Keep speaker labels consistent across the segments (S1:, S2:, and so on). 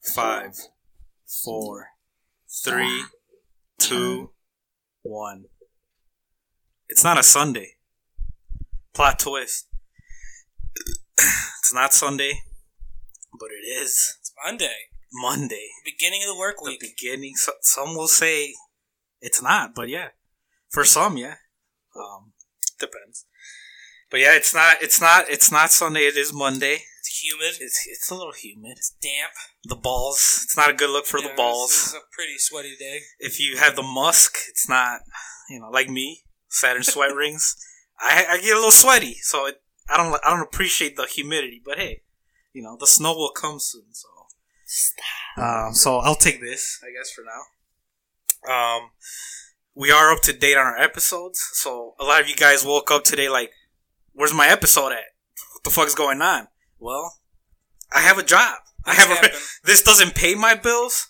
S1: Five, four, three, two, one. It's not a Sunday. Plot twist. It's not Sunday, but it is
S2: It's Monday,
S1: Monday.
S2: beginning of the work
S1: The
S2: week.
S1: beginning. so- Some will say it's not, but yeah, for some, yeah, um, depends. But yeah, it's not. It's not. It's not Sunday. It is Monday.
S2: It's humid.
S1: It's it's a little humid.
S2: It's damp.
S1: The balls. It's not a good look for
S2: Yeah,
S1: the
S2: it was-
S1: balls.
S2: It was a pretty sweaty day.
S1: if you have the musk, it's not, you know, like me, Saturn sweat rings. I, I get a little sweaty, so it, I don't I don't appreciate the humidity. But hey, you know, the snow will come soon, so um, so I'll take this, I guess, for now. Um, we are up to date on our episodes, so a lot of you guys woke up today like, "Where's my episode at? What the fuck's going on?" Well, I have a job. I
S2: Things
S1: have a,
S2: happen.
S1: this doesn't pay my bills.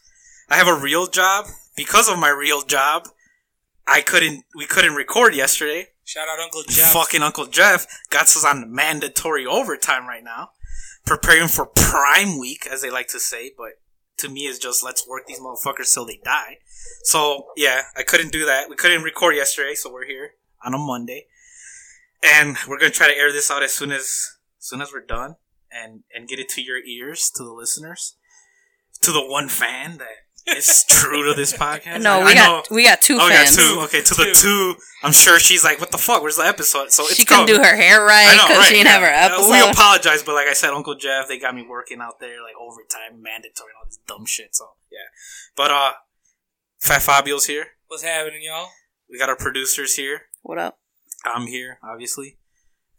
S1: I have a real job. Because of my real job, I couldn't. We couldn't record yesterday.
S2: Shout out Uncle Jeff.
S1: Fucking Uncle Jeff got us on mandatory overtime right now, preparing for Prime Week, as they like to say. But to me, it's just let's work these motherfuckers till they die. So yeah, I couldn't do that. We couldn't record yesterday, so we're here on a Monday, and we're gonna try to air this out as soon as, as soon as we're done, and and get it to your ears, to the listeners, to the one fan that is true to this podcast.
S3: No,
S1: I-
S3: we
S1: I
S3: got
S1: know-
S3: we got two
S1: oh, we
S3: fans.
S1: got two. Okay, to the two. I'm sure she's like, "What the fuck? Where's the episode?" So it's
S3: she couldn't do
S1: coming.
S3: her hair right
S1: I know,
S3: because
S1: right,
S3: she didn't have her
S1: yeah.
S3: episode.
S1: We apologize, but like I said, Uncle Jeff, they got me working out there like overtime, mandatory, and all this dumb shit. So yeah, but uh, Fat Fabio's here.
S2: What's happening, y'all?
S1: We got our producers here.
S3: what up?
S1: I'm here, obviously,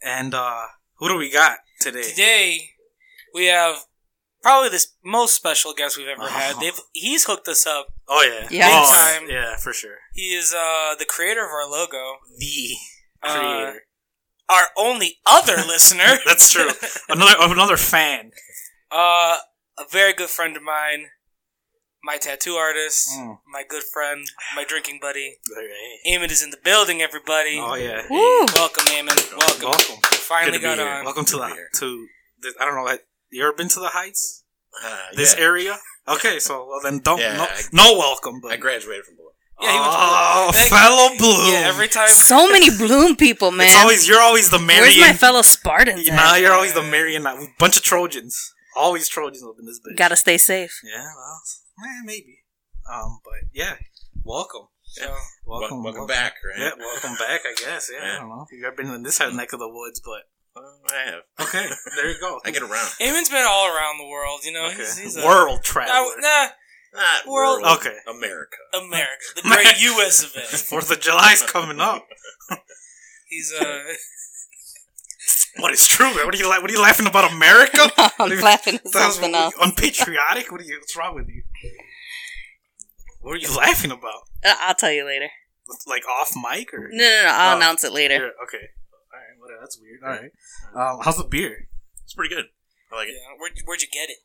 S1: and uh, who do we got today?
S2: Today we have probably the s- most special guest we've ever
S1: Oh.
S2: had. They've he's hooked us up.
S1: Oh yeah,
S3: Yeah.
S1: Oh,
S2: Big time.
S1: yeah, for sure.
S2: He is uh, the creator of our logo,
S1: The
S2: Uh,
S1: creator.
S2: our only other listener.
S1: That's true. Uh, Another another fan.
S2: Uh, a very good friend of mine, my tattoo artist,
S1: Mm.
S2: my good friend, my drinking buddy.
S1: Oh
S2: Eamon is in the building, everybody.
S1: yeah.
S3: Woo!
S2: Welcome, Eamon. Welcome.
S1: Welcome.
S2: You finally
S1: Good to um, be
S2: got
S1: here.
S2: on.
S1: Welcome to the to the, I don't know. like, You ever been to the Heights?
S4: Uh,
S1: This
S4: yeah.
S1: area? Okay, so well then don't
S4: Yeah,
S1: no,
S4: I-
S1: no welcome. But
S4: I graduated from Blue.
S2: Yeah, he went to-
S1: oh,
S2: Thank-
S1: fellow blue.
S2: Yeah, every time.
S3: So many Bloom people, man.
S1: It's always you're always the
S3: Where's my
S1: Marion.
S3: fellow Spartans?
S1: You
S3: at?
S1: know, you're always the Marion. a Bunch of Trojans. Always Trojans up in this bitch.
S3: Gotta stay safe.
S1: yeah, well, eh, maybe. Um, but yeah, welcome.
S2: so,
S4: Welcome, welcome, back, right?
S1: Yeah, welcome back. I guess. Yeah, I
S4: Yeah.
S1: don't know. You've ever been in this side neck of the woods, but
S4: Well, I have.
S1: okay, there you go.
S4: I get around.
S2: Eamon's been all around the world, you know.
S1: Okay.
S2: He's, he's a,
S1: World traveler.
S2: Nah, nah,
S4: Not
S2: World-
S4: world.
S1: Okay.
S4: America.
S2: America, the great U.S. of A.
S1: Fourth of July's coming up.
S2: He's uh,
S1: What is true? man? What are you la- What are you laughing about, America?
S3: I'm laughing at
S1: That was
S3: something else.
S1: Unpatriotic? What are you? What's wrong with you? What are you laughing about?
S3: Uh, I'll tell you later.
S1: Like off mic or?
S3: No, no, no. I'll
S1: Oh.
S3: announce it
S1: Yeah,
S3: later.
S1: okay. All right. Whatever. That's weird. All right. Um, how's the beer?
S4: It's pretty good. I like
S2: yeah,
S4: it.
S2: where, where'd you get it?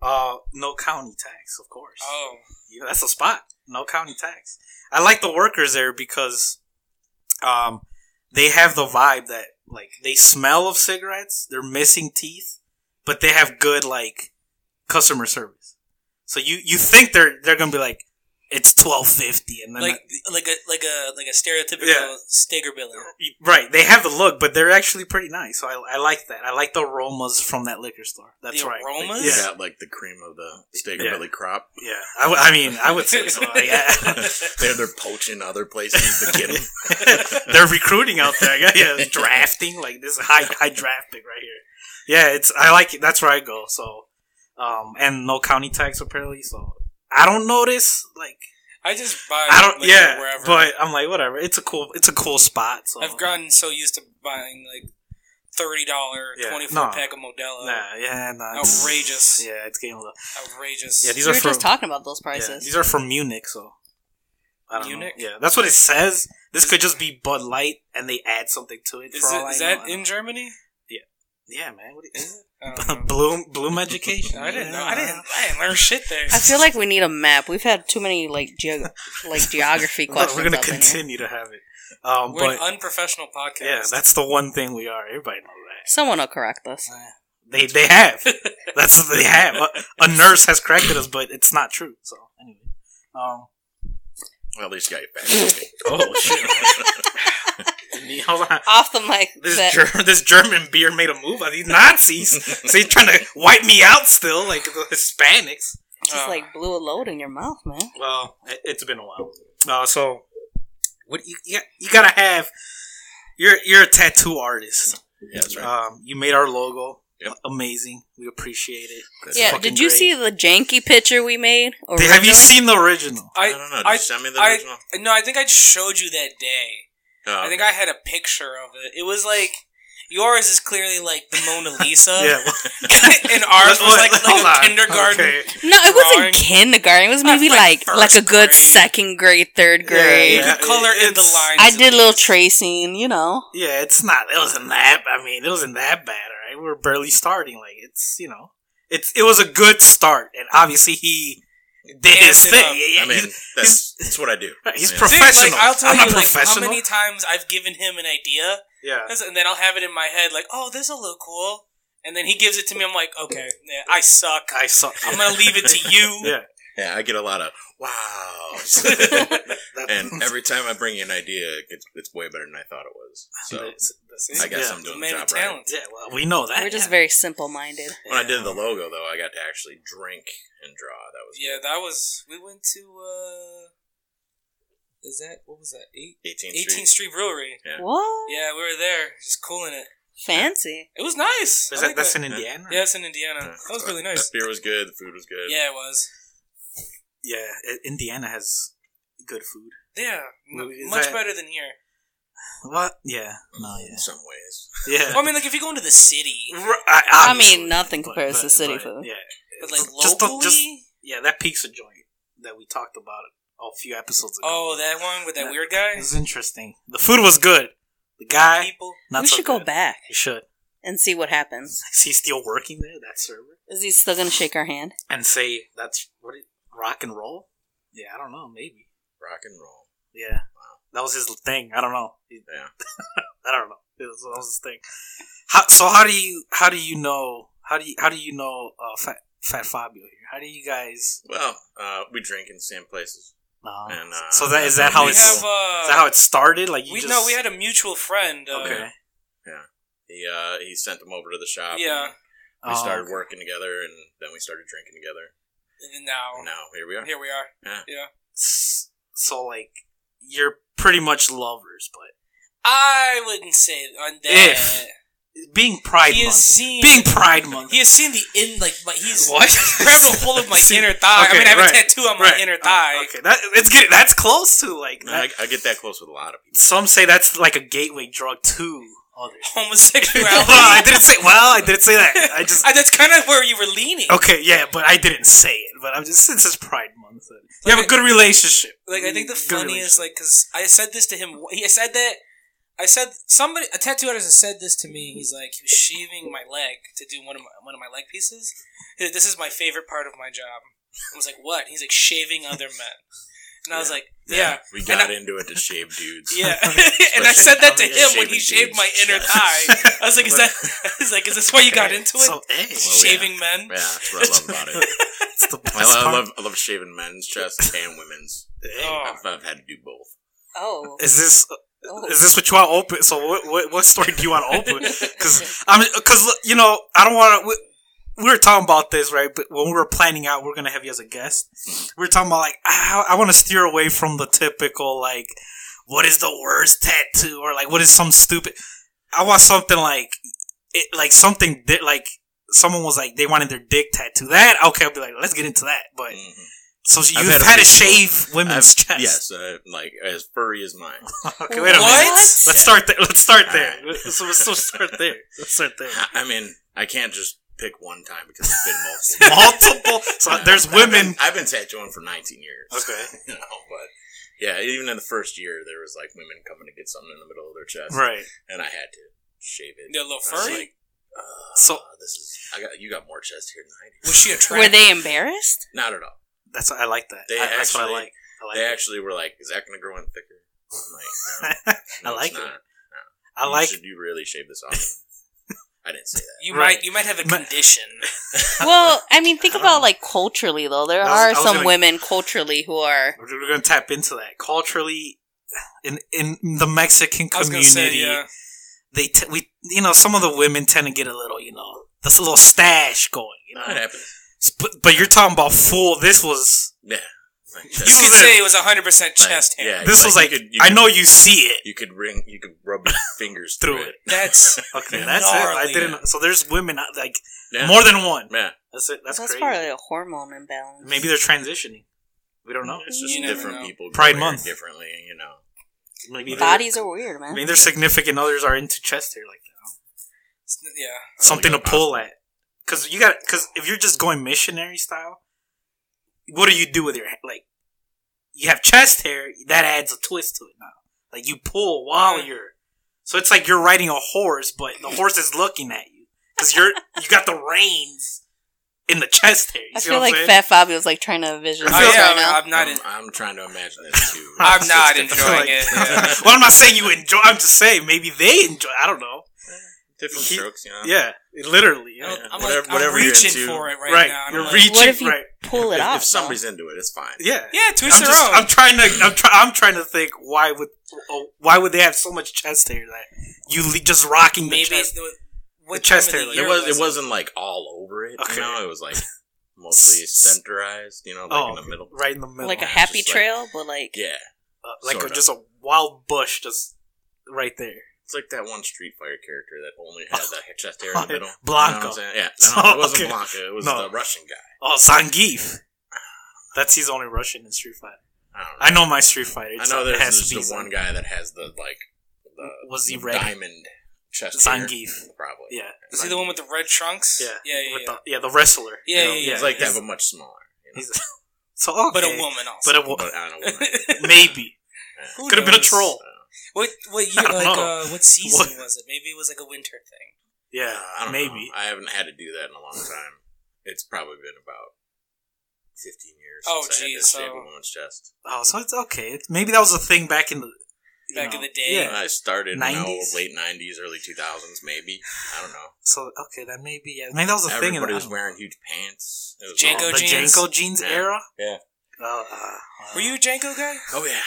S1: Uh, no county tax, of course.
S2: Oh,
S1: Yeah, that's a spot. No county tax. I like the workers there because, um, they have the vibe that like they smell of cigarettes. They're missing teeth, but they have good like customer service. So you you think they're they're gonna be like it's twelve fifty, and then
S2: like like a like a like a stereotypical
S1: Yeah.
S2: Steger Billy.
S1: right they have the look, but they're actually pretty nice. So I, I like that. I like the aromas from that liquor store. That's
S2: The
S1: right.
S2: aromas?
S4: You
S1: Yeah,
S4: got like the cream of the steak
S1: Yeah.
S4: belly crop.
S1: yeah. I, w- I mean, I would say so. Yeah.
S4: they're, they're poaching other places to get them.
S1: They're recruiting out there. Yeah, yeah, drafting like this is high high draft pick right here. Yeah, it's I like it. That's where I go. So, um, and no county tax apparently. So I don't notice like
S2: I just buy.
S1: I don't
S2: liquor
S1: yeah,
S2: wherever.
S1: but I'm like whatever. It's a cool it's a cool spot. So
S2: I've gotten so used to buying like thirty dollar,
S1: Yeah,
S2: twenty four
S1: no.
S2: pack of Modelo.
S1: nah, yeah, nah, it's-
S2: uh, Outrageous.
S1: Yeah, it's getting a little.
S2: Outrageous.
S1: Yeah, these
S3: we
S1: are
S3: were
S1: from
S3: just talking about those
S1: yeah,
S3: prices.
S1: these are from Munich. So I don't
S2: Munich?
S1: Know. Yeah, that's what it says. This could just be Bud Light, and they add something to it.
S2: is,
S1: for
S2: it-
S1: all
S2: is
S1: I know.
S2: that
S1: I don't-
S2: in Germany?
S1: Yeah, man. What is it?
S2: I don't know.
S1: Bloom Bloom Education.
S2: I didn't know. I
S1: Yeah.
S2: didn't. I didn't learn shit there.
S3: I feel like we need a map. We've had too many like geog like geography
S1: Look,
S3: questions.
S1: we're gonna
S3: up in here.
S1: continue to have it. Um,
S2: we're
S1: but
S2: an unprofessional podcast.
S1: yeah, that's the one thing we are. Everybody knows that.
S3: Someone will correct us.
S2: Uh,
S1: They they have. That's what they have. A, a nurse has corrected us, but it's not true. So anyway, um,
S4: Well, they just got you back.
S1: oh shit. Hold on.
S3: Off the mic.
S1: This
S3: that-
S1: Ger- this German beer made a move on these Nazis. so he's trying to wipe me out still, like the Hispanics.
S3: just like blew a load in your mouth, man.
S1: Well, it, it's been a while. Uh, so what you you, you gotta have. You're you're a tattoo artist.
S4: Yeah, that's right.
S1: Um, you made our logo.
S4: Yep.
S1: Amazing. We appreciate it.
S4: That's
S3: Yeah,
S4: right.
S1: fucking
S3: did you
S1: great.
S3: see the janky picture we made? Or
S1: Have you seen the original?
S4: I,
S2: I,
S4: don't know. Did
S2: I,
S4: you send me the
S2: I-
S4: original?
S2: no, I think I showed you that day.
S4: Oh,
S2: I think I had a picture of it. It was like yours is clearly like the Mona Lisa,
S1: yeah.
S2: and ours Uh, was like, like
S1: Hold
S2: a
S1: on.
S2: kindergarten.
S1: Okay.
S3: No,
S2: drawing?
S3: it wasn't kindergarten. It was
S2: That's
S3: maybe
S2: like
S3: like like a
S2: first
S3: good
S2: grade.
S3: second grade, third grade.
S2: You
S1: Yeah,
S2: could color in the
S1: it's-
S2: lines.
S3: I
S2: at
S3: did a little
S2: least.
S3: tracing, you know.
S1: Yeah, it's not. It wasn't that. I mean, it wasn't that bad. All right, we we're barely starting. Like it's you know, it's it was a good start, and obviously he did his
S2: Amped it
S1: thing.
S2: up.
S1: Yeah, yeah,
S4: I mean,
S1: he's-
S4: that's, that's what I do.
S1: he's
S4: Yeah.
S2: Dude,
S1: professional.
S2: Like, I'll tell
S1: I'm
S2: you
S1: not
S2: like how
S1: professional.
S2: many times I've given him an idea,
S1: yeah,
S2: that's- and then I'll have it in my head like, "Oh, this will look cool," and then he gives it to me. I'm like, "Okay, yeah, I suck.
S1: I saw.
S2: I'm gonna leave it to you."
S1: yeah,
S4: Yeah, I get a lot of wow.
S1: that-
S4: and every time I bring you an idea, it gets, it's way better than I thought it was. So
S1: that's- that's-
S4: I guess
S1: yeah.
S4: I'm doing
S2: Man
S4: the
S2: of
S4: job right.
S2: talent.
S1: Yeah, well, we know that.
S3: We're just
S1: yeah.
S3: very simple minded.
S4: When I did the logo, though, I got to actually drink and draw. That was
S2: Yeah, that was. We went to. uh Is that what was that? Eight, 18th
S4: 18th Street.
S2: Street Brewery.
S4: Yeah.
S3: What?
S2: Yeah, we were there, just cooling it.
S3: Fancy.
S2: It was nice.
S1: Is
S2: I
S1: that,
S2: like
S1: that's
S2: that.
S1: in Indiana.
S2: Oh Yeah, it's in Indiana.
S4: Yeah.
S2: That was really nice.
S4: The beer was good. The food was good.
S2: Yeah, it was.
S1: yeah. I- Indiana has good food.
S2: Yeah,
S1: Well, is
S2: much
S1: that-
S2: better than here.
S1: What? Yeah. No.
S4: In
S1: Yeah.
S4: some ways.
S1: Yeah.
S2: Well, I mean, like if you go into the city,
S1: R- I,
S3: I
S1: obviously,
S3: mean, nothing
S1: but-
S3: compares to
S1: but-
S3: city
S1: but,
S3: food.
S1: Yeah.
S2: but like locally,
S1: Just the- just- Yeah, that pizza joint that we talked about a few episodes ago.
S2: oh, that one with that
S1: Yeah.
S2: weird guy.
S1: It was interesting. The food was good. The guy,
S2: People.
S1: not
S3: we
S1: so
S3: should go
S1: good.
S3: back
S1: He should.
S3: and see what happens.
S1: Is he still working there, that server?
S3: Is he still gonna shake our hand?
S1: And say that's what it, rock and roll? Yeah, I don't know. Maybe.
S4: Rock and roll.
S1: Yeah, that was his thing. I don't know. He-
S4: Yeah.
S1: I don't know. It was, that was his thing. How, so how do you how do you know how do you how do you know uh, Fat Fat Fabio here? How do you guys?
S4: Well, uh, we drink in the same places.
S1: Uh,
S4: And, uh,
S1: so that is that how
S2: we
S1: it's
S2: have.
S1: is
S2: Uh,
S1: that how it started? Like you
S2: we
S1: just
S2: no, we had a mutual friend. Uh,
S1: okay.
S4: He uh, he sent them over to the shop.
S2: Yeah.
S4: and We started
S1: Um,
S4: working together, and then we started drinking together.
S2: And then now,
S4: And now here we are.
S2: Oh. here we are.
S1: s- so like you're pretty much lovers, but
S2: I wouldn't say on
S1: If
S2: that.
S1: being Pride
S2: he has
S1: Month,
S2: seen
S1: being Pride Month,
S2: he has seen the in like my he's
S1: what?
S2: grabbed a hold of my inner thigh. I
S1: Okay,
S2: mean, I have
S1: right,
S2: a tattoo on my
S1: Right.
S2: inner thigh.
S1: Uh, okay, that, it's good. That's close to like
S4: No,
S1: that.
S4: I, I get that close with a lot of people.
S1: Some say that's like a gateway drug to others. well, I
S2: Homosexuality.
S1: didn't say. Well, I didn't say that. I just
S2: I- that's kind of where you were leaning.
S1: okay, yeah, but I didn't say it. But I'm just since it's Pride Month, so- you have a good relationship.
S2: Like I think the
S1: Good
S2: funniest,
S1: relationship.
S2: like, because I said this to him. He said that. I said somebody a tattoo artist has said this to me. He's like he was shaving my leg to do one of my, one of my leg pieces. He's like, this is my favorite part of my job. I was like, what? He's like shaving other men, and I was like, yeah,
S4: we
S2: And
S4: got
S2: I-
S4: into it to shave dudes.
S2: yeah. and I said that to
S4: Especially
S2: him when he
S4: shaving
S2: shaved my
S4: dudes.
S2: inner
S4: Yeah.
S2: thigh. I was like, is that? I was like, is this why you got into it?
S1: So, hey,
S4: Well, yeah.
S2: shaving men.
S4: Yeah, that's what I love about it.
S1: it's the best
S4: I, love, I
S1: part.
S4: love I love shaving men's chests and women's.
S2: Oh.
S4: I've, I've had to do both.
S3: Oh.
S1: Is this
S3: oh.
S1: Is this what you want to open? So what, what, what story do you want to open? Because I'm because you know I don't want to. We, we were talking about this right, but when we were planning out, we are gonna have you as a guest.
S4: Mm-hmm.
S1: We were talking about like I, I want to steer away from the typical like what is the worst tattoo or like what is some stupid. I want something like it like something di- like someone was like they wanted their dick tattoo. That okay, I'll be like let's get into that. But
S4: Mhm.
S1: so you've
S4: had
S1: had,
S4: a
S1: to
S4: few.
S1: shave women's
S4: I've-
S1: chest.
S4: Yes, uh, like as furry as mine.
S1: Okay, wait a
S2: What?
S1: minute. Let's start there. Let's start there.
S4: Alright.
S1: Let's, let's, let's start there. Let's start there.
S4: I mean, I can't just pick one time because it's been multiple.
S1: Multiple. So there's women.
S4: I've been, I've been tattooing for 19 years.
S1: Okay.
S4: You know, but yeah, even in the first year, there was like women coming to get something in the middle of their chest,
S1: Right.
S4: and I had to shave it.
S2: They're a little
S4: I was
S2: furry.
S4: like, uh,
S1: So-
S4: this is I got you got more chest hair than I do.
S2: Was she
S3: Were
S2: attractive?
S3: they embarrassed?
S4: Not at all.
S1: That's I like that.
S4: They
S1: I- that's what I
S4: actually-
S1: like. I like.
S4: They
S1: it.
S4: actually were like, "Is that going to grow in thicker?" I'm like,
S1: I
S4: no, no,
S1: like
S4: it's
S1: it.
S4: not.
S1: I
S4: You
S1: like.
S4: Should you really shave this off? I didn't say that.
S2: You
S1: Right.
S2: might you might have a
S1: Ma-
S2: condition.
S3: Well, I mean, think
S1: I don't
S3: about
S1: know.
S3: like culturally though. There
S1: I was- I
S3: are
S1: was
S3: some
S1: gonna-
S3: women culturally who are
S1: We're, we're gonna tap into that culturally. In in the Mexican
S2: I was gonna
S1: community,
S2: say yeah.
S1: they t- we you know some of the women tend to get a little you know this little stash going. You
S4: No, it
S1: know,
S4: happened.
S1: S- but, but you're talking about full. This was
S4: Yeah. Like,
S2: You
S1: This
S2: could
S1: was
S2: say it was hundred percent chest
S4: Like,
S2: hair.
S4: yeah.
S1: this was like
S4: you could- you
S1: I
S4: could-
S1: know you see it
S4: You could ring. You could rub your fingers
S1: through it.
S2: That's
S1: Okay, that's it. I
S2: Gnarly.
S1: didn't. So there's women out, like
S4: Yeah.
S1: more than one.
S4: Yeah.
S1: That's it. That's,
S3: that's
S1: crazy.
S3: probably a hormone imbalance.
S1: Maybe they're transitioning. We don't know.
S4: It's just
S2: You never
S4: different
S2: know.
S4: people.
S1: Pride
S4: grow hair
S1: Month.
S4: Differently, you know.
S1: Maybe they're-
S3: bodies are weird, man.
S1: I mean, their significant others are into chest hair, like
S2: yeah.
S1: something to
S4: that's
S1: pull at. Because you got, because if you're just going missionary style, what do you do with your ha- like? You have chest hair that adds a twist to it now. Like you pull while you're, so it's like you're riding a horse, but the horse is looking at you because you're you got the reins in the chest hair. You
S3: I
S1: see
S3: feel
S1: what I'm
S3: like
S1: saying?
S3: Fat Fabio's like trying to envision this
S1: I feel-
S2: Oh, yeah,
S3: right now.
S2: I'm not.
S4: I'm,
S2: In,
S4: I'm trying to imagine this too.
S2: I'm
S4: It's
S2: not
S4: just
S2: enjoying
S4: different-
S2: it, yeah.
S1: well, I'm not saying you enjoy. I'm just saying maybe they enjoy. I don't know.
S4: Different
S1: He-
S4: strokes, you know.
S1: Yeah, literally.
S2: I
S1: Yeah.
S2: don't- I'm
S4: Whatever-
S2: like I'm
S4: whatever you're
S2: reaching
S4: into.
S2: for it right,
S1: Right,
S2: now. I'm
S1: you're
S2: like,
S1: reaching.
S3: what if you
S1: right.
S3: pull it
S4: If,
S3: off?
S4: if somebody's into it, it's fine.
S1: Yeah.
S2: yeah, to each
S1: I'm,
S2: their
S1: just-
S2: own.
S1: I'm trying to. I'm, try, I'm trying to think. Why would? oh, Why would they have so much chest hair that you le- just rocking the
S2: Maybe it's
S1: chest?
S2: the, what
S1: The chest
S2: time of
S1: hair,
S2: the
S1: like,
S2: year
S4: It was. It
S2: it?
S4: wasn't like all over it.
S1: Okay.
S4: You know, it was like mostly centralized. You know, like
S1: oh,
S4: in the middle.
S1: right in the middle,
S3: like a
S4: it's
S3: happy
S4: just like-
S3: trail, but like
S4: Yeah.
S1: Uh, like a,
S4: sorta.
S1: just a wild bush, just right there.
S4: It's like that one Street Fighter character that only had the chest hair in the middle.
S1: Blanco.
S4: You know what I'm saying? yeah, no, it wasn't
S1: Okay.
S4: Blanca. It was
S1: No.
S4: the Russian guy.
S1: Oh, Zangief. That's he's only Russian in Street Fighter.
S4: I
S1: I know my Street Fighter.
S4: don't know.
S1: It's-
S4: I know
S1: it has
S4: there's
S1: to be
S4: just the one guy that has the like the
S1: Was he
S4: the
S1: red?
S4: diamond chest
S1: Zangief.
S4: hair. Probably.
S1: Yeah.
S2: Is he the one with the red trunks?
S1: Yeah.
S2: yeah, yeah.
S1: With
S2: yeah.
S1: the, yeah, the wrestler.
S2: Yeah, yeah, yeah.
S4: It's like that,
S1: he's-
S4: but much smaller. You know?
S1: he's- so okay.
S2: But a woman also.
S1: But a wo-
S4: But I don't know. what-
S1: maybe
S2: Who
S1: could have been a
S2: knows?
S1: troll.
S2: What what year?
S1: I don't
S2: Like
S1: know.
S2: uh, what season
S1: What?
S2: was it? Maybe it was like a winter thing.
S1: Yeah,
S4: I don't
S1: maybe.
S4: know. I haven't had to do that in a long time. It's probably been about fifteen years.
S2: Oh,
S4: since I had
S2: geez,
S4: to shave
S2: so-
S4: a woman's chest.
S1: Oh, so it's okay. It's, maybe that was a thing back in the you
S2: Back in
S1: know,
S2: the day.
S1: Yeah.
S4: I started when I was
S1: 90s?
S4: late nineties, early two thousands, maybe. I don't know.
S1: So okay, that may be. Yeah, maybe that was a thing. In
S4: Everybody
S1: the,
S4: was wearing huge pants. It was
S1: I don't
S2: Janko
S1: know,
S4: all-
S1: the
S2: jeans.
S1: Janko jeans
S4: Yeah.
S1: era.
S4: Yeah.
S1: Uh, uh,
S2: Were you a Django guy?
S4: Oh yeah.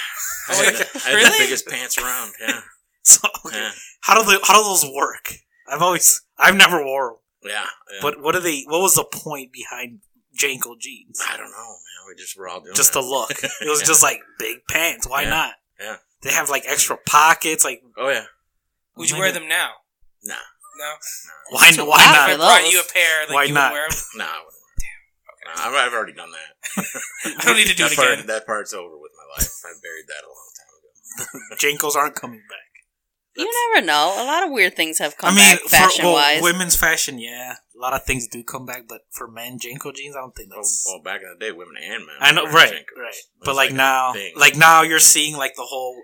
S4: I
S2: Oh,
S4: had,
S2: yeah.
S4: the, I had
S2: Really?
S4: the biggest pants around. Yeah.
S1: So okay.
S4: Yeah.
S1: how do they, how do those work? I've always I've never wore them.
S4: yeah. yeah.
S1: But what are they? What was the point behind Janko jeans?
S4: I don't know, man. We just were all doing
S1: Just
S4: that.
S1: the look. It was
S4: Yeah.
S1: just like big pants. Why
S4: Yeah.
S1: not?
S4: Yeah.
S1: They have like extra pockets. Like
S4: Oh yeah.
S2: Would you
S1: Maybe.
S2: wear them now?
S4: Nah.
S2: No.
S1: why?
S3: Too
S1: Why
S3: hot
S1: not?
S3: for
S2: I
S3: those.
S2: brought you a pair. Like,
S1: Why
S2: you
S1: not?
S2: Would wear 'em.
S4: Nah. I wouldn't wear it. Nah, I've, I've already done that.
S2: I don't need to do
S4: that
S2: it
S4: part,
S2: again.
S4: That part's over with my life. I buried that a long time ago.
S1: Jankos aren't coming back.
S3: you never know. A lot of weird things have come
S1: I mean,
S3: back fashion
S1: for, well,
S3: wise.
S1: women's fashion, yeah, a lot of things do come back. But for men, Janko jeans, I don't think
S4: Well,
S1: that's.
S4: Oh, well, back in the day, women and men.
S1: I know,
S4: were
S1: right,
S4: drinkers.
S1: right.
S4: It was
S1: But like,
S4: a
S1: now,
S4: thing.
S1: like now, you're seeing like the whole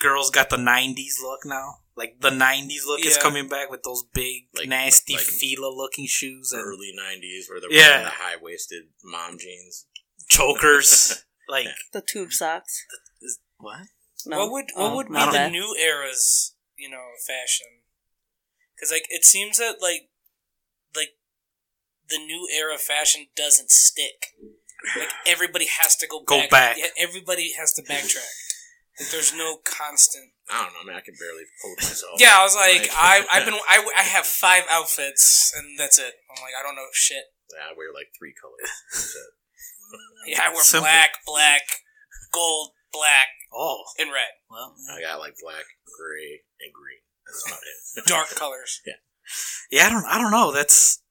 S1: girls got the '90s look now. Like the '90s look is
S2: Yeah.
S1: coming back with those big,
S4: Like-
S1: nasty
S4: like-
S1: Fila looking shoes and
S4: early '90s, where they were
S1: Yeah.
S4: wearing the high waisted mom jeans.
S1: chokers. like
S3: the tube socks.
S1: what?
S3: No.
S2: What would what
S3: Oh,
S2: would be
S3: my
S2: the
S3: bad.
S2: new era's you know fashion? Because like it seems that like like the new era fashion doesn't stick. Like everybody has to go
S1: Go
S2: back.
S1: back.
S2: Yeah, everybody has to backtrack. Like, there's no constant.
S4: I don't know, man. I can barely hold
S1: Oh,
S4: myself.
S2: Yeah, I was like,
S4: Like-
S2: I I've been I, I have five outfits and that's it. I'm like, I don't know shit.
S4: Yeah, I wear like three colors. That's it.
S2: Yeah, I wear
S1: Simple.
S2: black, black, gold, black,
S1: Oh,
S2: and red.
S1: well,
S4: I got like black, gray, and green. That's about it.
S2: Dark colors.
S1: yeah. I don't. I don't know. That's.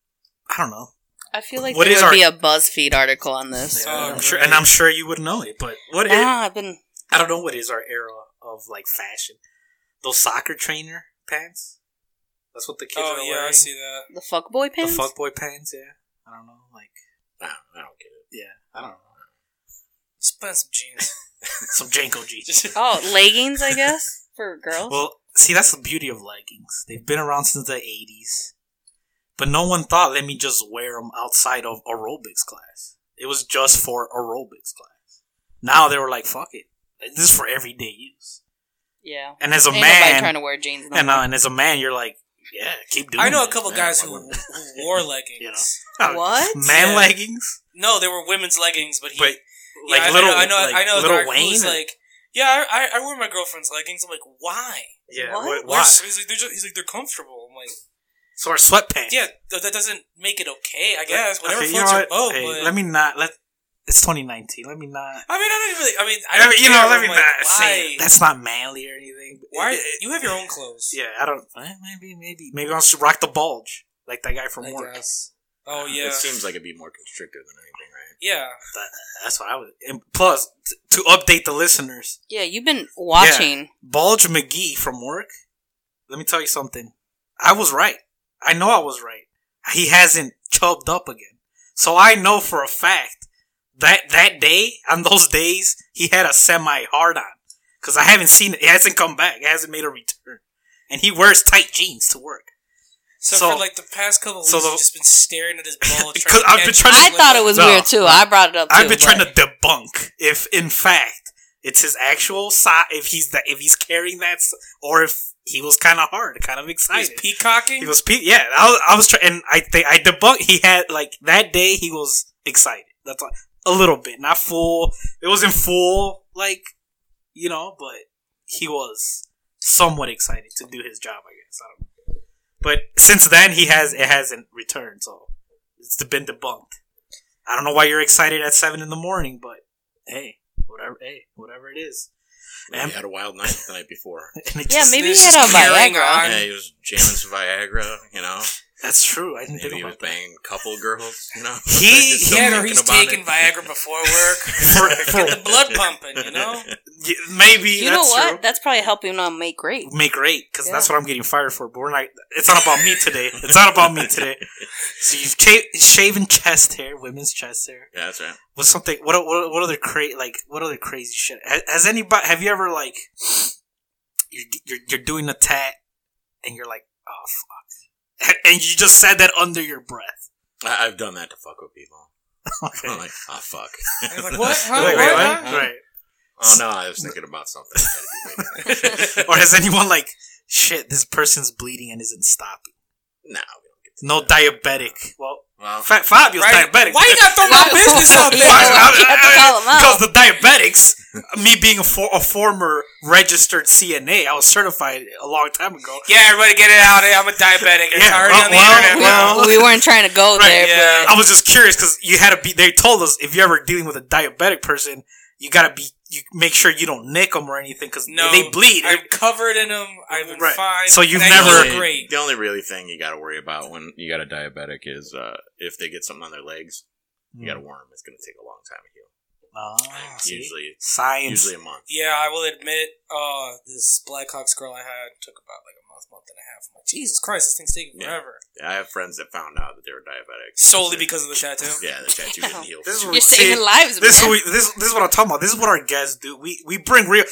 S1: I don't know.
S3: I feel like
S1: What
S3: there
S1: is
S3: would
S1: our-
S3: be a BuzzFeed article on this.
S1: Yeah, I'm
S2: Oh,
S1: sure,
S2: great.
S1: and I'm sure you would know it. But what is?
S3: Nah, I've been
S1: I don't know what is our era of like fashion. Those soccer trainer pants. That's what the kids
S2: Oh
S1: are
S2: yeah, I
S1: wearing.
S2: see that.
S3: the fuckboy
S1: the
S3: pants.
S1: fuckboy pants. Yeah, I don't know. Like,
S4: I don't, I don't get it.
S1: yeah, I don't know.
S2: Just put on some jeans.
S1: Some Janko jeans.
S2: Just-
S3: Oh, leggings, I guess for girls.
S1: Well, see, that's the beauty of leggings. They've been around since the '80s, but no one thought, "Let me just wear them outside of aerobics class." It was just for aerobics class. Now they were like, "Fuck it, this is for everyday use."
S3: yeah.
S1: And as a
S3: Ain't nobody
S1: man,
S3: trying to wear jeans. No
S1: and
S3: more.
S1: uh, and as a man, you're like, Yeah, keep doing.
S2: I know a
S1: it,
S2: couple
S4: man,
S2: guys
S4: why
S2: who,
S4: wouldn't-
S2: who wore leggings.
S1: You know.
S3: What?
S1: oh, Man
S2: Yeah.
S1: leggings,
S2: No, they were women's leggings, but he
S1: but
S2: yeah,
S1: like
S2: I know-
S1: little,
S2: I know,
S1: like,
S2: I know, a guy
S1: little
S2: who
S1: Wayne.
S2: was like, yeah, I, I, I wear my girlfriend's leggings. I'm like, why?
S1: yeah,
S3: What?
S1: what?
S2: Why?
S1: Why?
S2: He's like, they're just, he's like, they're comfortable. I'm like,
S1: So our sweatpants.
S2: yeah, th- that doesn't make it okay. I guess whatever
S1: Okay, you
S2: floats
S1: know
S2: your
S1: what?
S2: boat.
S1: Hey,
S2: but
S1: let me not. Let it's 2019. Let me not.
S2: I mean, I don't really. I mean, I
S1: I
S2: don't
S1: mean, you know,
S2: care,
S1: let
S2: I'm
S1: me
S2: like,
S1: not
S2: why?
S1: say that's not manly or anything.
S2: Why
S1: It- it-
S2: you have your own clothes?
S1: Yeah, I don't. eh, Maybe, maybe, maybe I'll just rock the bulge like that guy from
S2: I
S1: work.
S2: guess. Oh yeah,
S4: It seems like it'd be more constrictive than anything, right?
S2: yeah.
S1: That- that's what I would. And plus, t- to update the listeners,
S3: Yeah, you've been watching.
S1: Bulge McGee from work. Let me tell you something. I was right. I know I was right. He hasn't chubbed up again, so I know for a fact that that day on those days he had a semi hard on because I haven't seen it. It hasn't come back. It hasn't made a return, and he wears tight jeans to work.
S2: So,
S1: So-
S2: for like the past couple of weeks,
S1: so the-
S2: you've just been staring at his ball.
S1: Because I've been trying to-
S3: I thought it was
S1: No.
S3: weird too. I brought it up. Too,
S1: I've been
S3: but-
S1: trying to debunk if, in fact, it's his actual size. If he's that, if he's carrying that, s- or if he was kind of hard, kind of
S2: He was
S1: excited.
S2: peacocking.
S1: He was, pe- yeah. I was, I was trying, and I think I debunked. He had like that day. He was excited. That's all, a little bit, not full. It wasn't full, like you know, but he was somewhat excited to do his job. I guess I don't. know. But since then, he has it hasn't returned, so it's been debunked. I don't know why you're excited at seven in the morning, but hey, whatever, hey, whatever it is,
S4: Maybe
S1: And-
S4: he had a wild night the night before.
S1: and it
S3: Yeah,
S1: just-
S3: maybe
S2: They're
S3: he had
S2: just
S3: a
S2: carrying
S3: Viagra.
S2: on.
S4: yeah, he was jamming some Viagra, you know.
S1: that's true. I didn't
S4: Maybe
S1: think
S4: he was
S1: about that.
S4: banging a couple girls, you know.
S1: He-
S4: Just
S2: Yeah, or
S4: thinking
S2: he's
S4: about
S2: taking
S4: it.
S2: Viagra before work.
S1: For- for-
S2: Get the blood pumping, you know.
S1: Yeah, maybe
S3: You know
S1: that's
S3: what?
S1: true.
S3: That's probably helping him make great.
S1: make rate because
S3: Yeah.
S1: that's what I'm getting fired for. But we're not. It's not about me today. It's not about me today. So you've cha- shaven chest hair, women's chest hair.
S4: Yeah, that's right.
S1: What's something? What what what other cra- like what other crazy shit? Has, has anybody? Have you ever like you're, you're you're doing a tat and you're like oh fuck, and you just said that under your breath.
S4: I- I've done that to fuck with people.
S1: Okay.
S4: I'm like, oh fuck.
S2: I'm like, what? Huh?
S1: Wait, wait,
S2: What?
S1: what?
S2: Huh?
S1: Right.
S4: Oh no, I was thinking about something.
S1: Or has anyone like shit? This person's bleeding and isn't stopping.
S4: no, we don't get to
S1: No
S4: that.
S1: diabetic. Well,
S4: Well,
S1: Fa- Fabio's
S2: Right.
S1: diabetic.
S2: Why you gotta throw my
S3: Why-
S2: business out
S3: Yeah,
S2: there?
S3: why-
S2: Why-
S3: you have to call 'em out.
S1: Because the diabetics, me being a, for, a former registered CNA, I was certified a long time ago.
S2: Yeah, everybody get it out there. I'm a diabetic. It's
S1: Yeah,
S2: already
S1: well,
S2: on the
S1: well,
S2: internet.
S1: well.
S3: we, we weren't trying to go
S1: Right,
S3: there,
S2: yeah.
S1: I was just curious because you had to be. They told us if you're ever dealing with a diabetic person, you gotta be. You make sure you don't nick them or anything because
S2: No,
S1: they bleed.
S2: I'm covered in them. I've been
S1: Right.
S2: fine.
S1: So you've
S2: and I
S1: never-
S2: look
S4: only-
S2: great.
S4: The only really thing you got to worry about when you got a diabetic is uh, if they get something on their legs, you
S2: Hmm.
S4: got a worm. It's going to take a long time to heal.
S1: Ah,
S4: Like,
S1: see?
S4: usually,
S1: science.
S4: usually a month.
S2: Yeah, I will admit, uh, this Blackhawks girl I had took about like a month, month and a half. I'm like, Jesus Christ, this thing's taking
S4: Yeah.
S2: forever.
S4: I have friends that found out that they were diabetic
S2: Solely because of the tattoo.
S4: yeah, the tattoo didn't heal.
S1: This is
S3: but
S1: See,
S3: you're saving lives,
S1: This is,
S3: man.
S1: what we, this, this is what I'm talking about. This is what our guests do. We we bring real.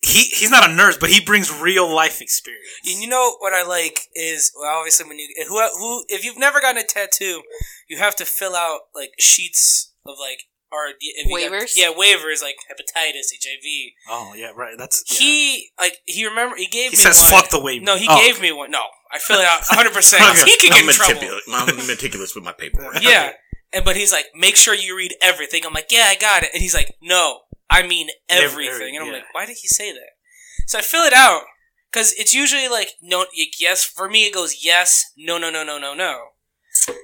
S1: He he's not a nurse, but he brings real life experience.
S2: And you know what I like is well, obviously when you who who if you've never gotten a tattoo, you have to fill out like sheets of like or if you got-
S3: Waivers?
S2: yeah, waivers like hepatitis, HIV.
S1: Oh yeah, right. That's
S2: He like he remember he gave
S1: He
S2: me
S1: says,
S2: one.
S1: "Fuck the waiver."
S2: No, he
S1: Oh,
S2: gave me one. No, I fill it out 100. percent
S1: Okay.
S2: He could get
S4: I'm,
S2: in trouble.
S4: meticulous. I'm meticulous with my paperwork.
S2: Yeah, and but he's like, make sure you read everything. I'm like, yeah, I got it. And he's like, no, I mean
S1: Every-
S2: everything. And I'm
S1: yeah.
S2: like, why did he say that? So I fill it out because it's usually like no, y- yes. For me, it goes yes, no, no, no, no, no, no.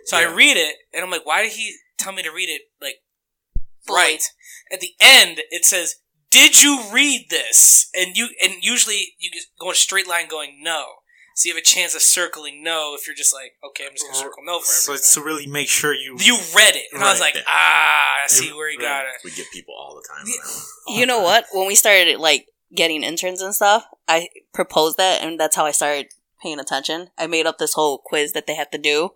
S2: So I
S1: Yeah.
S2: read it, and I'm like, why did he tell me to read it like
S3: Fully.
S2: right? At the end, it says, "Did you read this?" And you and usually you just go a straight line going no. So you have a chance of circling no if you're just like, okay, I'm just gonna circle no for everything.
S1: So it's to really make sure you.
S2: You read it, and I was
S1: Right.
S2: like, ah, I see
S1: You-
S2: where he
S1: right.
S2: got it.
S4: We get people all the time.
S2: Yeah.
S3: you know what? When we started like getting interns and stuff, I proposed that, and that's how I started paying attention. I made up this whole quiz that they have to do,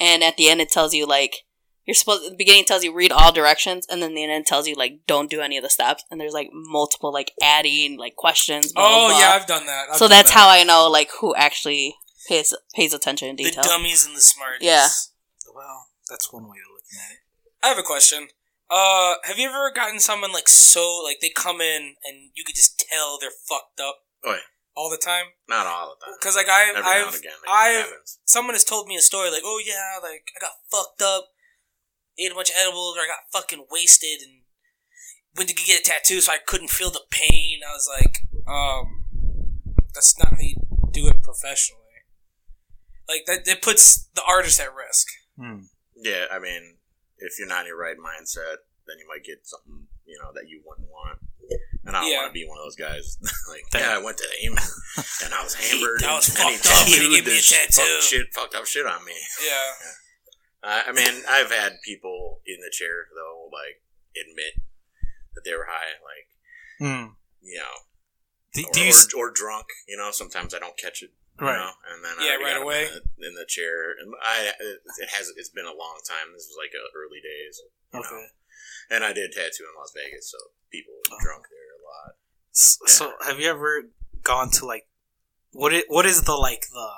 S3: and at the end it tells you like you're supposed. The beginning tells you read all directions, and then the end tells you like don't do any of the steps. And there's like multiple like adding like questions. Blah,
S2: Oh
S3: blah, blah.
S2: yeah, I've done that. I've
S3: so
S2: done
S3: that's
S2: that.
S3: how I know like who actually pays pays attention in
S2: the
S3: detail.
S2: dummies and the smarties.
S3: Yeah.
S1: Well, that's one way to look at it.
S2: I have a question. Uh, have you ever gotten someone like so like they come in and you could just tell they're fucked up?
S4: Oh, yeah.
S2: all the time.
S4: Not all the time.
S2: Because like I,
S4: Every now
S2: I've,
S4: and again, it
S2: I've-
S4: happens.
S2: someone has told me a story like, oh yeah, like I got fucked up, ate a bunch of edibles, or I got fucking wasted and went to get a tattoo, so I couldn't feel the pain. I was like, um, that's not how you do it professionally. Like that, that puts the artist at risk.
S1: Hmm.
S4: Yeah, I mean, if you're not in your right mindset, then you might get something you know that you wouldn't want. And I don't
S2: Yeah.
S4: want to be one of those guys. like,
S1: That-
S4: yeah, I went to the aim and I was hammered.
S2: That was
S4: and, and he
S2: fucked up, and he
S4: tattooed
S2: gave me a
S4: this fucked
S2: tattoo.
S4: Shit, fucked up shit on me.
S2: Yeah,
S4: I I mean, I've had people in the chair though, like admit that they were high, like
S1: Hmm.
S4: you know,
S1: Do,
S4: or,
S1: do you?
S4: or,
S1: s-
S4: or drunk. You know, sometimes I don't catch it. you
S1: Right.
S4: know, and then I
S2: Yeah,
S4: already
S2: right
S4: got him
S2: away.
S4: in the, in the chair. And I, it, it has. It's been a long time. This was like uh, early days. You
S1: Okay.
S4: Know? And I did tattoo in Las Vegas, so people were
S1: Oh.
S4: drunk there a lot.
S1: S- So, have you ever gone to like what? Is, what is the like the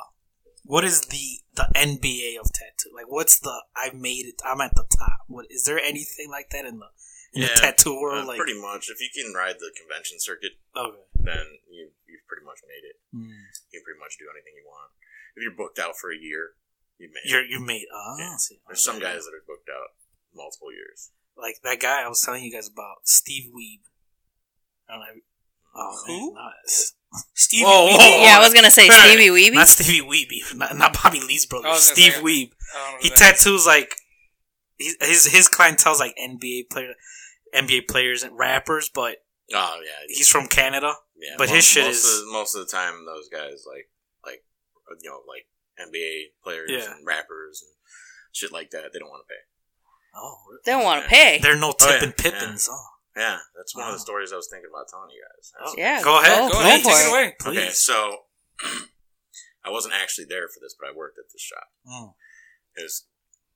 S1: what is the the NBA of tattoo? Like, what's the I made it? I'm at the top. What is there anything like that in the in
S4: Yeah,
S1: the tattoo world?
S4: Uh,
S1: like,
S4: pretty much, if you can ride the convention circuit,
S1: okay.
S4: then you you've pretty much made it.
S1: Hmm.
S4: You can pretty much do anything you want. If you're booked out for a year, you made it.
S1: You're you made. Ah,
S4: Yeah.
S1: see.
S4: There's some guys that are booked out multiple years.
S1: like that guy I was telling you guys about, Steve Weeb. I don't know. Oh,
S2: Uh, Who?
S1: Man, nice.
S2: Stevie.
S1: Whoa,
S2: Weeby.
S1: whoa,
S3: Yeah, I was gonna say Stevie Weeby.
S1: Not Stevie Weeby, not, not Bobby Lee's
S2: I
S1: brother.
S2: was gonna
S1: Steve
S2: say-
S1: Weeb.
S2: I don't know
S1: He
S2: who that is.
S1: tattoos like he- his his clientele's like NBA player, NBA players and rappers, but
S4: Oh yeah,
S1: he's from Canada.
S4: Yeah,
S1: But
S4: mo-
S1: his shit
S4: most
S1: is-
S4: of, the- most of the time those guys like like you know like NBA players
S1: Yeah.
S4: and rappers and shit like that. They don't want to pay.
S1: Oh,
S3: They don't want to pay.
S1: they're no
S4: Oh,
S1: Tip
S4: yeah,
S1: and Pippins. Oh,
S4: Yeah, that's one of
S1: Wow.
S4: the stories I was thinking about telling you guys. That's-
S3: Yeah,
S1: Go ahead.
S2: Go
S3: go
S2: ahead,
S3: for
S2: take it
S3: it.
S2: away.
S1: please.
S4: Okay, so I wasn't actually there for this, but I worked at this shop.
S1: Mm.
S4: It was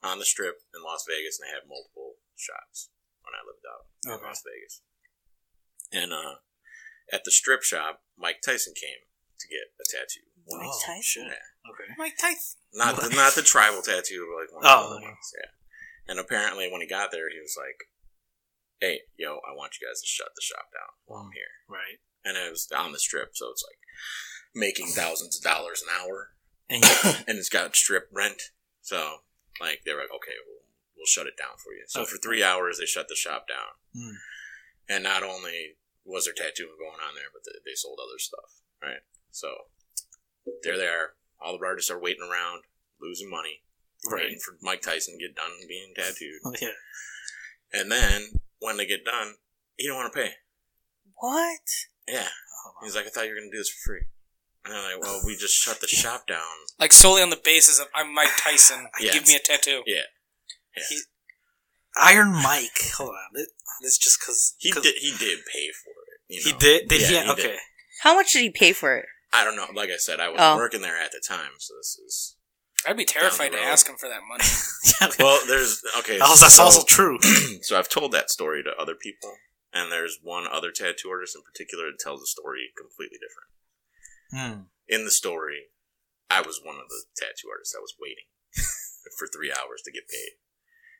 S4: on the strip in Las Vegas, and they had multiple shops when I lived out
S1: Okay.
S4: in Las Vegas. And uh, at the strip shop, Mike Tyson came to get a tattoo.
S1: Mike Oh,
S3: Tyson?
S4: shit.
S1: Okay.
S2: Mike Tyson.
S4: Not the, not the tribal tattoo, but like one
S1: Oh,
S4: of the other
S1: okay.
S4: ones. Yeah. And apparently, when he got there, he was like, "Hey, yo, I want you guys to shut the shop down while I'm here."
S1: Right.
S4: And it was on the strip, so it's like making thousands of dollars an hour,
S1: And he-
S4: and it's got strip rent. So, like, they were like, "Okay, we'll, we'll shut it down for you." So
S1: Okay.
S4: for three hours, they shut the shop down,
S1: Hmm.
S4: and not only was there tattooing going on there, but they, they sold other stuff. Right. So there they are. All the artists are waiting around, losing money waiting
S1: right.
S4: for Mike Tyson to get done being tattooed.
S1: Yeah.
S4: And then when they get done, he don't want to pay.
S3: What?
S4: Yeah.
S1: Oh,
S4: He's like, I thought you were going to do this for free. And they're like, well, we just shut the shop down.
S2: Like solely on the basis of I'm Mike Tyson.
S4: Yeah.
S2: Give me a tattoo.
S4: Yeah. Yeah.
S1: He- Iron Mike. Hold on. This- This just because
S4: He did, he did pay for it. you
S1: He
S4: know?
S1: did. Did he?
S4: Yeah, he
S1: okay.
S4: did.
S3: How much did he pay for it?
S4: I don't know. Like I said, I wasn't
S3: Oh.
S4: working there at the time, so this is.
S2: I'd be terrified to
S4: road.
S2: ask him for that money.
S4: Well, there's okay.
S1: That was- that's
S4: so-
S1: also true.
S4: so I've told that story to other people, and there's one other tattoo artist in particular that tells a story completely different.
S1: Hmm.
S4: in the story, I was one of the tattoo artists that was waiting for three hours to get paid.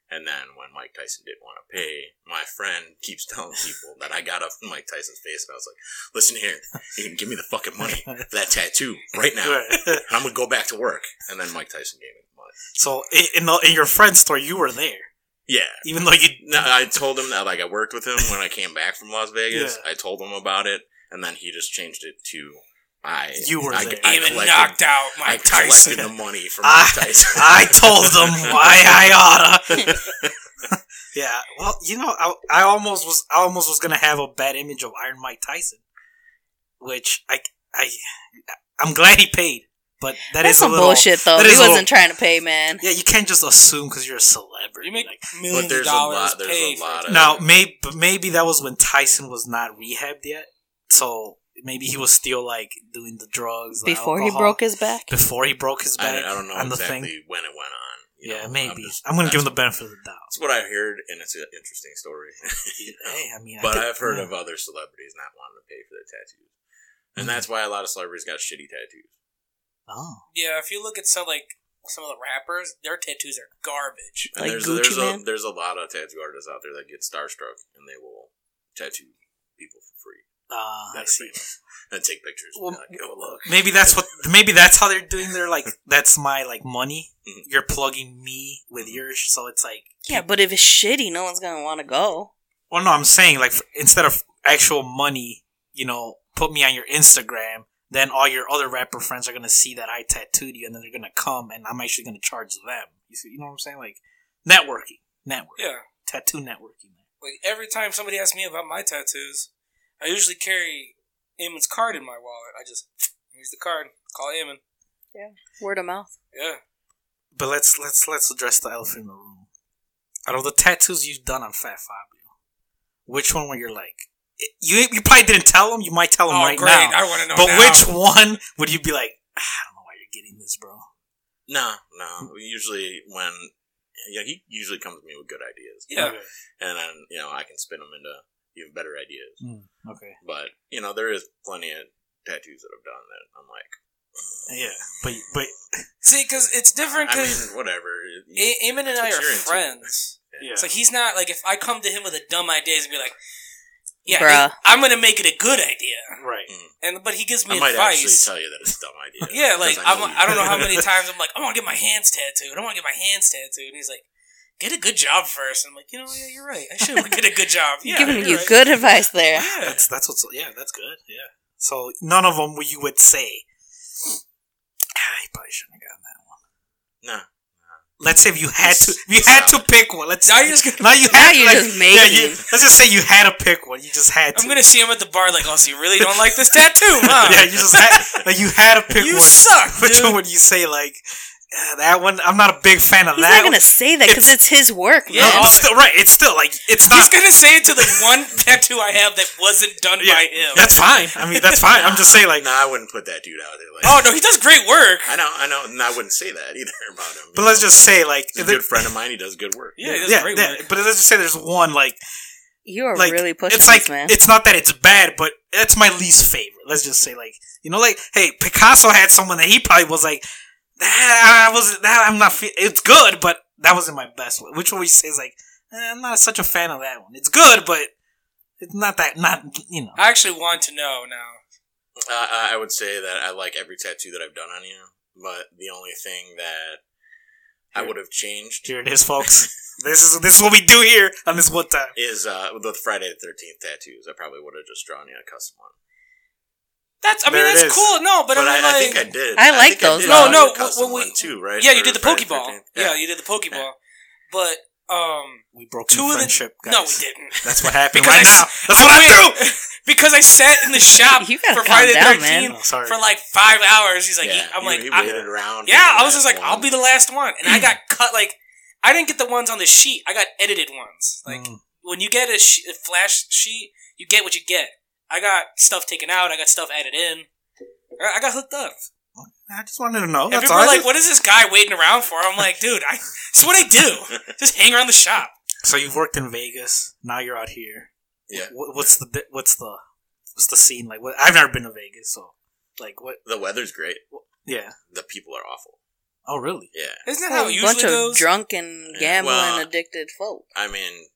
S4: And then when Mike Tyson didn't want to pay, my friend keeps telling people that I got up in Mike Tyson's face and I was like, listen here, you can give me the fucking money for that tattoo right now.
S1: Right.
S4: And I'm going to go back to work. And then Mike Tyson gave me the money.
S1: So i- in the, in your friend's store, you were there,
S4: Yeah.
S1: even though you.
S4: No, I told him that, like, I worked with him when I came back from Las Vegas.
S1: Yeah.
S4: I told him about it. And then he just changed it to, I.
S1: You were
S4: I,
S1: there.
S4: I
S2: Even
S4: collected-
S2: knocked out
S4: I
S2: Mike
S4: collected
S2: Tyson.
S4: the money from
S1: I-
S4: Mike Tyson.
S1: I told them why I oughta. yeah. Well, you know, I, I almost was I almost was gonna have a bad image of Iron Mike Tyson, which I I I'm glad he paid, but
S3: That's
S1: That's
S3: some
S1: a little
S3: bullshit though.
S1: that
S3: He
S1: is a
S3: wasn't
S1: little-
S3: trying to pay, man.
S1: Yeah, you can't just assume because you're a celebrity.
S2: You make
S1: like-
S2: millions
S4: But there's
S2: of
S4: a
S2: dollars.
S4: lot- there's a
S2: pay for
S4: lot
S2: it.
S4: of-
S1: now maybe maybe that was when Tyson was not rehabbed yet, so maybe he was still like doing the drugs the
S3: Before he
S1: alcohol,
S3: broke his back.
S1: Before he broke his
S4: I,
S1: back
S4: I don't know
S1: on the
S4: exactly
S1: thing.
S4: when it went on. you
S1: Yeah,
S4: know,
S1: maybe. I'm,
S4: just-
S1: gonna give him the
S4: that's-
S1: benefit of the doubt.
S4: That's what I heard, and it's an interesting story. you know?
S1: Hey, I mean, I
S4: but
S1: could-
S4: I've heard
S1: yeah.
S4: of other celebrities not wanting to pay for their tattoos, and
S1: Mm-hmm.
S4: that's why a lot of celebrities got shitty tattoos.
S1: Oh,
S2: Yeah, if you look at some like some of the rappers, their tattoos are garbage.
S4: And
S3: Like
S4: there's
S3: Gucci
S4: there's a
S3: Man?
S4: there's a lot of tattoo artists out there that get starstruck, and they will tattoo people for free.
S1: Ah, I
S4: Not a
S1: see.
S4: fan. And take pictures.
S1: Well,
S4: Well, like, oh, look.
S1: Maybe that's what. Maybe that's how they're doing their like. That's my like money.
S4: Mhm.
S1: You're plugging me with yours, so it's like.
S3: Yeah, but if it's shitty, no one's gonna want to go.
S1: Well, no, I'm saying like f instead of actual money, you know, put me on your Instagram. Then all your other rapper friends are gonna see that I tattooed you, and then they're gonna come, and I'm actually gonna charge them. You see, you know what I'm saying? Like networking, network,
S2: Yeah.
S1: tattoo networking.
S2: Like every time somebody asks me about my tattoos, I usually carry Eamon's card in my wallet. I just here's the card. Call Eamon.
S3: Word of mouth.
S2: Yeah.
S1: But let's let's let's address the elephant in the room. Out of the tattoos you've done on Fat Fabio, which one were you like? You you probably didn't tell him. You might tell him Oh, right now.
S2: Oh, I want to know.
S1: but
S2: now.
S1: which one would you be like? "Ah, I don't know why you're getting this, bro.
S4: No, no. Usually when yeah, he usually comes to me with good ideas.
S2: Yeah.
S1: Okay.
S4: and then you know I can spin them into even better ideas.
S1: Hmm, okay.
S4: But you know there is plenty of tattoos that I've done that I'm like,
S1: Yeah. But but
S2: See, because it's different.
S4: I
S2: Because
S4: mean, whatever.
S2: A- Eamon and
S4: That's
S2: I are
S4: what you're into.
S2: friends.
S1: yeah.
S2: It's like he's not like if I come to him with a dumb idea and be like, "Yeah,
S3: Bruh.
S2: it- I'm gonna make it a good idea,"
S1: right.
S2: and but he gives me
S4: I might actually
S2: advice.
S4: tell you that it's a dumb idea.
S2: Yeah, like
S4: 'cause
S2: I,
S4: know
S2: am
S4: you-
S2: I don't know how many times I'm like, "I want to get my hands tattooed. I want to get my hands tattooed," and he's like, "Get a good job first. And I'm like, "You know, yeah, you're right. I should get a good job." Yeah,
S3: Giving
S2: you're
S3: you
S2: right.
S3: good advice there.
S2: Yeah.
S1: That's that's what's yeah. That's good. Yeah. So none of them would you would say. "Ah, I probably shouldn't have gotten that.
S4: Nah.
S1: Let's say if you had to, if you
S4: Stop
S1: had to pick one. Let's
S2: Now you're just gonna-
S1: now you
S3: Now
S1: had
S3: you're
S1: like,
S3: just making-
S1: you- let's just say you had to pick one. You just had to.
S2: I'm gonna see him at the bar like, "Oh, so you really don't like this tattoo, huh?"
S1: yeah, you just had like you had to pick
S2: You
S1: one.
S2: suck,
S1: Which
S2: dude.
S1: one would you say like "Ah, that one? I'm not a big fan of
S3: He's
S1: that.
S3: not gonna say that because it's his work,
S2: Yeah,
S1: one.
S3: man.
S1: No, it's still right. It's still like it's
S2: He's
S1: not.
S2: gonna say it to the one tattoo I have that wasn't done by him.
S1: That's fine. I mean, that's fine. I'm just saying like.
S4: Nah, I wouldn't put that dude out there. Like,
S2: oh no, he does great work.
S4: I know, I know, and I wouldn't say that either about him. you
S1: But let's
S4: know.
S1: just say like.
S4: He's a good friend of mine. He does good work.
S2: Yeah, he does
S1: yeah,
S2: great
S1: yeah,
S2: work.
S1: but let's just say there's one like
S3: You are
S1: like
S3: really pushing
S1: it's like
S3: this, man.
S1: it's not that it's bad, but that's my least favorite. Let's just say like you know like hey Picasso had someone that he probably was like that I was that I'm not fe- it's good, but that wasn't my best one. Which one would you say is like eh, I'm not such a fan of that one. It's good, but it's not that not you know
S2: I actually want to know now.
S4: Uh, I I would say that I like every tattoo that I've done on you, but the only thing that I would have changed
S1: here it is, folks. this is this is what we do here on this one time.
S4: is uh, the Friday the Thirteenth tattoos. I probably would have just drawn you a custom one,
S2: That's I mean
S1: There it
S2: that's
S1: is.
S2: cool. No, but,
S4: but,
S2: I
S4: I,
S2: mean
S4: I
S2: like
S4: think I did.
S3: I like
S4: think
S3: those.
S4: did
S2: No,
S4: draw you
S2: no,
S4: a custom
S2: what we-
S4: one too, right?
S2: yeah, you
S4: For
S2: did the
S4: Friday
S2: Pokeball.
S4: 13th.
S2: yeah. you did the Pokeball. But um,
S1: We broke
S2: two of the
S1: friendship, guys.
S2: no, we didn't.
S1: That's what happened
S2: Because
S1: right
S2: I s-
S1: now. That's
S2: I
S1: what I
S2: went- because I sat in the shop
S3: You gotta
S2: for
S3: calm
S2: Friday the
S3: down,
S2: Thirteenth
S1: do. Oh, sorry.
S2: for like five hours. He's like,
S4: Yeah,
S2: I'm
S4: he-
S2: like,
S4: he
S2: I-
S4: waited around. for
S2: yeah.
S4: the
S2: I was just
S4: last
S2: like, I'll
S4: one.
S2: be the last one, and I got cut. Like, I didn't get the ones on the sheet. I got edited ones. Like,
S1: Mm.
S2: when you get a, sh- a flash sheet, you get what you get. I got stuff taken out. I got stuff added in. I I got hooked up.
S1: I just wanted to know.
S2: and
S1: Oh, That's
S2: people
S1: all.
S2: are
S1: I
S2: like,
S1: just-
S2: "What is this guy waiting around for?" I'm like, "Dude, I, it's what I do. Just hang around the shop."
S1: So you've worked in Vegas. Now you're out here.
S4: Yeah.
S1: What, what's the di- what's the what's the scene like? What, I've never been to Vegas, so like what?
S4: The weather's great.
S1: Yeah.
S4: The people are awful.
S1: Oh, really?
S4: Yeah,
S2: Isn't that
S3: a
S2: how it usually
S3: bunch
S2: goes?
S3: of drunk and
S4: Yeah.
S3: gambling
S4: Well,
S3: addicted folk.
S4: I mean,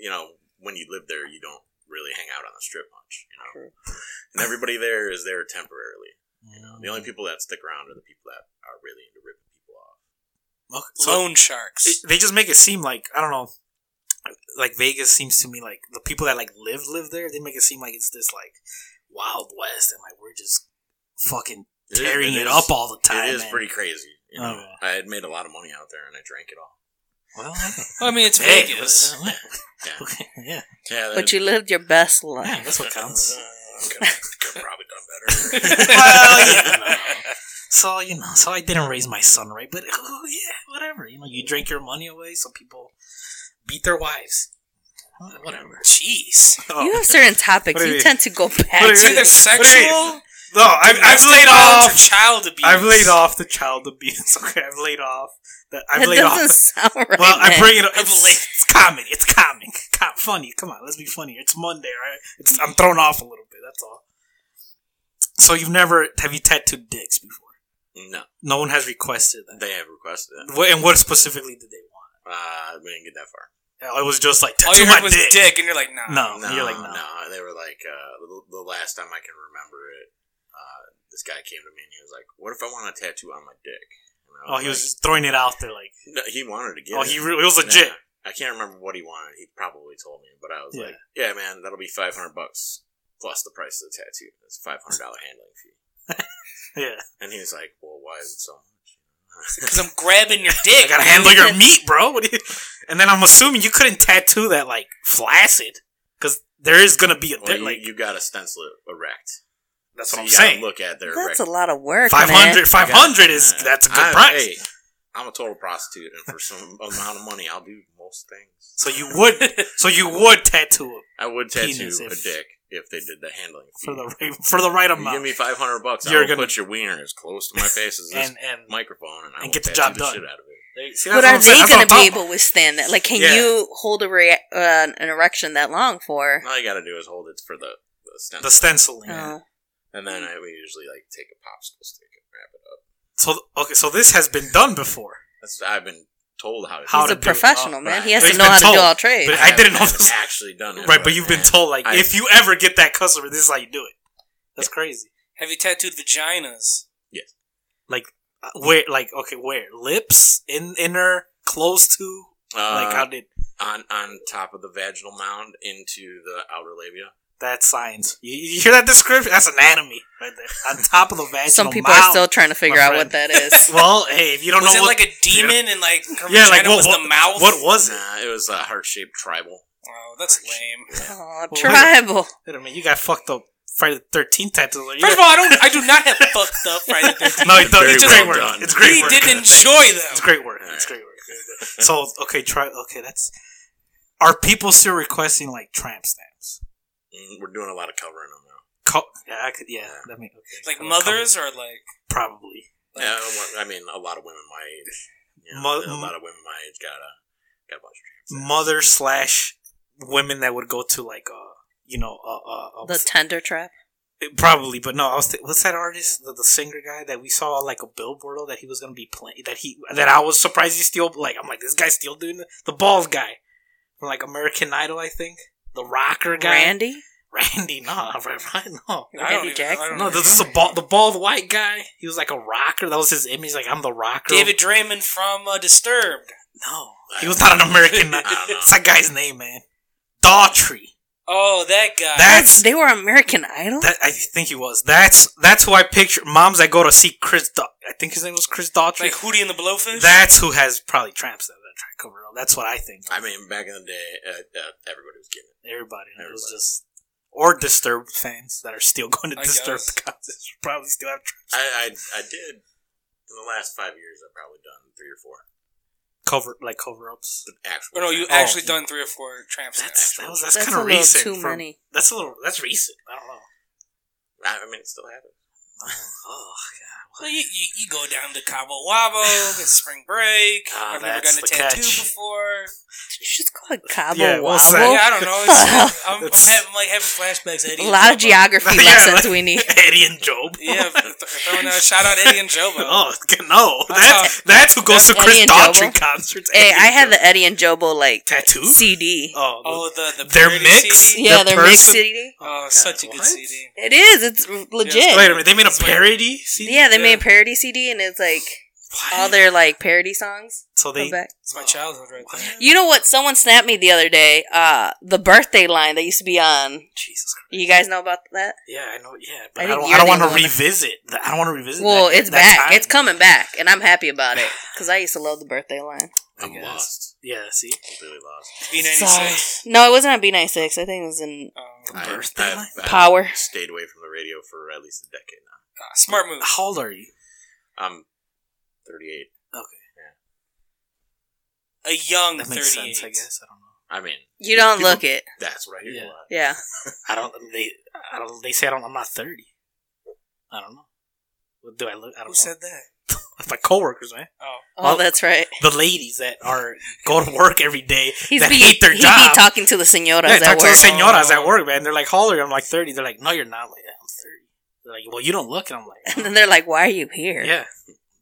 S4: you know, when you live there, you don't really hang out on the strip much. You know,
S3: True.
S4: and everybody there is there temporarily. You know, Um, the only people that stick around are the people that are really into ripping people off.
S1: Okay, so
S2: Loan sharks.
S1: it- they just make it seem like I don't know. Like Vegas seems to me like the people that like live live there. They make it seem like it's this like wild west and like we're just fucking
S4: It is-
S1: tearing it,
S4: is-
S1: up all the time.
S4: It is
S1: and-
S4: pretty crazy. You know,
S1: Oh.
S4: I had made a lot of money out there, and I drank it all.
S1: Well,
S2: I mean, it's
S1: hey,
S2: Vegas.
S4: Yeah,
S1: okay, yeah,
S4: yeah.
S3: But you lived your best
S1: yeah,
S3: life.
S1: that's what counts.
S4: could have probably done better.
S1: well, yeah. no. So you know, so I didn't raise my son right, but oh, yeah, whatever. You know, you drink your money away, so people beat their wives. Uh, Whatever.
S2: Jeez.
S3: You have certain
S1: What
S3: topics.
S1: do you
S3: You
S1: mean?
S3: tend to go
S1: do
S3: back
S1: you
S2: It's
S1: mean?
S3: to.
S2: either
S1: Wait.
S2: sexual.
S1: No, I've, I've laid
S2: domestic violence or
S1: off.
S2: Child abuse.
S1: I've laid off the child abuse. Okay, I've laid off. The, I've
S3: That
S1: laid off.
S3: doesn't sound right.
S1: well, I
S3: man.
S1: bring it up.
S2: I've
S1: It's,
S2: laid-
S1: it's comedy. It's comic. Com- funny. Come on, let's be funny. It's Monday, right? It's, I'm thrown off a little bit. That's all. So you've never have you tattooed dicks before?
S4: no,
S1: No one has requested that.
S4: they have requested that.
S1: Wh- And what specifically did they want?
S4: Uh, we didn't get that far.
S1: I was just like,
S2: All you
S1: "Tattoo my
S2: heard was dick.
S1: dick.
S2: and you're like, nah.
S1: No,
S4: No,
S1: Oh, you're like, no.
S4: no. They were like, uh, the, the last time I can remember it, uh, this guy came to me and he was like, "What if I want a tattoo on my dick?" And I
S1: Oh, he was
S4: like-
S1: just throwing it out there, like,
S4: No, he wanted to get.
S1: oh,
S4: it.
S1: he re- it was legit.
S4: Nah, I can't remember what he wanted. He probably told me, but I was
S1: Yeah.
S4: like, "Yeah, man, that'll be five hundred bucks plus the price of the tattoo. That's a five hundred dollar handling fee."
S1: Yeah,
S4: And he was like, "Well, why is it so much?"
S2: Because I'm grabbing your dick.
S1: I gotta handle your meat, bro. What do you- and then I'm assuming you couldn't tattoo that like flaccid, because there is gonna be a
S4: Well,
S1: dick.
S4: you,
S1: like
S4: you got to stencil it erect.
S1: that's
S4: So
S1: what I'm
S4: you gotta
S1: saying.
S4: Look at their
S3: That's
S4: erect.
S3: a lot of work. man.
S1: 500, 500 is
S4: Yeah.
S1: that's a good
S4: I'm-
S1: price.
S4: hey, I'm a total prostitute, and for some amount of money, I'll do most things.
S1: So you would, so you would tattoo him
S4: I would tattoo
S1: Penis,
S4: a
S1: if-
S4: dick if they did the handling fee.
S1: for the right, for the right
S4: If you
S1: amount
S4: give me five hundred bucks,
S1: You're
S4: I'll
S1: gonna-
S4: put your wiener as close to my face as this
S1: and and
S4: microphone, and I
S1: and
S4: will
S1: get the job
S4: tattoo the
S1: done.
S4: shit out of it.
S1: See,
S3: what
S1: that's
S3: are
S1: I'm saying.
S3: they
S1: That's
S3: going
S1: what
S3: to be
S1: I'm
S3: able to withstand that? Like, can
S1: Yeah.
S3: you hold a rea- uh, an erection that long for?
S4: All you gotta do is hold it for the the
S1: talking about.
S4: stencil,
S1: The stenciling.
S3: Uh,
S4: and then I we usually like take a popsicle stick and wrap it up.
S1: So okay, so this has been done before.
S4: That's I've been told how to.
S1: How
S3: he's
S1: to
S4: do
S3: a
S4: it.
S1: do it.
S3: professional,
S1: Oh,
S3: man.
S4: right.
S3: He has
S1: But
S3: to
S1: he's
S3: know
S1: been
S3: how to do
S1: told.
S3: all trades.
S1: But I
S4: haven't-
S1: didn't know
S4: haven't
S1: this-
S4: actually done it.
S1: Right, but you've been
S4: man,
S1: told like
S4: I-
S1: if you ever get that customer, this is how you do it. That's crazy.
S2: Have you tattooed vaginas?
S1: Uh, Where, like, okay, where lips in inner close to like
S4: uh,
S1: how did
S4: on on top of the vaginal mound into the outer labia.
S1: that science? You, you hear that description? That's anatomy right there on top of the vaginal.
S3: Some people are
S1: mound.
S3: still trying to figure out what
S1: friend.
S3: that is.
S1: Well, hey, if you don't
S2: was
S1: know
S2: it
S1: what,
S2: like a demon and like her
S1: yeah, like
S2: vagina
S1: what,
S2: was
S1: what
S2: the mouth?
S1: What was it?
S4: Nah, it was a heart shaped tribal.
S2: Oh, that's lame.
S3: Aw,
S1: Well,
S3: tribal.
S1: Wait a minute, you got fucked up. Friday the Thirteenth tattoo.
S2: First of all, I don't. I do not have fucked up Friday the 13th.
S1: no, it's,
S4: Very
S1: it's
S4: well
S1: great work.
S4: done.
S1: It's great
S2: he
S1: work.
S2: did enjoy
S1: It's
S2: them.
S1: great work. It's great work. So okay, try. Okay, that's. Are people still requesting like tramp stamps?
S4: Mm, We're doing a lot of covering them now.
S1: Co- yeah, I could. Yeah, that mean, okay.
S2: Like
S1: Cover-
S2: mothers or like
S1: cover- probably.
S4: Yeah, well, I mean, a lot of women my age. You know,
S1: Mo-
S4: a lot of women my age got a got a bunch of dreams.
S1: Mother slash women that would go to like uh you know uh uh, uh
S3: The tender trap.
S1: it- probably, but no. I was th- what's that artist, the, the singer guy that we saw like a billboard that he was gonna be playing that he that I was surprised he still like I'm like this guy's still doing it. the bald guy from like American Idol I think the rocker guy
S3: Randy?
S1: Randy no no
S2: I don't
S3: Randy
S2: even- I
S3: Jackson?
S2: don't
S1: No,
S2: even
S1: this is a
S2: know.
S1: bald, the bald white guy. He was like a rocker. That was his image. Like I'm the rocker.
S2: David Draymond from uh, Disturbed.
S1: no, he was not an American.
S4: I don't know.
S1: It's that guy's name, man. Daughtry.
S2: Oh, that guy.
S1: That's
S3: They were American Idol?
S1: that. I think he was. That's that's who I picture. Moms that go to see Chris. Da- I think his name was Chris Daughtry.
S2: like Hootie and the Blowfish.
S1: That's who has probably tramps that that track cover. up. That's what I think.
S4: I mean, back in the day, uh, uh, everybody was getting it.
S1: Everybody, and it was
S4: Everybody.
S1: just or Disturbed fans that are still going to
S2: I
S1: Disturbed
S2: guess.
S1: concerts probably still have tramps.
S4: I, I I did in the last five years. I've probably done three or four
S1: cover like cover ups.
S4: actual.
S2: Oh no, you
S1: Oh.
S2: actually done three or four tramp
S1: That's
S2: stamps.
S1: that was, that's,
S3: That's
S1: kind
S3: a
S1: of
S3: little
S1: recent.
S3: too
S1: for-
S3: many.
S1: That's a little. That's recent. I don't know.
S4: I, I mean, it still happens.
S1: Oh,
S2: Well, you, you, you go down to Cabo Wabo, get spring break.
S1: Ah,
S2: I've never
S1: that's
S2: gotten a
S1: the
S2: tattoo
S1: catch.
S2: before.
S3: Did you just call it Cabo
S1: Yeah, what's
S3: Wabo?
S1: Oh,
S2: yeah, I don't know.
S3: hell.
S2: It's, I'm, I'm,
S1: That's-
S2: having, like having flashbacks. to Eddie
S3: A
S2: and
S3: lot of
S2: Jobo.
S3: geography
S1: Yeah,
S3: lessons
S1: like-
S3: we need.
S1: Eddie and Job.
S2: Yeah, th- throwing a shout out Eddie and Jobo.
S1: Oh no,
S2: That's
S1: that's that's who goes to
S3: Eddie
S1: Chris
S3: and
S1: Daughtry
S3: Jobo?
S1: concerts.
S3: Hey,
S1: Eddie
S3: I
S1: and
S3: had
S1: Job.
S3: the Eddie and Jobo like
S1: tattoo.
S3: CD.
S1: oh,
S2: Oh, the the
S1: They're
S2: parody
S1: mixed?
S2: CD?
S3: yeah,
S1: the
S3: they're mixed
S1: person-
S3: CD.
S2: Oh,
S1: God,
S2: such a good
S1: what?
S2: CD.
S3: It is. It's r- legit.
S1: wait a minute. They made a
S2: That's weird.
S1: parody. CD?
S3: yeah, they
S2: yeah.
S3: made a parody CD, and it's like
S1: What?
S3: all their like parody songs.
S1: so
S3: come
S1: they
S3: back.
S2: It's my childhood right there.
S3: You know what? Someone snapped me the other day. Uh, the birthday line that used to be on.
S1: Jesus Christ.
S3: You guys know about that?
S1: Yeah, I know. Yeah, but
S3: I
S1: I,
S3: think
S1: don't.
S3: you're
S1: I don't
S3: the
S1: want to
S3: only one that-
S1: revisit. that- I don't want to revisit.
S3: Well,
S1: that-
S3: it's
S1: that
S3: back.
S1: time.
S3: It's coming back, and I'm happy about it because I used to love the birthday line.
S1: I
S4: I'm
S1: guess.
S4: lost,
S1: Yeah. See.
S4: completely lost.
S2: B96.
S3: No, it wasn't on B96. I think it was in
S2: Um,
S4: I-
S1: Birthday
S4: I've-
S1: line?
S4: I've
S3: Power.
S4: Stayed away from the radio for at least a decade now.
S2: ah, smart move.
S1: How old are you?
S4: I'm 38.
S2: A young
S1: That
S2: 38.
S1: makes sense. I guess. I don't know.
S4: I mean,
S3: You don't
S4: People-
S3: look it.
S4: that's what I hear
S1: Yeah.
S4: a lot.
S3: Yeah.
S1: I don't. um, They. I don't. They say I don't. I'm not thirty. I don't know. What do I look? I don't
S2: Who
S1: know.
S2: said that?
S1: My coworkers, man.
S2: Oh.
S3: Oh,
S1: Oh.
S3: that's right.
S1: the ladies that are go to work every day
S3: He's
S1: that
S3: be,
S1: hate their
S3: he
S1: job.
S3: be talking to the senoras
S1: yeah, I
S3: at
S1: talk to
S3: work.
S1: the senoras at work, man. They're like, "How old are you?" I'm like thirty. They're like, "No, you're not." I'm like, yeah, I'm thirty. They're like, "Well, you don't look," and I'm
S3: and
S1: like,
S3: then they're like, "Why are you here?"
S1: "Yeah."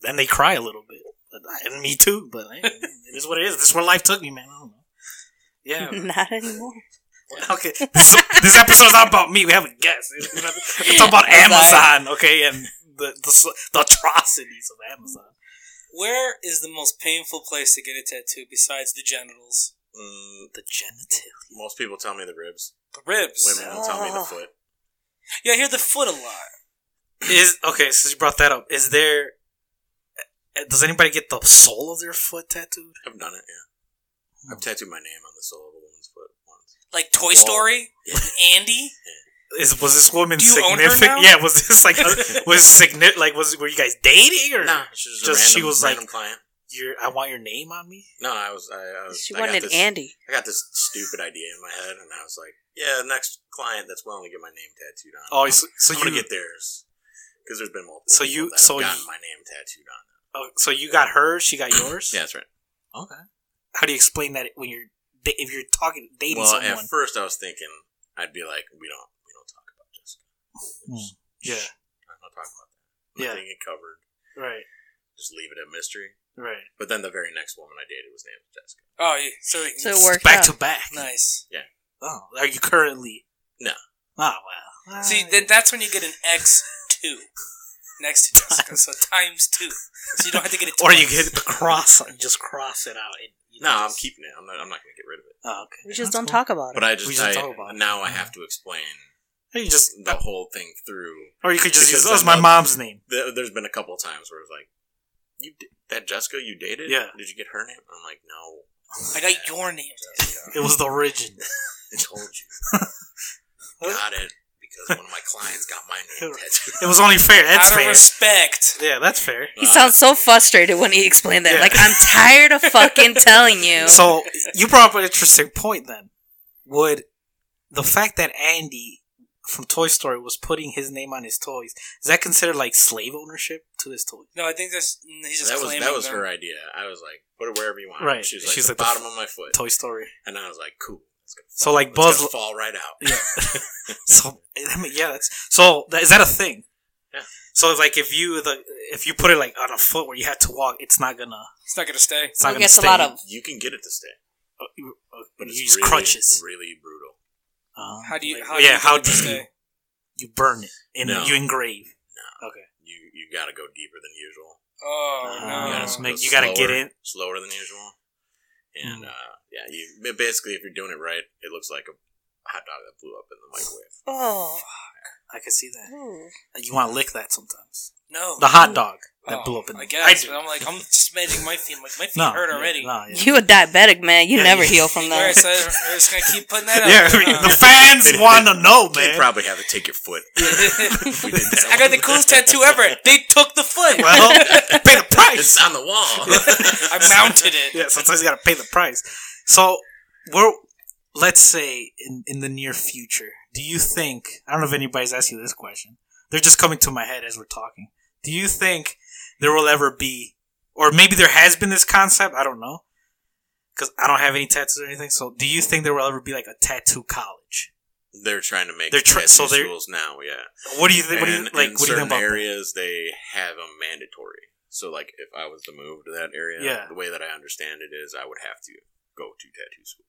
S1: Then they cry a little bit, but I, and me too. But hey, it is what it is. This is where life took me, man. I don't know. Yeah.
S3: Not anymore.
S1: Okay. This, this episode's not about me. We have a guest. It's about
S3: I'm sorry.
S1: Amazon, okay, and the, the s- the atrocities of Amazon.
S2: Where is the most painful place to get a tattoo besides the genitals?
S4: Mm,
S1: The genital.
S4: most people tell me the ribs.
S2: The ribs.
S4: Women
S3: Oh.
S4: will tell me the foot.
S2: Yeah, I hear the foot a lot.
S1: Is okay. Since you brought that up, is there? uh, Does anybody get the sole of their foot tattooed?
S4: I've done it. Yeah, I've tattooed my name on the sole of a woman's foot once.
S2: Like Toy Story, with Andy.
S1: Is was this woman
S2: Do you own her
S1: significant?
S2: now?
S1: Yeah, was this like a- was significant? Like was were you guys dating or?
S4: Nah, she was
S1: Just-
S4: a
S1: she
S4: random,
S1: was like-
S4: random client.
S1: You're, I want your name on me.
S4: No, I was. I, I was.
S3: She
S4: I got
S3: wanted
S4: this-
S3: Andy.
S4: I got this stupid idea in my head, and I was like, "Yeah, the next client that's willing to get my name tattooed on.
S1: Oh, so, so
S4: I'm
S1: you
S4: gonna get theirs because there's been multiple.
S1: So
S4: people
S1: you-
S4: that have
S1: so
S4: gotten
S1: you-
S4: my name tattooed on.
S1: oh, so you got her, she got yours.
S4: Yeah, that's right.
S1: Okay. How do you explain that when you're da- if you're talking dating
S4: Well,
S1: someone?
S4: at first I was thinking I'd be like, "We don't, we don't talk about Jessica.
S1: Hmm. Yeah.
S4: I'm not talking about that.
S1: Yeah.
S4: Yeah, getting it covered.
S1: Right.
S4: Just leave it a mystery."
S1: Right.
S4: But then the very next woman I dated was named Jessica.
S2: Oh, yeah, so,
S3: So it worked
S1: back
S3: out.
S1: to back.
S2: Nice.
S1: Oh, are you currently?
S4: No.
S1: Oh wow. Ah,
S2: See, then that's when you get an X two next to Jessica. so times two, so you don't have to get it.
S1: or you
S2: twice.
S1: get the cross, on- just cross it out. And, you know,
S4: No, I'm
S1: just-
S4: keeping it. I'm not. I'm not gonna get rid of it.
S1: Oh, okay.
S3: We just
S1: That's
S3: don't
S1: cool.
S3: talk about it.
S4: But I just,
S1: We should
S4: I,
S1: talk about it.
S4: now I have to explain
S1: Or You just,
S4: the whole thing through.
S1: or you could just
S4: Because
S1: use that's
S4: then
S1: my
S4: the-
S1: mom's name.
S4: There- There's been a couple of times where it's like, "You d- that Jessica you dated?
S1: Yeah.
S4: Did you get her name?" I'm like, "No,
S2: I got your name.
S1: It was the origin.
S4: I told you. got it because one of my clients got my name tattooed.
S1: It was only fair. That's
S2: out of
S1: fair.
S2: respect.
S1: yeah, that's fair.
S3: he sounds so frustrated when he explained that.
S1: uh, Yeah.
S3: Like, I'm tired of fucking telling you.
S1: So you brought up an interesting point. Then would the fact that Andy from Toy Story was putting his name on his toys is that considered like slave ownership to his toys?
S2: No, I think that's mm, he's just
S4: that was
S2: claiming
S4: that was
S2: them.
S4: her idea. I was like, put it wherever you want.
S1: Right.
S4: She's like
S1: She's
S4: the
S1: like the
S4: bottom of my foot,
S1: Toy Story.
S4: and I was like, cool. It's gonna
S1: So like
S4: it's gonna
S1: Buzz,
S4: fall right out.
S1: Yeah. so I mean, yeah, that's so. That, is that a thing?
S4: Yeah.
S1: So it's like if you the if you put it like on a foot where you had to walk, it's not gonna.
S2: It's not gonna stay.
S1: It's not
S3: Who
S1: gonna
S3: gets Oh, a
S1: stay.
S3: lot of
S4: You can get it to stay,
S1: Uh, you- uh,
S4: but
S1: you
S4: it's
S1: use
S4: really,
S1: crutches.
S4: Really brutal.
S1: Uh,
S2: How do you?
S1: like-
S2: How
S1: yeah,
S2: do you
S1: how
S2: get it
S1: do
S2: to
S1: you?
S2: stay?
S1: You burn it and
S4: No.
S1: you engrave.
S4: No.
S1: Okay.
S4: You you gotta go deeper than usual.
S2: Oh
S1: Uh,
S4: You
S2: no!
S4: gotta
S1: it's
S4: go
S1: make- you gotta get
S4: slower-
S1: in.
S4: slower than usual. And
S1: Mm.
S4: uh, yeah, you but basically if you're doing it right, it looks like a hot dog that blew up in the microwave.
S3: Oh.
S1: I can see that.
S3: Ooh.
S1: You want to lick that sometimes.
S2: no,
S1: The hot dog that
S2: Oh,
S1: blew up in.
S2: I guess.
S1: do.
S2: but I'm like, I'm just imagining my feet. I'm like, my feet
S1: No,
S2: hurt
S1: yeah,
S2: already.
S1: No, yeah.
S3: You a diabetic, man. You
S1: Yeah,
S3: never
S1: you-
S3: heal from
S2: All right,
S3: that.
S2: so we're just gonna keep putting that
S1: yeah,
S2: out. there,
S1: the
S2: huh?
S1: fans
S4: They-
S1: want to know,
S4: They'd
S1: man.
S4: probably have to take your foot. if we did that
S2: I got the
S4: one.
S2: coolest tattoo ever. They took the foot.
S1: well, pay the price.
S4: It's on the wall.
S2: I mounted it.
S1: yeah, sometimes you gotta pay the price. So we're let's say in in the near future, do you think I don't know if anybody's asked you this question. They're just coming to my head as we're talking. Do you think there will ever be or maybe there has been this concept, I don't know. Cuz I don't have any tattoos or anything. So do you think there will ever be like a tattoo college?
S4: they're trying to make
S1: They're tr-
S4: tattoo
S1: so they're-
S4: rules now. Yeah,
S1: What do you think what do you
S4: and
S1: like
S4: in
S1: what do you
S4: certain
S1: think about that?
S4: areas they have them mandatory. So like if I was to move to that area,
S1: Yeah.
S4: the way that I understand it is, I would have to go to tattoo school.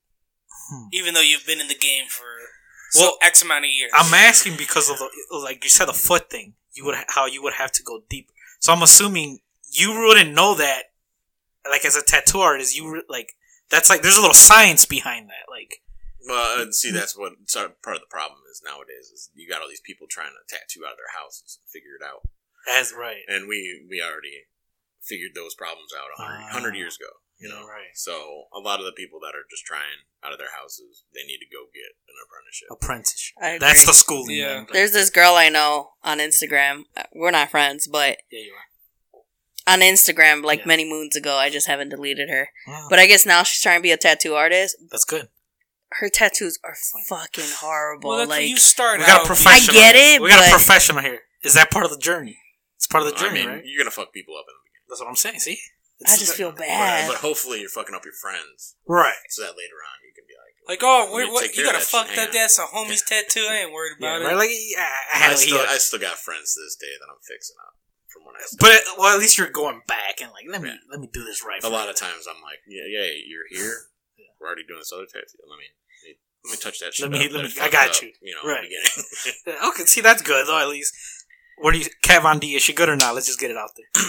S2: Even though you've been in the game for
S1: Well,
S2: so X amount of years.
S1: I'm asking because of the like you said the foot thing. You would how you would have to go deep. So I'm assuming you wouldn't know that. Like as a tattoo artist, you re- like that's like there's a little science behind that. Like
S4: Well, and
S2: Mm.
S4: see, that's what sort of part of the problem is nowadays. Is you got all these people trying to tattoo out of their houses and figure it out,
S1: as right,
S4: and we we already figured those problems out a hundred
S1: Ah.
S4: hundred years ago. You know,
S1: right.
S4: so a lot of the people that are just trying out of their houses, they need to go get an apprenticeship.
S2: Oh,
S1: Apprentice.
S3: I agree.
S1: That's the schooling.
S2: Yeah.
S1: man.
S3: There's this girl I know on Instagram. Uh, We're not friends, but
S1: yeah, you are.
S3: on Instagram, like
S1: Yeah.
S3: many moons ago, I just haven't deleted her.
S1: Wow,
S3: But I guess now she's trying to be a tattoo artist.
S1: that's good.
S3: Her tattoos are fucking horrible.
S2: well, that's when
S3: like,
S2: you start
S1: We got
S2: out.
S1: a professional.
S3: I get it,
S1: We got a
S3: but-
S1: professional here. Is that part of the journey? It's part of the
S4: I
S1: journey,
S4: mean,
S1: right?
S4: you're gonna fuck people up in the beginning,
S1: That's what I'm saying. See,
S3: I just feel
S4: But-
S3: bad.
S4: but, hopefully you're fucking up your friends,
S1: right.
S4: so that later on you can be like,
S2: Like, oh,
S4: "Let
S2: wait,
S4: me
S2: what,
S4: take
S2: you
S4: care
S2: gotta
S4: of
S2: fuck
S4: shit.
S2: that.
S4: Hang on."
S2: That's a homie's tattoo. I ain't worried
S1: Yeah,
S2: about
S1: right. Like
S2: it.
S1: I, I
S4: I
S1: had
S4: still,
S1: yeah.
S4: I still got friends to this day that I'm fixing up from when I started.
S1: But well, at least you're going back and like let me
S4: Yeah.
S1: let me do this right. for
S4: a lot
S1: you.
S4: of times I'm like, yeah, yeah, you're here. we're already doing this other tattoo. Let me let me, let me touch that shit.
S1: Let me-
S4: up.
S1: let me-
S4: That
S1: I
S4: fucked
S1: got
S4: up,
S1: you.
S4: You know,
S1: Right.
S4: right. beginning.
S1: Okay, see that's good though. At least, what do you, Kat Von D? Is she good or not? Let's just get it out there.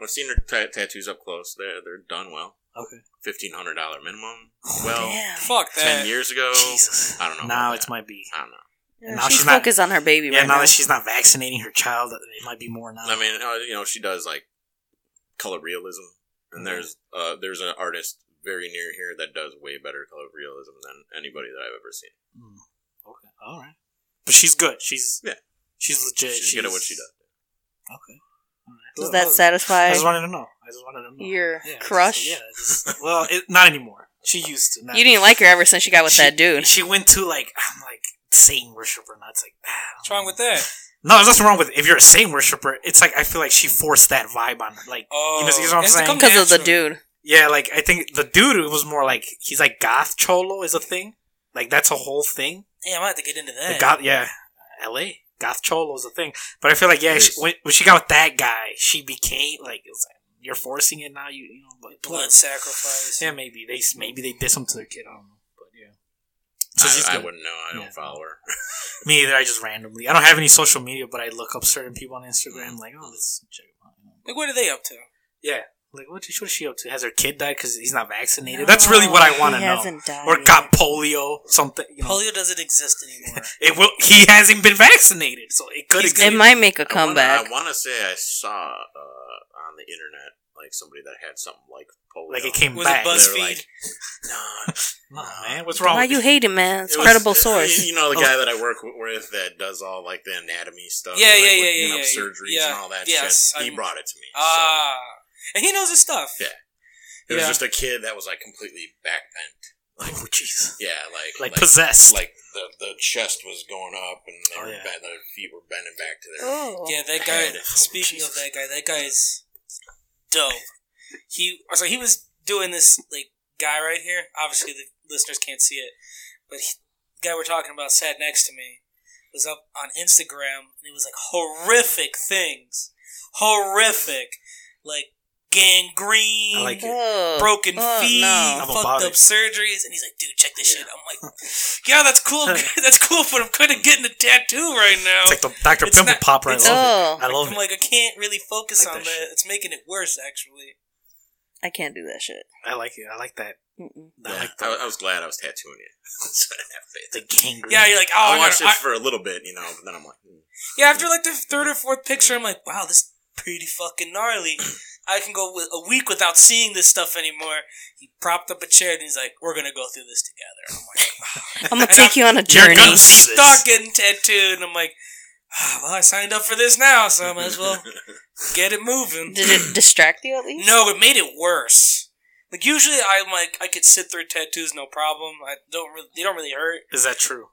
S4: I've seen her ta tattoos up close. They're they're done well.
S1: Okay. Oh,
S4: Fifteen hundred dollar minimum. Well,
S3: Damn.
S2: Fuck that.
S4: ten years ago.
S1: Jesus.
S4: I don't know
S1: Now
S4: about
S1: it's
S4: that.
S1: might be.
S4: I don't know.
S3: Yeah,
S1: now
S3: she's,
S1: she's not-
S3: focused on her baby
S1: Yeah,
S3: right
S1: now
S3: now.
S1: that she's not vaccinating her child, it might be more now.
S4: I mean, uh, you know, she does like color realism, and
S1: Mhm.
S4: there's uh, there's an artist very near here that does way better color realism than anybody that I've ever seen.
S1: Mm. Okay, all right. But she's good. She's
S4: Yeah.
S1: She's legit.
S4: She's good at what she does.
S1: Okay. All right.
S3: Does
S1: Well,
S3: that
S1: well,
S3: satisfy
S1: I just wanted to know. I just wanted to know.
S3: your
S1: Yeah, it's
S3: crush?
S1: just- yeah. it's just- well, it, not anymore. She used to. Not.
S3: You didn't like her ever since she got with
S1: She-
S3: that dude.
S1: She went to like I'm like Satan worshiper, and it's like ah,
S2: What's wrong with that?
S1: No, there's nothing wrong with it. if you're a Satan worshiper. It's like I feel like she forced that vibe on her. Like
S2: Oh,
S1: you know, you know what I'm
S2: it's to
S1: saying?
S2: come
S3: Because of the
S2: natural.
S3: dude.
S1: yeah, like I think the dude was more like he's like goth cholo is a thing. Like that's a whole thing.
S2: Yeah, I might have to get into that.
S1: The goth, yeah, L.A. goth cholo is a thing. But I feel like yeah,
S4: It
S1: she,
S4: is.
S1: when, when she got with that guy, she became like, it was like you're forcing it now. You you know, but
S2: blood sacrifice.
S1: Yeah, maybe they maybe they did something to their kid. I don't know, but yeah. So she's
S4: I, I
S1: good.
S4: wouldn't know. I don't
S1: Yeah.
S4: follow her.
S1: Me either. I just randomly. I don't have any social media, but I look up certain people on Instagram. Like, oh, let's check them out.
S2: Like, what are they up to?
S1: Yeah. Like, what, what is she up to? Has her kid died because he's not vaccinated? That's really what I want to
S3: He
S1: know.
S3: hasn't died
S1: Or
S3: yet.
S1: got polio, something. You know.
S2: Polio doesn't exist anymore.
S1: It will. He hasn't been vaccinated, so it could
S2: He's
S1: exist.
S3: It might make a
S4: I wanna-
S3: comeback.
S4: I want to say I saw uh, on the internet like somebody that had something like polio.
S1: Like it came
S2: Was
S1: back.
S2: it
S4: They were
S2: BuzzFeed?
S4: like, "Nah."
S1: no, man, what's wrong?
S3: Why
S1: with
S3: you
S1: it?
S3: hate him, man? It's
S4: It was-
S3: credible
S4: uh,
S3: source.
S4: You know the guy that I work w- with that does all like the anatomy stuff.
S2: Yeah, yeah,
S4: like, with,
S2: yeah,
S4: you
S2: yeah,
S4: know,
S2: yeah,
S4: Surgeries
S2: yeah.
S4: and all that
S2: Yes,
S4: shit.
S2: I'm-
S4: he brought it to me. so-
S2: Ah, and he knows his stuff.
S4: Yeah. It was
S2: Yeah.
S4: just a kid that was like completely back bent.
S1: Like, oh, jeez.
S4: Yeah, like
S1: Like,
S4: like, like,
S1: possessed.
S4: the, the chest was going up and they
S1: Oh,
S4: were
S1: yeah.
S4: bent, their feet were bending back to their.
S3: Oh.
S2: Yeah, that guy.
S4: Bad.
S2: Speaking of that guy, that guy's dope. He so he was doing this like guy right here. Obviously, the listeners can't see it, but he, the guy we're talking about sat next to me was up on Instagram and it was like horrific things, horrific, like gangrene.
S1: I like it.
S3: Oh.
S2: Broken
S3: Oh,
S2: feet,
S3: no.
S1: I'm about
S2: fucked up
S1: it.
S2: surgeries, and he's like, "Dude, check this
S1: Yeah.
S2: shit." I'm like, "Yeah, that's cool, that's cool, but I'm kind of getting a tattoo right now."
S1: It's like the Dr.
S2: oh, It's
S1: Pimple
S2: not-
S1: Popper. I
S2: it's-
S1: love
S3: Oh.
S1: it. I love
S2: I'm
S1: it.
S2: like, I can't really focus
S1: Like
S2: on
S1: that
S2: that.
S1: shit.
S2: It's making it worse, actually.
S3: I can't do that shit.
S1: I like it. I like that.
S3: Mm-mm.
S1: I
S4: Yeah,
S1: like
S4: I,
S1: the,
S4: I was glad I was tattooing it. so I didn't have faith.
S1: the gangrene.
S2: Yeah, you're like, oh,
S4: I
S2: I
S4: watched
S2: gotta-
S4: this
S2: I-
S4: for a little bit, you know, but then I'm like, mm.
S2: yeah. After like the third or fourth picture, I'm like, wow, this is pretty fucking gnarly. I can go with a week without seeing this stuff anymore. He propped up a chair and he's like, we're gonna go through this together. I'm like,
S3: I'm gonna take you on a
S1: You're
S3: journey.
S1: gonna see this.
S2: start getting tattooed, and I'm like, ah, well, I signed up for this now, so I might as well get it moving.
S3: Did it distract you at least?
S2: No, it made it worse. Like usually, I'm like, I could sit through tattoos, no problem. I don't really, they don't really hurt.
S1: Is that true?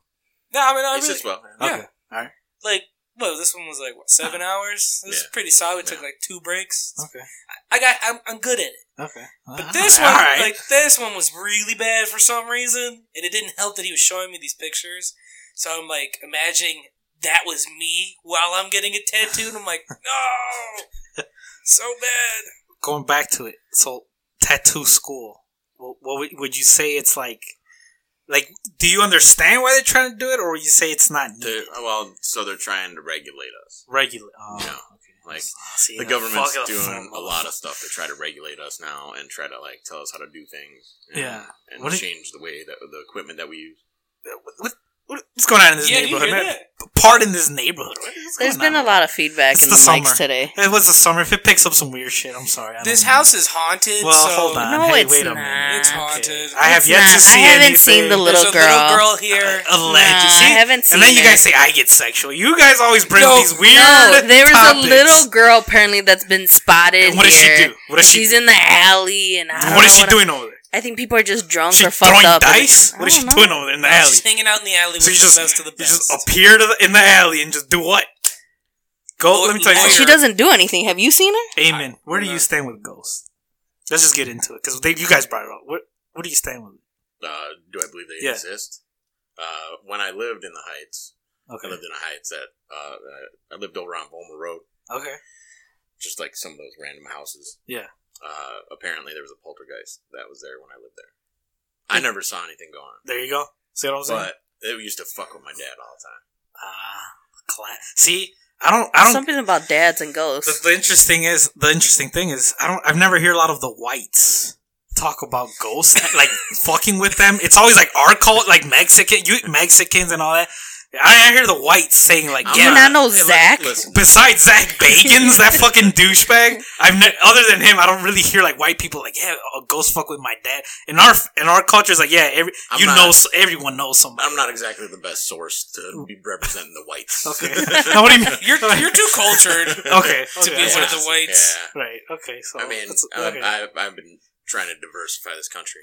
S2: No, I mean, I
S4: it's
S2: really,
S4: just well.
S2: Yeah.
S1: Okay. All right.
S2: like well, this one was like what seven hours. This is
S4: Yeah.
S2: pretty solid. Took
S4: Yeah.
S2: like two breaks.
S1: Okay.
S2: I got I'm, I'm good at it.
S1: Okay.
S2: But this one, like this one, was really bad for some reason, and it didn't help that he was showing me these pictures. So I'm like imagining that was me while I'm getting it tattooed. I'm like, no, so bad.
S1: going back to it. So tattoo school. What, what would- would you say? It's like, like, do you understand why they're trying to do it, or would you say it's not
S4: They're- well, so they're trying to regulate us.
S1: regular? Oh,
S4: No.
S1: okay.
S4: Like,
S1: See,
S4: the
S1: yeah,
S4: government's
S1: fuck it,
S4: doing
S1: fuck it.
S4: a lot of stuff to try to regulate us now and try to like tell us how to do things. And,
S1: Yeah.
S4: and
S1: What did-
S4: change the way that the equipment that we use.
S1: What, what, what- what's going on in this
S2: yeah, you
S1: neighborhood?
S2: hear
S1: man?
S2: that?
S1: Part in this neighborhood. What- what's
S3: There's
S1: going
S3: been a
S1: on?
S3: lot of feedback
S1: It's
S3: in
S1: the
S3: the,
S1: summer.
S3: mics today.
S1: It was the summer. If it picks up some weird shit, I'm sorry. I
S2: This
S1: don't know.
S2: house is haunted.
S1: Well,
S2: so
S1: hold on.
S3: No,
S1: Uh, hey,
S3: it's
S1: wait a
S3: not.
S1: minute.
S2: It's
S1: Okay.
S2: haunted.
S1: I have
S3: It's
S1: yet to
S3: not.
S1: see.
S3: I haven't seen
S1: anything.
S3: the
S2: There's
S3: Little
S2: a little
S3: girl.
S2: girl here.
S1: Alleged.
S3: Nah,
S1: See?
S3: I haven't seen
S1: And then you
S3: it.
S1: guys say I get sexual. You guys always bring
S2: No,
S1: these weird.
S3: No, there was
S1: topics.
S3: a little girl apparently that's been spotted.
S1: And what does she
S3: here.
S1: do? What does she
S3: She's
S1: do?
S3: in the alley, and I don't
S1: What is
S3: know
S1: she
S3: what-
S1: doing over there?
S3: I think people are just drunk
S1: She
S3: or fucked
S1: throwing
S3: up.
S1: dice?
S3: I
S1: What is she
S3: don't know.
S1: doing over there in the alley?
S2: She's hanging out in the alley
S1: So
S2: with
S1: you just,
S2: the best of the
S1: you
S2: best.
S1: just appear to the, in the alley and just do what? Go.
S2: Lord-
S1: let me tell you.
S3: And
S2: Lord-
S1: something.
S3: she doesn't do anything. Have you seen her?
S1: Amen. Where do
S2: No.
S1: you stand with ghosts? Let's just get into it because you guys brought it up. What What do you stand with?
S4: Uh, do I believe they
S1: Yeah.
S4: exist? Uh, when I lived in the Heights,
S1: Okay.
S4: I lived in the Heights at uh, I- I lived over on Bulmer Road,
S1: Okay.
S4: just like some of those random houses.
S1: Yeah.
S4: Uh, apparently, there was a poltergeist that was there when I lived there. I never saw anything going on.
S1: There you go. See what I'm saying?
S4: But it used to fuck with my dad all the time.
S1: Ah, cla- See, I don't. I don't.
S3: Something about dads and
S1: The,
S3: ghosts.
S1: the interesting is the interesting thing is I don't. I've never hear a lot of the whites talk about ghosts like fucking with them. It's always like our cult, like Mexican, you Mexicans and all that. I I hear the whites saying like,
S4: I'm
S3: You
S1: yeah.
S3: not know
S4: Hey, look,
S3: Zach?
S4: Listen,
S1: Besides Zach Bacon's that fucking douchebag, I've ne- other than him, I don't really hear like white people like, yeah, a ghost fuck with my dad. In our in our culture, it's like, yeah, every
S4: I'm
S1: you
S4: not-
S1: know, s- everyone knows somebody.
S4: I'm not exactly the best source to be representing the whites.
S1: Okay. now, what do you mean?
S2: You're you're too cultured.
S1: okay.
S2: To
S1: okay.
S2: be These are the whites.
S4: Yeah.
S1: Right. Okay. So
S4: I mean,
S1: Oh, that's-
S4: uh,
S1: okay.
S4: I, I've been trying to diversify this country.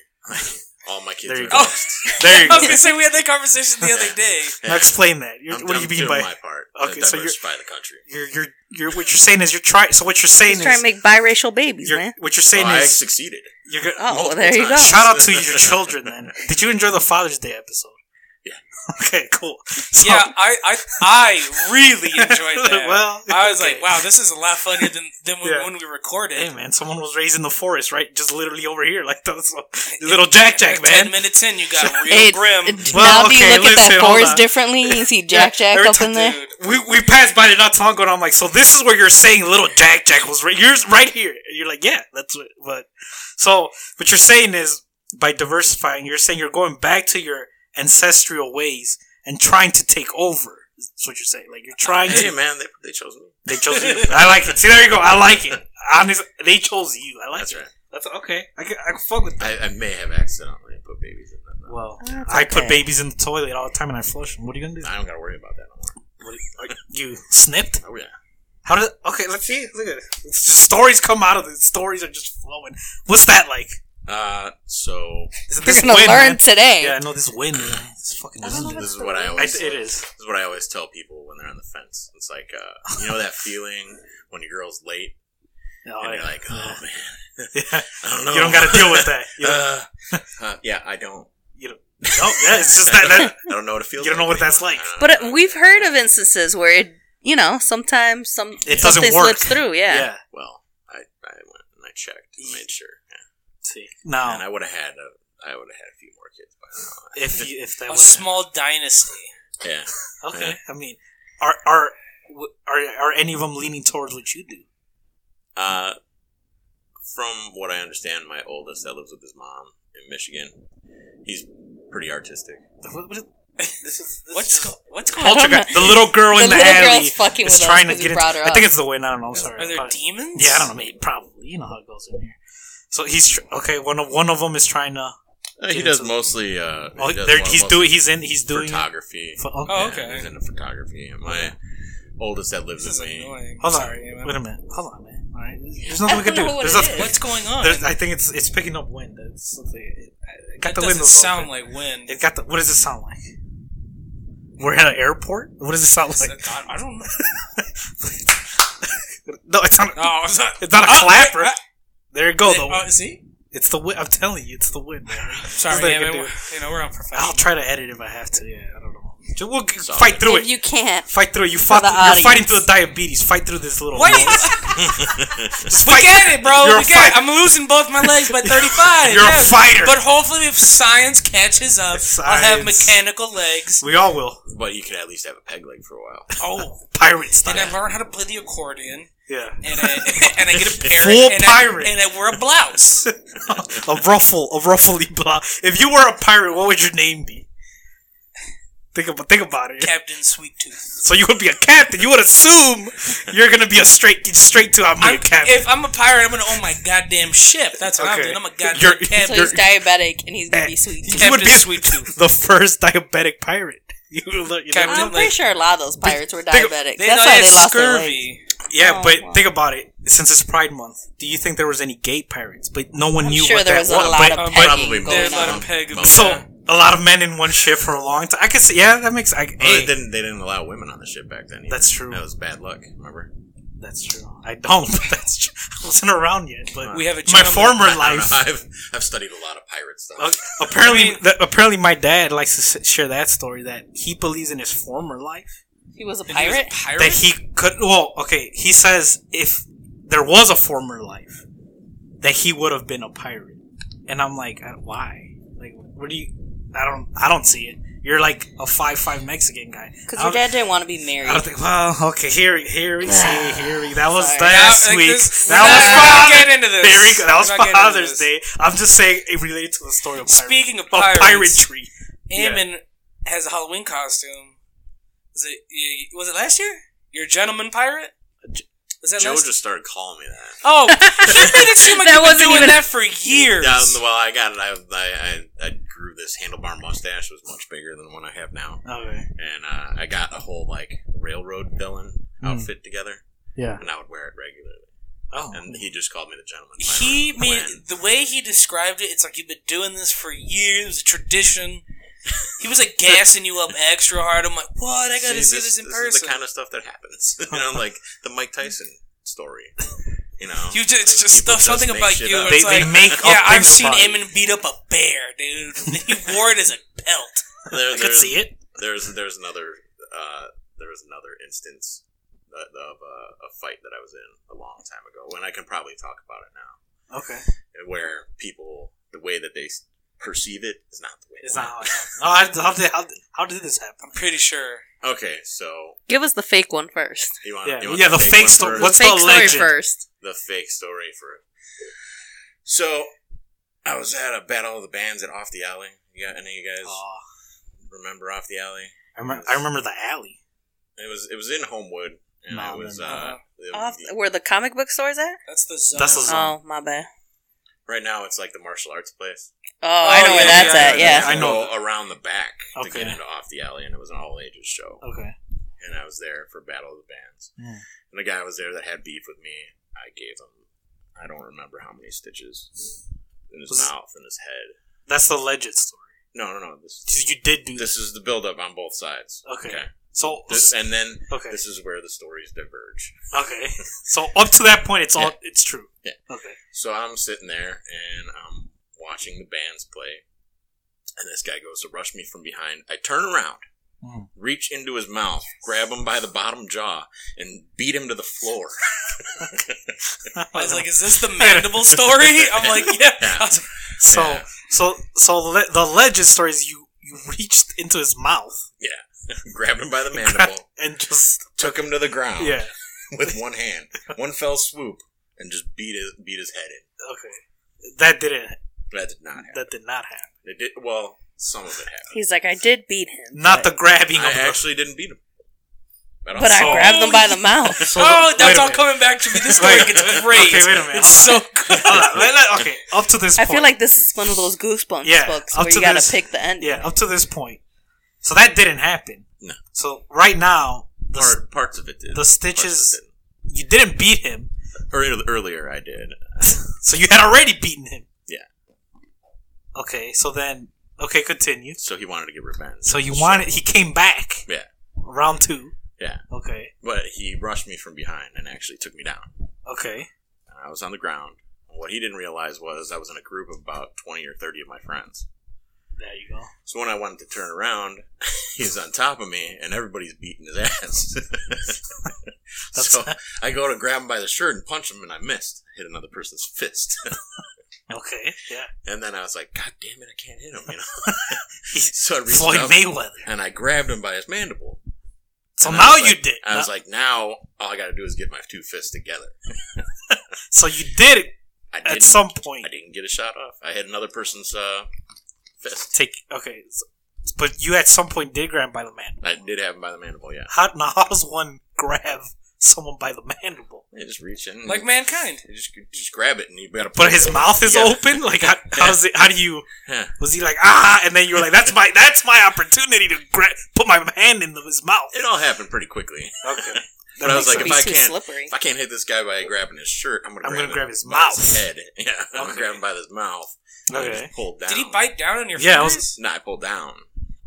S4: All my kids
S1: There you
S4: are
S1: go.
S2: Oh,
S4: ghosts.
S1: there you
S2: I
S1: go.
S2: was gonna say we had that conversation the other day.
S1: Now explain that. You're,
S4: I'm-
S1: what do you
S4: I'm
S1: mean by
S4: doing my part?
S1: Okay,
S4: Okay,
S1: so you're-
S4: diversify the country.
S1: you're, you're you're what you're saying is you're trying. So what you're saying
S3: He's trying
S1: is
S3: to make biracial babies,
S1: you're,
S3: man.
S1: what you're saying
S4: Oh, I
S1: is
S4: succeeded.
S1: you're gonna.
S3: Oh, well,
S4: multiple
S3: there you go.
S4: times.
S1: Shout out to your children. Then, did you enjoy the Father's Day episode?
S4: Yeah.
S1: Okay. Cool. So,
S2: Yeah, I I, I really enjoyed that.
S1: well,
S2: I was
S1: okay.
S2: like, wow, this is a lot funnier than than when,
S1: Yeah.
S2: when we recorded.
S1: Hey man, someone was raised in the forest, right? Just literally over here, like those little Jack Jack
S2: Ten
S1: man.
S2: minutes in, you got real
S3: It-
S2: grim.
S3: it-
S1: Well,
S3: now do you
S1: okay,
S3: look at
S1: listen,
S3: that
S1: hold
S3: forest
S1: on.
S3: differently? You see Jack Jack
S1: every
S3: up in there.
S2: Dude,
S1: We, we passed by the not so long ago, and I'm like, so this is where you're saying little Jack Jack was right. You're right here. And you're like, yeah, that's what. But so what you're saying is by diversifying, you're saying you're going back to your ancestral ways and trying to take over. That's what you're saying. Like you're trying
S4: Hey
S1: to.
S4: man, they, they chose me.
S1: They chose you. I like it. See, there you go. I like it. Honest, they chose you. I like
S4: That's
S1: it.
S4: right.
S1: That's okay. I can, I can fuck with that.
S4: I, I may have accidentally put babies in them. though.
S1: Well,
S3: Oh, That's
S1: I put
S3: okay.
S1: babies in the toilet all the time and I flush them. What are you gonna do?
S4: I don't gotta worry about that no more.
S1: What are you, you snipped?
S4: Oh yeah.
S1: How did? Okay, let's see. Look at it. It's just stories come out of this. Stories are just flowing. What's that like?
S4: Uh, so
S1: This,
S3: He's gonna learn
S1: man.
S3: today.
S1: Yeah, no, this win. Man. This fucking.
S3: I
S1: This
S4: this
S3: don't
S4: is,
S3: know
S1: is,
S3: if
S4: this
S3: it's
S4: is
S3: the
S4: what I
S3: real-
S1: I,
S4: always.
S1: it is.
S4: This is what I always tell people when they're on the fence. It's like, uh, you know that feeling when your girl's late
S1: No,
S4: and
S1: I-
S4: you're like, oh man,
S1: yeah.
S4: I don't know.
S1: you don't got to deal with that. You don't,
S4: Uh, uh, yeah, I don't.
S1: you don't, no, yeah, it's just that. that
S4: I don't know what it feels.
S1: You don't know
S4: like
S1: what that's
S4: anymore.
S1: like.
S4: I don't
S3: But
S4: know.
S3: uh, we've heard of instances where it, you know, sometimes some
S1: It doesn't
S3: something
S1: work.
S3: slips through. Yeah.
S1: yeah.
S4: Well, I, I went and I checked and made sure.
S1: See, now
S4: And I would have had a, I would have had a few more kids by
S1: if you, if that
S2: a
S1: was
S2: small dynasty.
S4: now. Yeah.
S1: okay, I mean, are are w- are are any of them leaning towards what you do?
S4: Uh, from what I understand, my oldest that lives with his mom in Michigan, he's pretty artistic.
S1: What- what-
S2: What's go- what's going on?
S3: don't know.
S1: Poltergeist. The little girl
S3: The
S1: in the,
S3: little
S1: alley
S3: girl's fucking
S1: is
S3: with us
S1: trying to
S3: 'cause we
S1: get into.
S3: brought her
S1: I think
S3: up.
S1: it's the way. I don't know. I'm sorry.
S2: Are there
S1: Probably-
S2: demons?
S1: yeah, I don't know. Maybe probably. You know how it goes in here. So he's tr- okay. One of one of them is trying to.
S4: Uh, he
S1: Get
S4: does
S1: into-
S4: mostly. Uh,
S1: Oh,
S4: he does
S1: there,
S4: mo-
S1: he's
S4: mostly
S1: doing. He's in. He's doing.
S4: photography.
S1: pho- oh,
S2: Oh,
S4: Yeah,
S2: okay.
S4: he's into photography. And my oldest that lives
S2: This is
S4: with me.
S2: annoying.
S1: Hold on.
S2: Sorry, man.
S1: Wait a minute. Hold on, man. All right. There's nothing we
S3: don't
S1: can do.
S3: know what
S1: There's
S3: it
S1: nothing.
S3: is.
S2: What's going on?
S1: There's, I think it's it's picking up wind. It's something. It, it got
S2: that
S1: the
S2: doesn't
S1: windows.
S2: sound
S1: open.
S2: like wind.
S1: It got the. What does it sound like? We're at an airport. What does it sound
S2: It's
S1: like?
S2: a- I- I don't know.
S1: No, it's not.
S2: No, it's not.
S1: It's not a
S2: Oh,
S1: clapper.
S2: wait,
S1: There you go.
S2: uh,
S1: though.
S2: uh, see,
S1: It's the wind. I'm telling you, it's the wind. man.
S2: sorry,
S1: Nothing I
S2: man,
S1: can
S2: man,
S1: do.
S2: we're- you know we're on professional.
S1: I'll try to edit if I have to. Yeah, I don't know. Ju- We'll g-
S4: Sorry.
S1: fight through it.
S3: If you can't,
S1: fight through it. You fought.
S3: the
S1: You're fighting
S3: audience.
S1: through the diabetes. Fight through this little.
S2: Wait,
S1: noise. Just
S2: we
S1: fight
S2: got
S1: through
S2: it, bro.
S1: You're a
S2: we got it.
S1: fighter.
S2: I'm losing both my legs by 35.
S1: You're a
S2: yes.
S1: fighter.
S2: But hopefully, if science catches up, I'll
S1: Science.
S2: have mechanical legs.
S1: We all will.
S4: But you could at least have a peg leg for a while.
S2: Oh,
S1: Pirate style.
S2: and I learn how to play the accordion,
S1: yeah.
S2: and I and I get a parrot,
S1: Full
S2: and,
S1: pirate.
S2: I, and I wear a blouse.
S1: a ruffle, a ruffly blah. If you were a pirate, what would your name be? Think about, think about it.
S2: Captain Sweet Tooth.
S1: So you would be a captain. You would assume you're gonna be a straight, straight to I'm
S2: I'm,
S1: a captain.
S2: if I'm a pirate, I'm gonna own my goddamn ship. That's what
S1: Okay.
S2: I'm doing. I'm a goddamn
S1: You're-
S3: so
S2: captain.
S1: you're- Eh.
S3: he's diabetic and he's gonna be sweet.
S1: you would
S2: Captain
S1: be
S2: Sweet Tooth.
S1: the first diabetic pirate. You, would look- you know what I'm
S2: Captain-
S1: saying?
S3: I'm pretty
S2: like-
S3: sure a lot of those pirates were
S1: think-
S3: diabetic.
S2: They,
S3: That's
S2: no,
S3: why
S2: they
S3: they
S2: have
S3: lost their legs.
S2: scurvy.
S1: Yeah,
S3: Oh,
S1: but
S3: wow.
S1: think about it. Since it's Pride Month, do you think there was any gay pirates? But no one
S3: I'm
S1: knew
S3: sure
S1: what
S3: there
S1: that
S3: was a
S1: was.
S3: lot
S1: but-
S3: of
S2: but-
S3: pegging
S4: Probably
S3: going
S2: There's a lot
S3: on.
S2: of peg.
S4: Most
S1: so a lot of men in one ship for a long time. I could see. Yeah, that makes. I,
S4: Well,
S1: hey,
S4: they didn't. They didn't allow women on the ship back then. Either.
S1: That's true.
S4: That was bad luck. Remember?
S1: that's true. I don't. Oh, That's true. I wasn't around yet, but
S2: We have a
S1: my
S2: gentleman-
S1: former
S4: I don't know.
S1: life.
S4: I've I've studied a lot of pirate stuff.
S1: Uh, apparently,
S2: I mean-
S1: that- apparently, my dad likes to s- share that story that he believes in his former life
S3: He was a
S2: And he was a
S3: pirate.
S2: pirate?
S1: that he could. Well, okay, he says if there was a former life, that he would have been a pirate, and I'm like, uh, why? Like, where do you? I don't. I don't see it. You're like a five five Mexican guy.
S3: Because
S1: I
S3: your
S1: don't-
S3: dad didn't want to be
S1: I don't
S3: married.
S1: think. Well, okay. Here, here we see. Here we. That was
S3: Sorry.
S1: last
S2: Like
S1: week.
S2: this-
S1: that
S2: we're
S1: was
S2: not
S1: Father-
S2: getting into this.
S1: There we go. That was
S2: We're not getting into
S1: Father's
S2: this.
S1: Day. I'm just saying it related to the story of pirate,
S2: Speaking of
S1: of
S2: pirates,
S1: piratry. Yeah.
S2: Ammon has a Halloween costume. Was it y- was it last year? Your gentleman pirate? Was that
S4: Joe
S2: last?
S4: just started calling me that.
S2: oh, he made it seem like
S3: That
S2: you've been
S3: wasn't
S2: doing
S3: even-
S2: that for years.
S4: Yeah, um, well, I got it. I, I, I, I grew this handlebar mustache. It was much bigger than the one I have now.
S1: Okay.
S4: And uh, I got a whole, like, railroad villain
S1: Hmm.
S4: outfit together.
S1: Yeah.
S4: And I would wear it regularly.
S1: Oh.
S4: And he just called me the gentleman. pirate
S2: He made
S4: when-
S2: the way he described it. It's like you've been doing this for years. It was a tradition. He was like gassing you up extra hard. I'm like, what? I gotta see, this, in
S4: Is
S2: person.
S4: the kind of stuff that happens, you know, like the Mike Tyson story. You know,
S2: You just- it's
S4: Like,
S2: just
S4: people
S2: stuff- something
S4: make
S2: about
S4: shit
S2: you
S4: up.
S1: they,
S2: it's
S1: they
S2: like-
S1: make up
S2: yeah, I've
S1: things
S2: seen
S1: about you.
S2: Eamon beat up a bear, dude. He wore it as a pelt.
S1: I
S4: There-
S1: could
S4: there's,
S1: see it.
S4: there's there's another uh, there was another instance that- of uh, a fight that I was in a long time ago, and I can probably talk about it now,
S1: Okay.
S4: where people the way that they s- perceive it is not the way.
S1: It's
S4: they-
S1: not how it happened. Oh, I- how, did, how, did, how did this happen?
S2: I'm pretty sure.
S4: Okay, so
S3: Give us the fake one first.
S4: you want
S1: Yeah,
S4: you want
S1: yeah, the fake
S4: one
S1: sto-
S4: first?
S1: what's- It's
S3: fake
S1: the
S3: story
S1: legend.
S3: first.
S4: the fake story for. So, I was at a battle of the bands at Off the Alley. You got any of you guys
S1: Oh,
S4: remember Off the Alley?
S1: I, remember, I remember the alley.
S4: It was it was in Homewood. And
S1: No,
S4: it was
S1: then-
S4: uh, it-
S3: Off, where the comic book store's at?
S2: That's the zone.
S1: That's the zone.
S3: Oh, my bad.
S4: right now it's like the martial arts place.
S3: Oh, I know
S2: yeah,
S3: where that's
S2: yeah,
S3: at, yeah.
S1: I
S4: You
S1: know.
S4: go around the back to
S1: Okay.
S4: get into Off the Alley, and it was an all ages show.
S1: Okay. Hmm.
S4: And I was there for Battle of the Bands,
S1: Yeah.
S4: and the guy was there that had beef with me. I gave him I don't remember how many stitches in his
S1: Was-
S4: mouth and his head.
S1: That's the legend story.
S4: No, no, no. This
S1: 'Cause you did do this.
S4: this is the buildup on both sides.
S1: Okay. So
S4: This, and then
S1: okay,
S4: this is where the stories diverge.
S1: okay. So up to that point, it's all
S4: Yeah.
S1: it's true.
S4: Yeah.
S1: Okay.
S4: So I'm sitting there and I'm watching the bands play, and this guy goes to rush me from behind. I turn around,
S1: Mhm.
S4: reach into his mouth, grab him by the bottom jaw, and beat him to the floor.
S2: I was like, is this the mandible story? I'm like, yeah. I was like,
S1: so
S4: Yeah.
S1: so so le- the legend story is you you reached into his mouth
S4: Grabbed him by the mandible,
S1: and just
S4: took him to the ground
S1: yeah.
S4: with one hand, one fell swoop, and just beat his beat his head in.
S1: Okay. That didn't.
S4: That did not happen.
S1: That did not happen.
S4: It did well. Some of it happened.
S3: He's like, I did beat him.
S1: Not the
S3: but,
S1: grabbing
S4: I
S1: of the.
S4: actually didn't beat him. At all.
S3: But I
S1: So-
S3: grabbed him by the mouth.
S1: so the-
S2: oh,
S1: wait
S2: that's
S1: a
S2: all
S1: minute.
S2: coming back to me. This story
S1: Wait.
S2: gets great.
S1: Okay, wait a minute.
S2: It's so good.
S1: Hold on, let- let- okay, up to this.
S3: I
S1: point.
S3: feel like this is one of those Goosebumps
S1: Yeah,
S3: books
S1: up
S3: where you
S1: to
S3: gotta
S1: this-
S3: pick the end.
S1: yeah, up to this point. So that didn't happen.
S4: No.
S1: So right now, the, s-
S4: Part, parts of it did.
S1: the
S4: Parts of it
S1: stitches-
S4: didn't.
S1: you didn't beat him,
S4: Earlier, earlier I did.
S1: so you had already beaten him.
S4: Yeah.
S1: Okay, so then okay, continue.
S4: So he wanted to get revenge.
S1: So you wanted he came back
S4: Yeah,
S1: round two.
S4: yeah.
S1: Okay,
S4: But he rushed me from behind and actually took me down.
S1: okay,
S4: And I was on the ground. What he didn't realize was I was in a group of about 20 or 30 of my friends.
S1: there you go.
S4: So when I wanted to turn around, he's on top of me and everybody's beating his ass. so I go to grab him by the shirt and punch him and I missed. Hit another person's fist.
S1: Okay, yeah.
S4: and then I was like, God damn it, I can't hit him, you know? so I reached
S1: Floyd
S4: up
S1: Mayweather.
S4: and I grabbed him by his mandible.
S1: So
S4: And I
S1: now
S4: was
S1: you
S4: like-
S1: did.
S4: I was
S1: Now-
S4: like, now all I gotta do is get my two fists together.
S1: so you did it
S4: I
S1: at
S4: didn't,
S1: some point.
S4: I didn't get a shot off. I had another person's uh, fist.
S1: Take okay, so, but you at some point did grab by the man.
S4: I did have him by the mandible. Yeah,
S1: How now? How does one grab someone by the mandible?
S4: I just reach in,
S2: Like mankind.
S4: you just you just grab it, and you gotta.
S1: But his mouth is
S4: Yeah.
S1: open. Like how, how's it? How do you?
S4: Yeah.
S1: Was he like ah? And then you were like, that's my that's my opportunity to gra- put my hand in his mouth.
S4: It all happened pretty quickly.
S1: Okay.
S4: But I was like,
S3: He's
S4: if I
S3: too
S4: can't,
S3: slippery.
S4: if I can't hit this guy by grabbing his shirt, I'm gonna.
S1: I'm
S4: grab
S1: gonna grab
S4: him
S1: his
S4: by
S1: mouth.
S4: head. Yeah, I'm gonna
S1: Okay.
S4: grab him by his mouth. And I
S1: okay.
S4: just pulled down.
S2: Did he bite down on your
S1: Yeah, I was-
S2: fingers?
S4: No, I pulled down.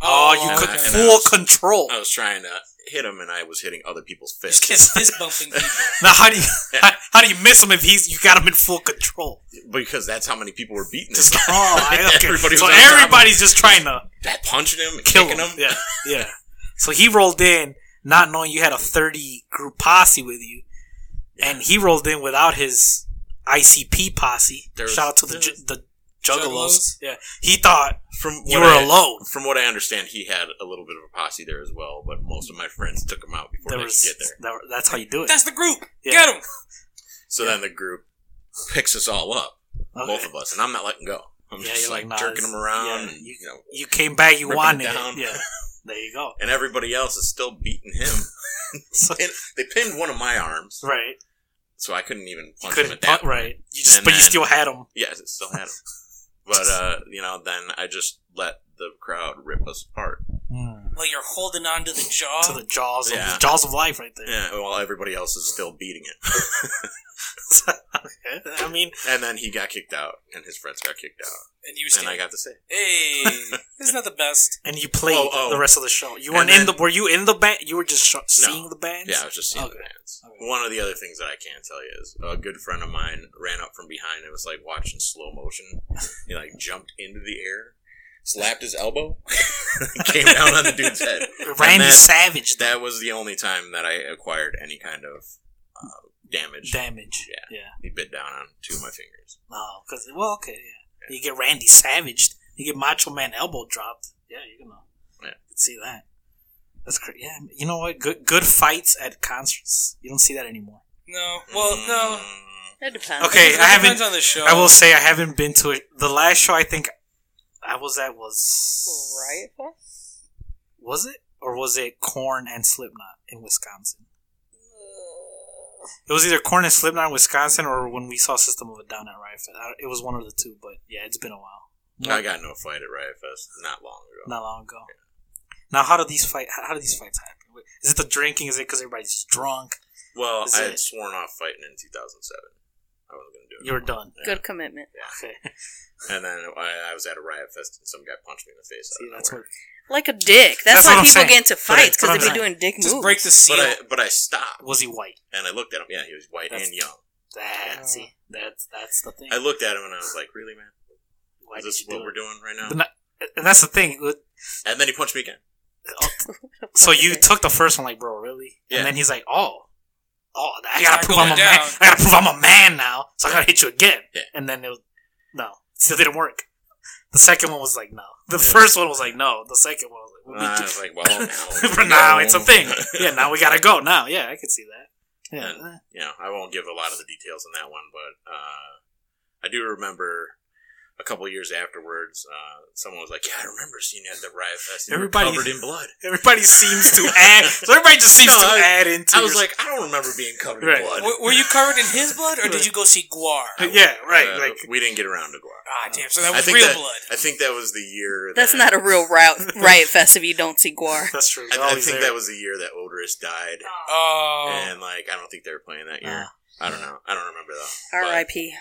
S1: Oh, you
S4: and
S1: could
S4: I- and I
S1: full
S4: was-
S1: control.
S4: I was trying to hit him, and I was hitting other people's
S2: You just
S4: fists.
S2: kept fist bumping people.
S1: Now how do you
S4: Yeah.
S1: how, how do you miss him if he's you got him in full control?
S4: because that's how many people were beating this
S1: Just
S4: guy.
S1: oh, I, okay.
S4: Everybody
S1: so
S4: was on top of him.
S1: everybody's just trying to
S4: punching him, and
S1: kill
S4: kicking
S1: him.
S4: him.
S1: Yeah, yeah. So he rolled in not knowing you had a thirty group posse with you, and he rolled in without his ICP posse.
S4: There was-
S1: Shout out to the
S4: there
S1: J
S4: was-
S1: the juggalos.
S2: Juggalos?
S1: Yeah, he thought
S4: From
S1: you
S4: what
S1: were
S4: I-
S1: alone.
S4: From what I understand, he had a little bit of a posse there as well, but most of my friends took him out before
S1: There
S4: they
S1: was,
S4: could get there.
S1: that- that's how you do it.
S2: That's the group.
S1: Yeah.
S2: Get him.
S4: So then the group picks us all up,
S1: Okay.
S4: both of us, and I'm not letting go. I'm
S1: Yeah,
S4: just
S1: you're
S4: like,
S1: like, nah,
S4: jerking
S1: this-
S4: them around,
S1: yeah,
S4: and,
S1: you-
S4: you know,
S1: you came back. You
S4: Rip him
S1: wanted it.
S4: down.
S1: Yeah, there you go.
S4: and everybody else is still beating him.
S1: So-
S4: and they pinned one of my arms,
S1: right,
S4: so I couldn't even punch him
S1: couldn't
S4: at that.
S1: pu- right. You just
S4: And
S1: but you
S4: then-
S1: still had him.
S4: Yes, it still had him. But uh, you know, then I just let the crowd rip us apart.
S2: Like you're holding on to the
S1: Hmm. To
S2: jaw.
S1: the jaws, of,
S4: Yeah.
S1: the jaws of life, right there.
S4: Yeah, while everybody else is still beating it.
S1: I mean,
S4: And then he got kicked out, and his friends got kicked out,
S2: and you still.
S4: and I got to say,
S2: hey, it's not the best.
S1: and you played
S4: Oh, oh.
S1: the rest of the show. You
S4: And
S1: weren't in
S4: then-
S1: the. Were you in the band? You were just sh- seeing the bands.
S4: yeah, I was just seeing
S1: Okay.
S4: the bands.
S1: Okay.
S4: One of the other things that I can tell you is a good friend of mine ran up from behind and was like watching slow motion. He like jumped into the air, slapped his elbow, came down on the dude's head.
S1: Randy
S4: then-
S1: Savage that
S4: That was the only time that I acquired any kind of uh, damage.
S1: damage.
S4: Yeah.
S1: Yeah.
S4: He bit down on two of my fingers.
S1: No, because well, okay, yeah. You get Randy Savage, you get Macho Man elbow dropped. Yeah, you know,
S4: Yeah.
S1: you can see that. That's great. Yeah, you know what? Good, good fights at concerts. You don't see that anymore.
S2: No. Well, no.
S4: Mm,
S3: That depends.
S1: Okay,
S2: It
S1: I haven't.
S2: depends on the show.
S1: I will say I haven't been to it. The last show I think I was at was
S3: Riot Fest?
S1: Was it or was it Corn and Slipknot in Wisconsin? It was either Corn and Slipknot in Wisconsin or when we saw System of a Down at Riot Fest. I- It was one of the two, but yeah, it's been a while.
S4: Mm, I got into a fight at Riot Fest not long ago.
S1: not long ago. Now, how do these fight? How how do these fights happen? Is it the drinking? Is it because everybody's just drunk?
S4: Well,
S1: Is
S4: I
S1: it-
S4: had sworn off fighting in 2007. I wasn't going to do it.
S1: You were done.
S4: Yeah.
S3: Good commitment.
S1: Okay,
S4: And then I, I was at a Riot Fest and some guy punched me in the face.
S1: see,
S4: out of
S1: that's
S4: nowhere.
S1: what.
S3: Like a dick.
S1: That's
S3: That's, why
S1: what I'm
S3: people
S1: saying.
S3: get into
S1: But I-
S3: fights
S1: but
S3: because
S1: I'm
S3: they be
S1: saying-
S3: doing dick
S2: Just
S3: moves.
S2: break the seal.
S4: But I, but I stopped
S1: Was he white?
S4: and I looked at him. Yeah, he was white
S1: That's-
S4: and young.
S1: That
S3: Yeah.
S1: see, that's that's the thing.
S4: I looked at him and I was like, really, man?
S1: Why
S4: Is
S1: did
S4: this
S1: you
S4: what
S1: do
S4: we're
S1: it?
S4: doing right now?
S1: But not- And that's the thing. with-
S4: And then he punched me again.
S1: So you took the first one, like, bro, really?
S4: Yeah.
S1: And then he's like, oh, oh, I
S2: He's
S1: gotta
S2: not
S1: prove I'm a
S2: going
S1: man.
S2: down.
S1: I gotta prove I'm a man now. So I gotta hit you again.
S4: Yeah.
S1: And then it was no, it still didn't work. The second one was like no. The
S4: Yeah.
S1: first one was like no. The second one was like,
S4: And
S1: we'll
S4: I
S1: be-
S4: was like, well, now.
S1: For now, it's a thing. Yeah, now we gotta go. Now, yeah, I can see that. Yeah,
S4: And- you know, I won't give a lot of the details on that one, but uh, I do remember a couple of years afterwards, uh, someone was like, "Yeah, I remember seeing you at the riot fest. And
S1: Everybody-
S4: you were covered in blood."
S1: everybody seems to add. So everybody just seems
S4: No,
S1: to
S4: I-
S1: add into.
S4: I was
S1: your-
S4: like, "I don't remember being covered
S1: Right.
S4: in blood."
S2: Were, were you covered in his blood, or did you go see Guar?
S1: yeah, right.
S4: Uh,
S1: like
S4: we didn't get around to Guar.
S2: Ah, damn. So that
S4: I
S2: was
S4: think
S2: real
S4: that-
S2: blood.
S4: I think that was the year.
S3: That's
S4: that-
S3: not a real route, riot fest if you don't see Guar.
S1: that's true.
S4: I, I think that was the year that Odorous died,
S2: Oh.
S4: and like I don't think they were playing that year.
S1: Oh.
S4: I don't know. I don't remember though.
S3: R.I.P.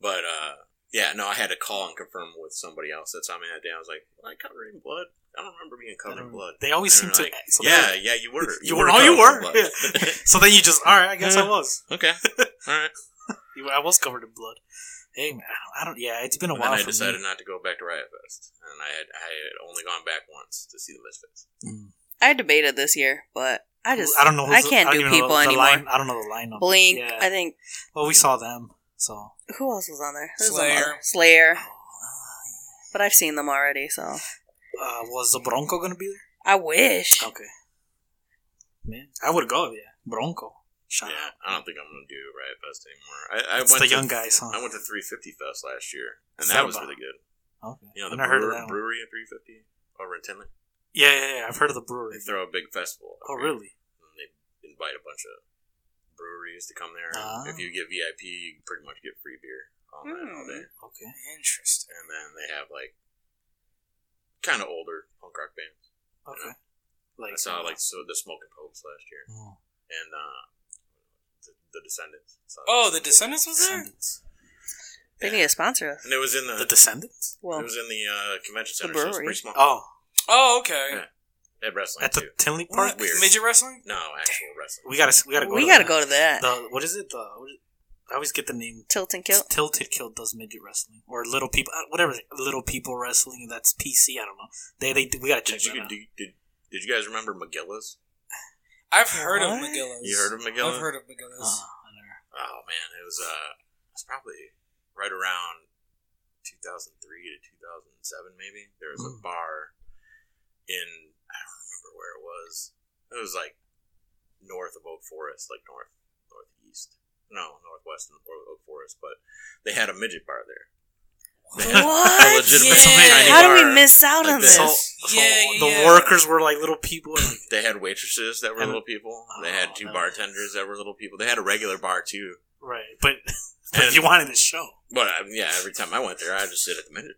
S4: But uh, yeah, no, I had to call and confirm with somebody else that's on me that day. I was like, "Am I covered in blood? I don't remember being covered
S1: Um,
S4: in blood."
S1: They always seem
S4: And
S1: to.
S4: they're like,
S1: so they-
S4: yeah, yeah, you were.
S1: You were- oh, you
S4: covered
S1: were,
S4: in blood."
S1: So then you just all right. I guess I
S4: Yeah.
S1: was.
S4: okay. All right.
S1: You were- I was covered in blood. Hey man, I don't. Yeah, it's been a
S4: And then
S1: while.
S4: I
S1: for
S4: decided
S1: me.
S4: not to go back to Riot Fest, and I had I had only gone back once to see the Misfits.
S1: Mm.
S3: I debated this year, but I just
S1: I don't know.
S3: I
S1: who's-
S3: can't
S1: don't
S3: do
S1: even know
S3: people
S1: the
S3: anymore.
S1: Line, I don't know the lineup.
S3: Blink.
S1: Yeah.
S3: I think
S1: well, we saw them. So
S3: who else was on there? There was
S2: Slayer.
S3: another-
S1: Oh,
S3: Slayer. But I've seen them already, so
S1: uh, was the Bronco gonna be there?
S3: I wish.
S1: Okay. Man, I would go. Yeah, Bronco. Shout
S4: Yeah,
S1: out.
S4: I don't think I'm gonna do Riot Fest anymore. I, I
S1: It's
S4: went
S1: the
S4: to-
S1: young guys, huh?
S4: I went to 350 Fest last year,
S1: What's
S4: and
S1: that
S4: that was
S1: about?
S4: really good.
S1: Okay.
S4: You know,
S1: I've
S4: the
S1: never heard of that one.
S4: brewer- brewery at 350 over in Tinley.
S1: Yeah, yeah, yeah. I've heard of the
S4: They
S1: brewery.
S4: throw a big festival.
S1: Oh,
S4: up here,
S1: really?
S4: And they invite a bunch of breweries to come there.
S1: Ah.
S4: If you get VIP, you pretty much get free beer all night, all
S3: Hmm.
S4: day.
S1: Okay.
S2: Interesting.
S4: and then they have like kind of older punk rock bands.
S1: Okay. Like
S4: I saw like so the Smoking Popes last year,
S1: mm,
S4: and uh, the, the Descendants. Saw
S2: Oh, the
S4: Descendants.
S2: Descendants was there.
S1: Descendants.
S3: They need to sponsor us.
S4: and it was in
S1: The
S4: the,
S1: Descendants.
S3: Well,
S4: it was in the uh, convention
S3: the
S4: center. so it's
S3: brewery.
S4: pretty small.
S1: Oh,
S2: Oh, okay.
S4: Yeah. They had wrestling
S1: at the
S4: too.
S1: Tinley Park.
S2: What?
S4: Weird.
S2: Midget wrestling.
S4: No, actual wrestling.
S1: We gotta. We gotta go.
S3: we
S1: to
S3: gotta
S1: that.
S3: go to that.
S1: The what is it? The what is, I always get the name.
S3: Tilt and kill.
S1: Tilted Kill does midget wrestling or little people, uh, whatever. Little people wrestling. That's PC. I don't know. They they we gotta check
S4: Did you
S1: that out.
S4: did, did, did you guys remember McGillis?
S2: I've heard of
S1: What?
S2: McGillis.
S4: You heard of McGillis?
S2: I've heard of
S1: Uh-huh.
S2: McGillis.
S1: Uh, I never-
S4: Oh man, it was uh, it's probably right around 2003 to 2007, maybe. There was a bar in, I don't remember where it was. It was like north of Oak Forest, like north, northeast. No, northwest of Oak Forest, but they had a midget bar there. They had a
S3: What?
S4: legitimate
S2: Yeah.
S4: tiny
S3: How do we
S4: bar.
S3: miss out
S4: like
S3: on this?
S4: this.
S1: So, so
S2: Yeah, yeah,
S1: the
S2: yeah.
S1: workers were like little people. and, Like,
S4: They had waitresses that were
S1: And-
S4: little people. They had
S1: Oh,
S4: two
S1: no.
S4: bartenders that were little people. They had a regular bar too.
S1: right, but, but you wanted to show.
S4: But um, yeah, every time I went there, I just sit at the midget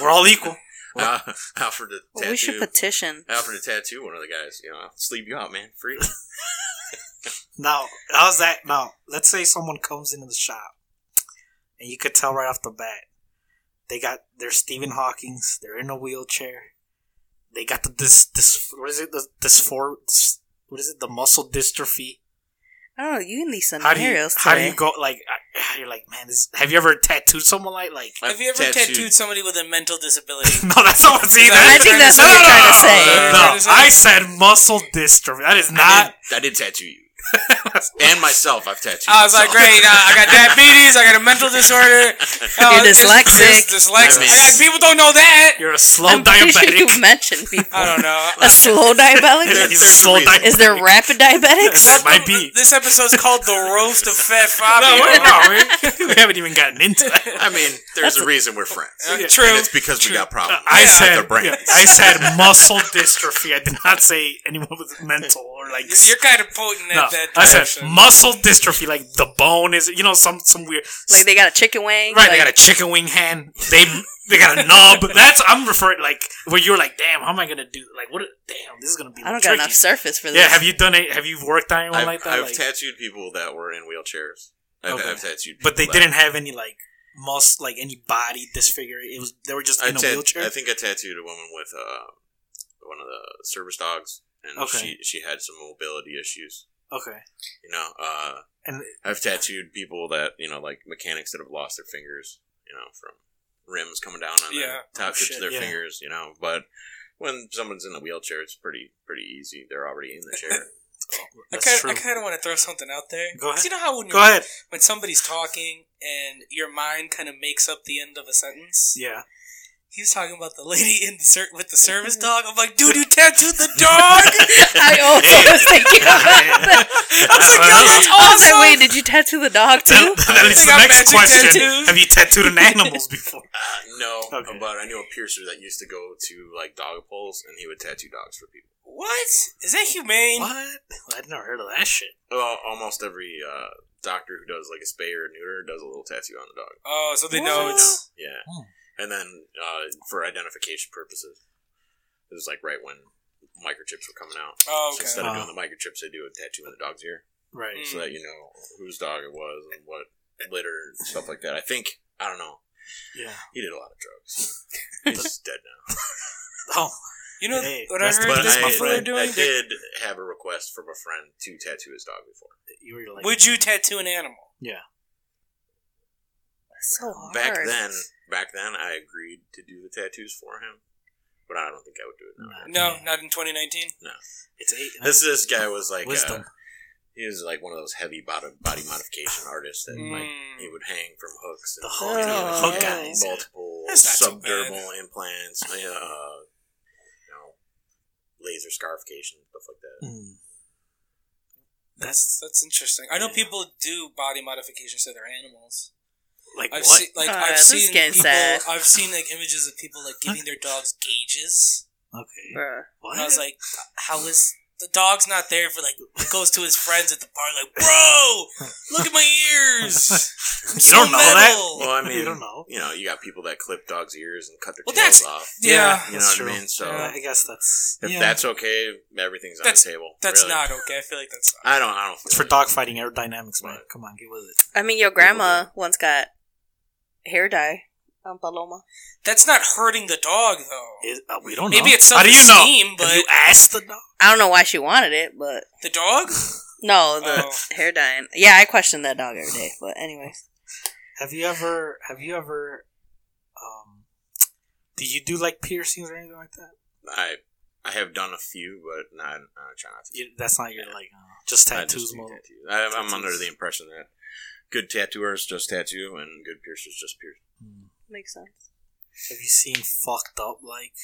S1: We're all equal.
S4: bar. Uh, Alfred the
S3: Well, we should
S4: tattoo.
S3: petition.
S4: Alfred the tattoo. One of the guys, you know, I'll sleep you out, man. Free.
S1: Now, how's that? Now, let's say someone comes into the shop, and you could tell right off the bat, they got they're Stephen Hawking's. They're in a wheelchair. They got the this this what is it the dysphor dys- what is it the muscle dystrophy?
S3: Oh, you and these
S1: How do you
S3: scenarios
S1: how do you
S3: today.
S1: go like I- you're like man? This, have you ever tattooed someone like like?
S2: Have you ever tattooed, somebody with a mental disability?
S1: No, that's not what's either.
S2: I think that's what you're trying to
S3: say.
S1: No, no, no. I said muscle dystrophy. That is
S4: I
S1: not.
S4: did, I did tattoo you. and myself, I've tattooed.
S2: I was like,
S4: myself.
S2: great. Uh, I got diabetes. I got a mental disorder. Uh,
S3: You're
S2: this-
S3: dyslexic.
S2: this- dyslexic. Man,
S4: Nice.
S2: people don't know that.
S1: You're a slow
S3: I'm pretty sure
S1: diabetic.
S3: you mentioned people.
S2: I don't know.
S3: A slow diabetic?
S1: He's a slow diabetic.
S4: There's a reason.
S3: Is there rapid diabetics?
S2: That-
S1: might be.
S2: This episode's called "The Roast of Fat Fabio."
S1: No, we're not. We, we haven't even gotten into that.
S4: I mean, there's a reason we're friends.
S2: Uh,
S1: Yeah.
S2: true.
S4: And it's because we got problems.
S1: I
S4: with
S1: said,
S4: their
S1: yeah,
S4: brains.
S1: I said muscle dystrophy. I did not say anyone with mental or like.
S2: You're, you're kind of potent at
S1: no,
S2: that
S1: I
S2: direction.
S1: said muscle dystrophy. Like the bone is, you know, some some weird.
S3: Like they got a chicken wing?
S1: right, they
S3: like-
S1: got a chicken wing hand. They they got a knob. That's I'm referring like where you're like, damn, how am I gonna do? Like what? Damn, this is gonna be.
S3: I don't got
S1: tricky.
S3: enough surface for this.
S1: Yeah, have you done it? Have you worked on anyone
S4: I've,
S1: like that?
S4: I've
S1: Like-
S4: tattooed people that were in wheelchairs. I've,
S1: Okay.
S4: I've tattooed,
S1: but they
S4: people that-
S1: didn't have any like mus like any body disfigure. It was they were just
S4: I,
S1: in a
S4: tat-
S1: wheelchair.
S4: I think I tattooed a woman with uh, one of the service dogs, and
S1: Okay.
S4: she she had some mobility issues.
S1: okay,
S4: You know, uh,
S1: and
S4: I've tattooed people that you know, like mechanics that have lost their fingers. You know, from rims coming down on
S2: Yeah.
S4: their top
S1: Oh,
S4: tips
S1: shit,
S4: of their
S1: yeah.
S4: fingers. You know, but when someone's in a wheelchair, it's pretty pretty easy. They're already in the chair.
S2: I
S1: that's
S2: kind,
S1: true.
S2: I kind of want to throw something out there.
S1: Go ahead.
S2: You know how when
S1: Go
S2: you're-
S1: ahead.
S2: when somebody's talking and your mind kind of makes up the end of a sentence.
S1: Yeah.
S2: He was talking about the lady in the ser- with the service dog. I'm like, dude, you tattooed the dog.
S3: I also was thinking about that.
S2: I was like, yo, that's
S3: I was
S2: awesome.
S3: like, wait, did you tattoo the dog too?
S1: that leads to the
S2: got
S1: next
S2: magic
S1: question.
S2: tattoos.
S1: Have you tattooed an animals before?
S4: Uh, no,
S1: Okay.
S4: but I knew a piercer that used to go to like dog polls, and he would tattoo dogs for people.
S2: what is that humane?
S1: What? I've never heard of that shit.
S4: Well, almost every uh, doctor who does like a spay or neuter does a little tattoo on the dog.
S2: Oh, so they
S3: What?
S2: know.
S4: No,
S2: It's,
S4: yeah,
S1: Hmm.
S4: and then uh, for identification purposes, it was like right when microchips were coming out.
S2: oh,
S4: So
S2: okay.
S4: instead
S1: Oh.
S4: of doing the microchips, they do a tattoo in the dog's ear,
S1: Right.
S2: Mm.
S4: so that you know whose dog it was and what litter and stuff like that. I think I don't know.
S1: Yeah.
S4: He did a lot of drugs. He's dead now.
S1: Oh,
S2: You know
S1: Hey,
S2: what I
S1: that's-
S2: heard
S4: But
S2: this
S4: I,
S2: people are
S4: I
S2: doing? They're-
S4: did have a request from a friend to tattoo his dog before.
S1: you were like.
S2: Would you tattoo an animal?
S3: So hard.
S4: Back then, back then, I agreed to do the tattoos for him, but I don't think I would do it now.
S2: No, not in 2019.
S1: It's eight.
S4: This this guy was like uh,
S1: Wisdom.
S4: he was like one of those heavy body, body modification artists that like
S2: Mm. Oh,
S4: he would hang from hooks. And,
S1: The
S4: you
S1: hook-
S4: know,
S3: the
S4: he
S3: hook
S4: had
S1: guys.
S4: multiple
S2: That's not too
S4: subdermal implants, uh, you know, laser scarification stuff like that.
S1: Mm.
S2: That's that's interesting. I know
S4: Yeah.
S2: people do body modifications to their animals.
S1: Like
S2: I've
S1: what?
S2: seen like
S3: Uh,
S2: I've
S3: this is
S2: seen
S3: getting
S2: people,
S3: sad.
S2: I've seen like images of people like giving their dogs gauges.
S1: okay.
S3: Bruh.
S1: What?
S2: And I was like, how is the dog's not there for like goes to his friends at the bar like, bro, look at my ears. I'm
S1: you
S2: so
S1: don't know
S2: metal.
S1: that.
S4: Well, I mean,
S1: you don't know.
S4: You know, you got people that clip dogs' ears and cut their
S2: Well,
S4: tails
S2: that's-
S4: off.
S2: Yeah,
S4: You know
S1: That's
S4: what I
S1: true.
S4: mean? So-
S1: Yeah, I guess that's.
S4: If
S1: yeah.
S4: that's okay, everything's on
S2: That's-
S4: the table.
S2: that's
S4: really.
S2: not okay. I feel like that's not.
S4: I don't. I don't.
S1: It's for
S4: feel it.
S1: dogfighting aerodynamics, man.
S4: Right.
S1: Come on, get with it.
S3: I mean, your grandma once got hair dye on Paloma.
S2: That's not hurting the dog though.
S1: It- uh, we don't know.
S2: Maybe it's
S1: How do you know?
S2: self-esteem, but-
S1: Have you asked the dog?
S3: I don't know why she wanted it, but
S2: The dog?
S3: no, the
S2: Oh.
S3: hair dyeing. Yeah, I question that dog every day. But anyways,
S1: Have you ever? Have you ever? Um, do you do like piercings or anything like that?
S4: I I have done a few, but not. I try not to.
S1: You, that's not your like uh, just
S4: I
S1: tattoos
S4: just do
S1: model.
S4: tattoos. I, I'm
S1: Tattoos.
S4: under the impression that good tattooers just tattoo and good piercers just pierce.
S1: Mm.
S3: Makes sense.
S1: Have you seen fucked up like,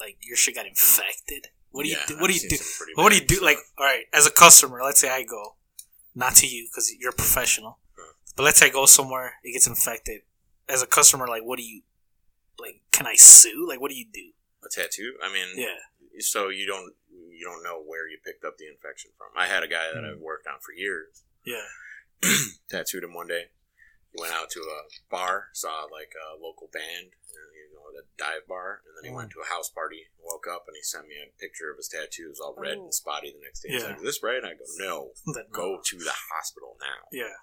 S1: like your shit got infected? What do you
S4: Yeah,
S1: do? What do
S4: I've
S1: you
S4: seen
S1: do?
S4: some pretty
S1: What do you
S4: bad
S1: do?
S4: stuff.
S1: Like, all right, as a customer, let's say I go, not to you because you're a professional,
S4: Huh.
S1: but let's say I go somewhere, it gets infected. As a customer, like, what do you, like, can I sue? Like, what do you do?
S4: a tattoo? I mean,
S1: Yeah,
S4: so you don't you don't know where you picked up the infection from. I had a guy that
S1: Hmm.
S4: I've worked on for years,
S1: yeah,
S4: tattooed him one day. He went out to a bar, saw like a local band, and, you know, a dive bar, and then he
S1: Hmm.
S4: went to a house party. Woke up and he sent me a picture of his tattoo. It was all red
S3: Oh.
S4: and spotty the next day. He's
S1: Yeah.
S4: like, "Is this right?" And I go, "No,
S1: That-
S4: go to the hospital now."
S1: yeah.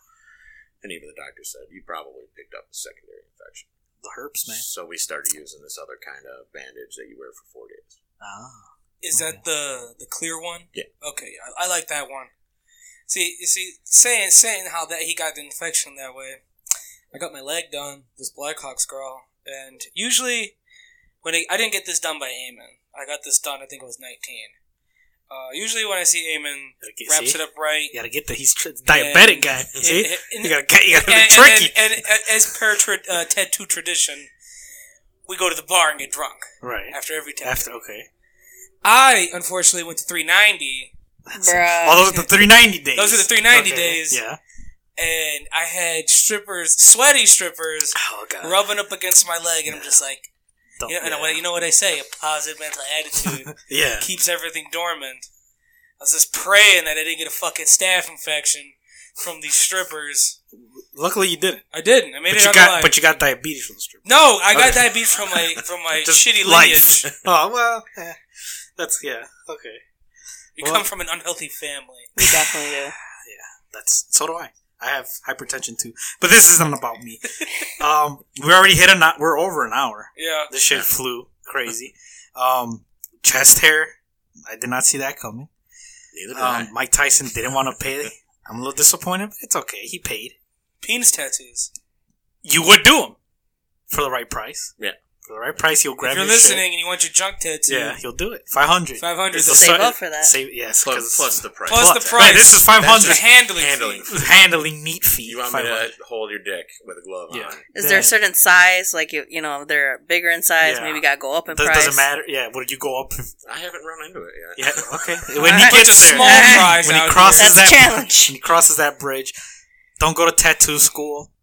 S4: And even the doctor said, "You probably picked up a secondary infection."
S1: The herpes, man.
S4: So we started using this other kind of bandage that you wear for four days.
S1: Ah,
S2: Is that the the clear one?
S4: Yeah.
S2: Okay, I, I like that one. See, you see, saying saying how that he got the infection that way. I got my leg done. This Blackhawks girl, and usually when I, I didn't get this done by Eamon. I got this done. I think it was nineteen. Uh, usually when I see Eamon
S1: Gotta get-
S2: wraps
S1: see?
S2: it up right.
S1: You gotta get the he's tr- diabetic guy. See,
S2: and-
S1: you gotta get you gotta
S2: and,
S1: be tricky,
S2: And, and, and as per tra- uh, tattoo tradition, we go to the bar and get drunk
S1: right?
S2: after every tattoo.
S1: After okay,
S2: I unfortunately went to 390,
S3: Bruh.
S1: oh, those are the three ninety days.
S2: Those are the 390
S1: Okay,
S2: days.
S1: Yeah.
S2: and I had strippers, sweaty strippers,
S1: Oh god.
S2: rubbing up against my leg, and I'm just like, you know, and I- you know what I say? A positive mental attitude
S1: yeah.
S2: keeps everything dormant. I was just praying that I didn't get a fucking staph infection from these strippers.
S1: Luckily you didn't.
S2: I didn't. I made
S1: but
S2: it
S1: you
S2: out
S1: got
S2: alive.
S1: but you got diabetes from the strip.
S2: no, I got
S1: Okay.
S2: diabetes from my from my
S1: Just
S2: shitty
S1: life.
S2: lineage.
S1: Oh well. eh. That's yeah. Okay.
S2: You
S1: Well-
S2: come from an unhealthy family.
S3: We definitely do.
S1: That's so do I. I have hypertension too. But this isn't about me. um, we already hit a not. We're over an hour.
S2: Yeah.
S1: This shit flew crazy. Um, chest hair. I did not see that coming.
S4: Neither did I.
S1: Um, Mike Tyson didn't want to pay. I'm a little disappointed, but it's okay. He paid.
S2: Penis tattoos.
S1: You would do them for the right price.
S4: Yeah.
S1: For the right price, he'll grab.
S2: if you're
S1: your shit.
S2: listening and you want your junk tattoo,
S1: yeah, he'll do it. Five hundred.
S2: 500
S1: It's a
S2: is
S3: Save
S1: cer-
S3: up for that.
S1: Save, yes,
S4: plus,
S1: 'cause-
S4: plus the price.
S2: Plus the
S1: Right,
S2: price.
S1: this is five
S2: the
S1: hundred.
S2: handling. fee.
S4: Handling.
S1: Handling neat feet.
S4: You want me
S1: 500.
S4: to hold your dick with a glove
S1: Yeah.
S4: on?
S3: Is there
S1: Yeah.
S3: a certain size? Like you, you know, they're bigger in size.
S1: Yeah.
S3: Maybe got to go up in
S1: Does,
S3: price.
S1: doesn't matter. Yeah, would you go up? if-
S4: I haven't run into it yet.
S1: Yeah, okay.
S3: All
S1: When he
S3: right.
S1: gets there,
S2: Small fries
S1: when he
S2: out
S1: crosses
S3: That's a
S1: that,
S3: challenge.
S1: when he crosses that bridge, don't go to tattoo school.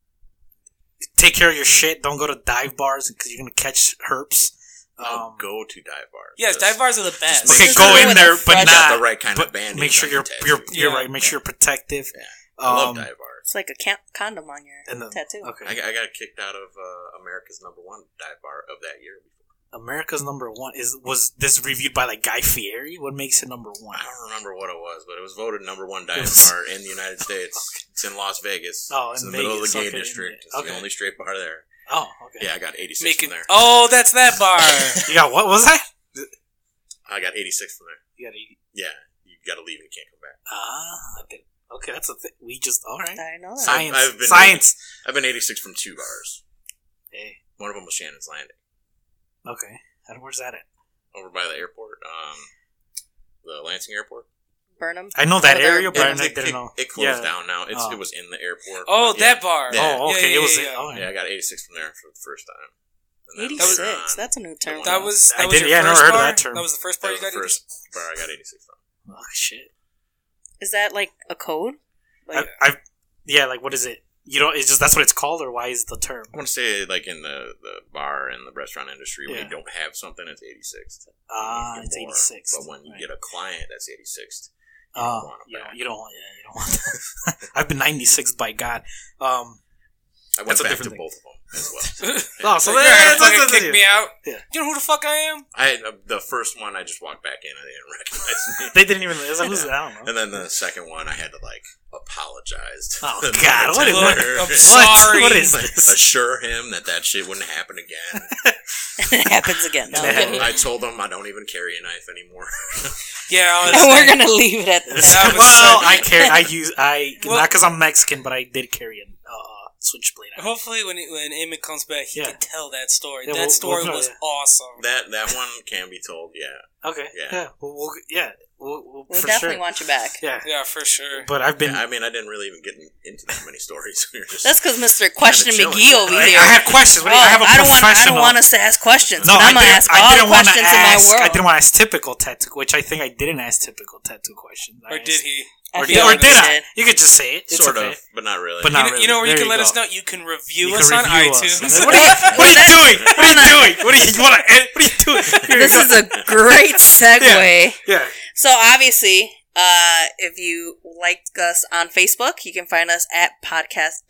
S1: Take care of your shit. Don't go to dive bars because you're gonna catch herpes.
S4: I'll
S1: Um,
S4: Oh, go to dive bars.
S2: Yes,
S4: Just
S2: dive bars are the best.
S3: Just
S1: okay,
S3: make
S1: go
S3: sure
S1: in
S3: with
S1: there,
S3: a
S1: but
S3: fresh-
S1: not
S4: Got the right kind
S1: but
S4: of bandage.
S1: Make sure
S4: on
S1: you're
S4: your
S1: you're,
S4: tattoo.
S1: you're
S2: Yeah.
S1: right. Make sure you're protective.
S4: Yeah.
S1: Um,
S4: I love dive bars.
S3: It's like a ca- condom on your
S1: and then-
S3: tattoo.
S1: Okay.
S4: I, I got kicked out of uh, America's number one dive bar of that year.
S1: America's number one is was this reviewed by like Guy Fieri? What makes it number one?
S4: I don't remember what it was, but it was voted number one dive
S1: was-
S4: bar in the United States. It's in Las Vegas.
S1: Oh,
S4: it's
S1: in
S4: in the middle of
S1: Vegas,
S4: the gay
S1: okay, in
S4: district.
S1: the-
S4: It's
S1: okay.
S4: the only straight bar there.
S1: Oh, okay.
S4: Yeah, I got 86
S2: Making,
S4: from there.
S2: oh, that's that bar.
S1: You got what was that?
S4: I got 86 from there.
S1: You got eighty.
S4: Yeah, you got to leave and you can't come back.
S1: Ah, I did- okay. That's a thing. We just all right.
S3: I know that.
S4: Sorry.
S1: Science,
S4: I've been-
S1: science.
S4: I've been 86 from two bars.
S1: Hey,
S4: One of them was Shannon's Landing.
S1: okay. And Where's that at?
S4: over by the airport, um, the Lansing airport.
S3: Burnham.
S1: I know that
S3: Oh, there-
S1: area, but I
S3: it-
S1: didn't know.
S4: It
S1: Yeah.
S4: closed down now. It's,
S1: Oh.
S4: It was in the airport.
S2: Oh,
S4: but yeah.
S2: that bar.
S4: Yeah.
S1: Oh,
S2: Yeah,
S1: okay.
S2: yeah,
S1: it was.
S2: yeah,
S1: it.
S2: yeah.
S1: Oh,
S4: Yeah, I got 86 from there for the first time. And um, then
S3: 86.
S4: later on,
S3: That's a new term.
S2: That was that
S1: I
S2: was
S1: didn't-
S2: your
S1: yeah, I never
S2: first
S1: heard of
S2: bar?
S1: that term.
S2: That was the first
S4: that
S2: bar
S4: was
S2: you got.
S4: the
S2: to
S4: first bar I got 86 from.
S1: Oh, shit.
S3: Is that like a code? Like,
S1: I, I, yeah. Like, what is it? You don't. It's just that's what it's called, or why is the term?
S4: I want to say, like in the, the bar and the restaurant industry, when
S1: Yeah.
S4: you don't have something, it's 86.
S1: Ah,
S4: You get
S1: it's
S4: more,
S1: eighty six.
S4: But when you get a client, that's 86.
S1: Oh,
S4: want 'em
S1: you don't,
S4: back.
S1: you don't want. Yeah, you don't want that. I've been ninety six by God. Um.
S4: I went
S1: That's a
S4: back to
S1: different thing.
S4: both of them as well.
S1: Oh, so
S2: So
S1: there-
S2: you're
S1: that's-
S2: gonna fucking
S1: that's-
S2: kick me out.
S1: Yeah.
S2: You know who the fuck I am?
S4: I uh, the first one I just walked back in. I didn't recognize me.
S1: They didn't even. It was like, who's that? I don't know.
S4: And then the second one, I had to like apologize. To
S1: Oh,
S4: the
S1: God, what is-
S4: bartender.
S2: what- I'm
S1: What?
S2: Sorry.
S1: What is
S4: Like,
S1: this?
S4: assure him that that shit wouldn't happen again.
S3: it happens again. No.
S1: That happened.
S3: and
S4: I told him I don't even carry a knife anymore.
S2: Yeah, honestly.
S3: we're gonna leave it at
S2: That
S3: that.
S2: was
S1: well,
S2: so-
S1: I carry. I use. I
S2: Well-
S1: not because I'm Mexican, but I did carry a uh, switchblade.
S2: Hopefully, when it, when Eamon comes back, he
S1: Yeah.
S2: can tell that story.
S1: Yeah,
S2: that
S1: we'll-
S2: story
S1: we'll tell
S2: was
S1: you.
S2: awesome.
S4: that that one can be told. Yeah,
S1: Okay.
S4: Yeah.
S1: Yeah. Well, we'll, yeah. We'll, we'll,
S3: We'll
S1: for
S3: definitely
S1: sure.
S3: want you back.
S1: Yeah,
S2: Yeah, for sure.
S1: but I've been.
S4: Yeah, I mean, I didn't really even get in- into that many stories. We were just-
S3: That's because Mr. Question
S4: chilling.
S3: McGee over
S1: I,
S3: here.
S1: I have questions. What do you- I have a
S3: Oh, don't want. I
S1: professional.
S3: don't want us to ask questions.
S1: No,
S3: but
S1: I
S3: I'm gonna
S1: didn't-
S3: ask
S1: I
S3: all
S1: didn't
S3: the
S1: wanna
S3: questions
S1: ask-
S3: in my
S1: I
S3: world.
S1: didn't want to ask typical tattoo, which I think I didn't ask typical tattoo questions. I
S2: Or
S1: asked-
S2: did he?
S3: I
S1: Or,
S3: feel
S1: did, or
S3: like
S1: did
S3: he
S1: I? You could just say it. It's
S4: sort
S1: okay.
S4: of, but not really.
S1: But
S2: You
S1: not
S2: know,
S1: really.
S2: you know where you
S1: There
S2: can let
S1: go.
S2: us know? You can review
S1: You
S2: us
S1: can
S2: on
S1: review
S2: iTunes.
S1: us. What are you, what are you doing? What are you doing? What are you, you want to end? What are you doing? Here
S3: This
S1: you
S3: is
S1: go.
S3: a great segue.
S1: yeah.
S3: So obviously, uh, if you liked us on Facebook, you can find us at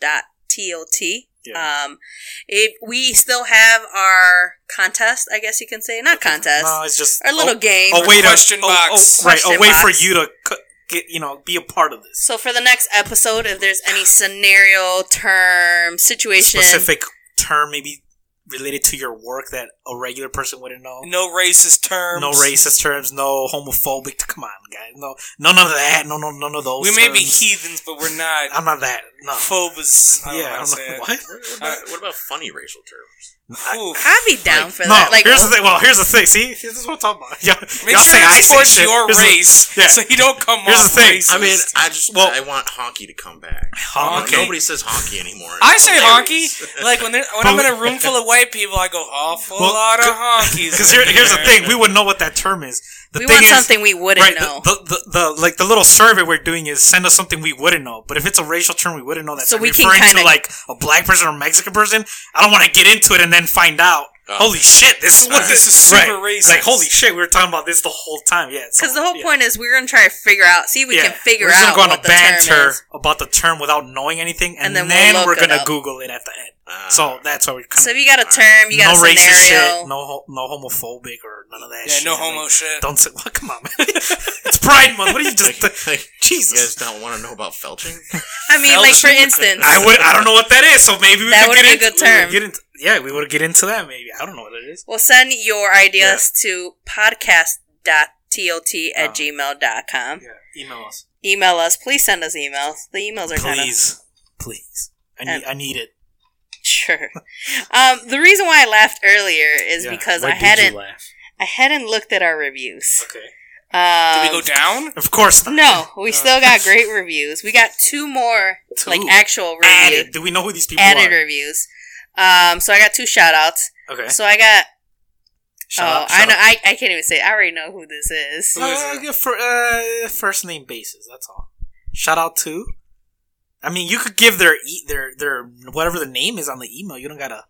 S3: podcast.tot.
S1: Yeah.
S3: Um, if we still have our contest, I guess you can say not contest,
S1: No, it's just
S3: our
S1: a-
S3: little game.
S1: a way to
S2: Question
S1: a- a-
S2: box.
S1: right? A
S3: Question
S1: way for
S3: box.
S1: you to c- get you know be a part of this
S3: so for the next episode, if there's any scenario, term, situation,
S1: specific term, maybe related to your work that a regular person wouldn't know.
S2: No racist terms.
S1: No racist terms, no homophobic. Come on, guys. No, none of that. No, no, none of those.
S2: We may be
S1: terms.
S2: heathens, but we're not
S1: I'm not that. No.
S2: phobes. I don't know
S1: yeah.
S2: how
S1: I'm
S2: to say
S1: not,
S2: it.
S1: what?
S4: what, about, what about funny racial terms?
S1: I-
S2: Oof.
S3: I'd be down for
S1: no.
S3: that. Like,
S1: here's the thing. Well, here's the thing. See, this is what I'm talking about. Y'all,
S2: Make
S1: y'all
S2: sure
S1: think I
S2: it's
S1: say
S2: towards
S1: shit.
S2: your
S1: Here's the-
S2: race,
S1: yeah.
S2: so you don't come
S1: Here's
S2: off
S1: the thing.
S2: racist.
S4: I mean, I just
S1: Well-
S4: I want honky to come back.
S1: Honky.
S4: Nobody says honky anymore.
S2: I say
S4: Hilarious.
S2: honky. Like when they're- when
S1: But
S2: I'm in
S1: we-
S2: a room full of white people, I go awful
S1: Well,
S2: lot of
S1: c-
S2: honkies.
S1: Because
S2: in
S1: here, here's the
S2: there."
S1: thing. We would know what that term is. The
S3: we
S1: thing
S3: want
S1: is,
S3: something we wouldn't
S1: right,
S3: know.
S1: The, the, the, the like the little survey we're doing is send us something we wouldn't know. But if it's a racial term we wouldn't know, that's
S3: So we can
S1: referring to
S3: kinda-
S1: like a black person or Mexican person. I don't want to get into it and then find out.
S4: Oh.
S1: Holy shit! This is what
S2: This
S1: this
S2: is super racist.
S1: Like holy shit, we were talking about this the whole time. Yeah,
S3: because the whole point is we're gonna try to figure out. See, if we can figure
S1: we're just gonna
S3: out
S1: go on
S3: what
S1: a
S3: the term
S1: banter
S3: is.
S1: about the term without knowing anything, and,
S3: And then
S1: then,
S3: we'll look
S1: we're
S3: it
S1: gonna
S3: up.
S1: Google it at the end.
S4: Ah.
S1: So that's why we're kind
S3: So if
S1: of
S3: you got a term, you
S1: no
S3: got a scenario.
S1: racist shit, no ho- no homophobic or none of that.
S2: Yeah,
S1: shit.
S2: no
S1: Like,
S2: homo shit.
S1: Don't say. Well, come on, man. it's Pride Month. What are you just?
S4: like, like, you guys
S1: Jesus.
S4: don't want to know about felching?
S3: I mean, like for
S2: Felching.
S3: instance,
S1: I would. I don't know what that is. So maybe we
S3: That
S1: could
S3: would
S1: get
S3: be a
S1: into.
S3: good
S1: we would
S3: term.
S1: get into- yeah, we would get into that. Maybe I don't know what it is.
S3: Well, send your ideas to podcast.tot at gmail.com.
S1: Uh-huh. Yeah, email us,
S3: Email us. Please send us emails. The emails are kind of.
S1: please, please. I need.
S3: And-
S1: I need it.
S3: Sure. um, the reason why I laughed earlier is
S1: Yeah,
S3: because
S1: why
S3: I
S1: did you
S3: hadn't
S1: laugh?
S3: I hadn't looked at our reviews.
S1: Okay.
S3: Um,
S2: Did we go down?
S1: Of course not.
S3: No, we still got great reviews. We got two more
S1: Uh. Two.
S3: like actual
S1: Added.
S3: reviews,
S1: Do we know who these people
S3: added,
S1: are?
S3: reviews. Um, so I got two shout outs.
S1: Okay.
S3: So I got
S1: Shut
S3: oh
S1: up,
S3: I
S1: shut
S3: know
S1: up.
S3: I, I can't even say it. I already know who this is.
S2: Who is
S1: Uh,
S2: it?
S1: yeah, for, uh, first name basis. That's all. Shout out to. I mean, you could give their e- their their whatever the name is on the email. You don't gotta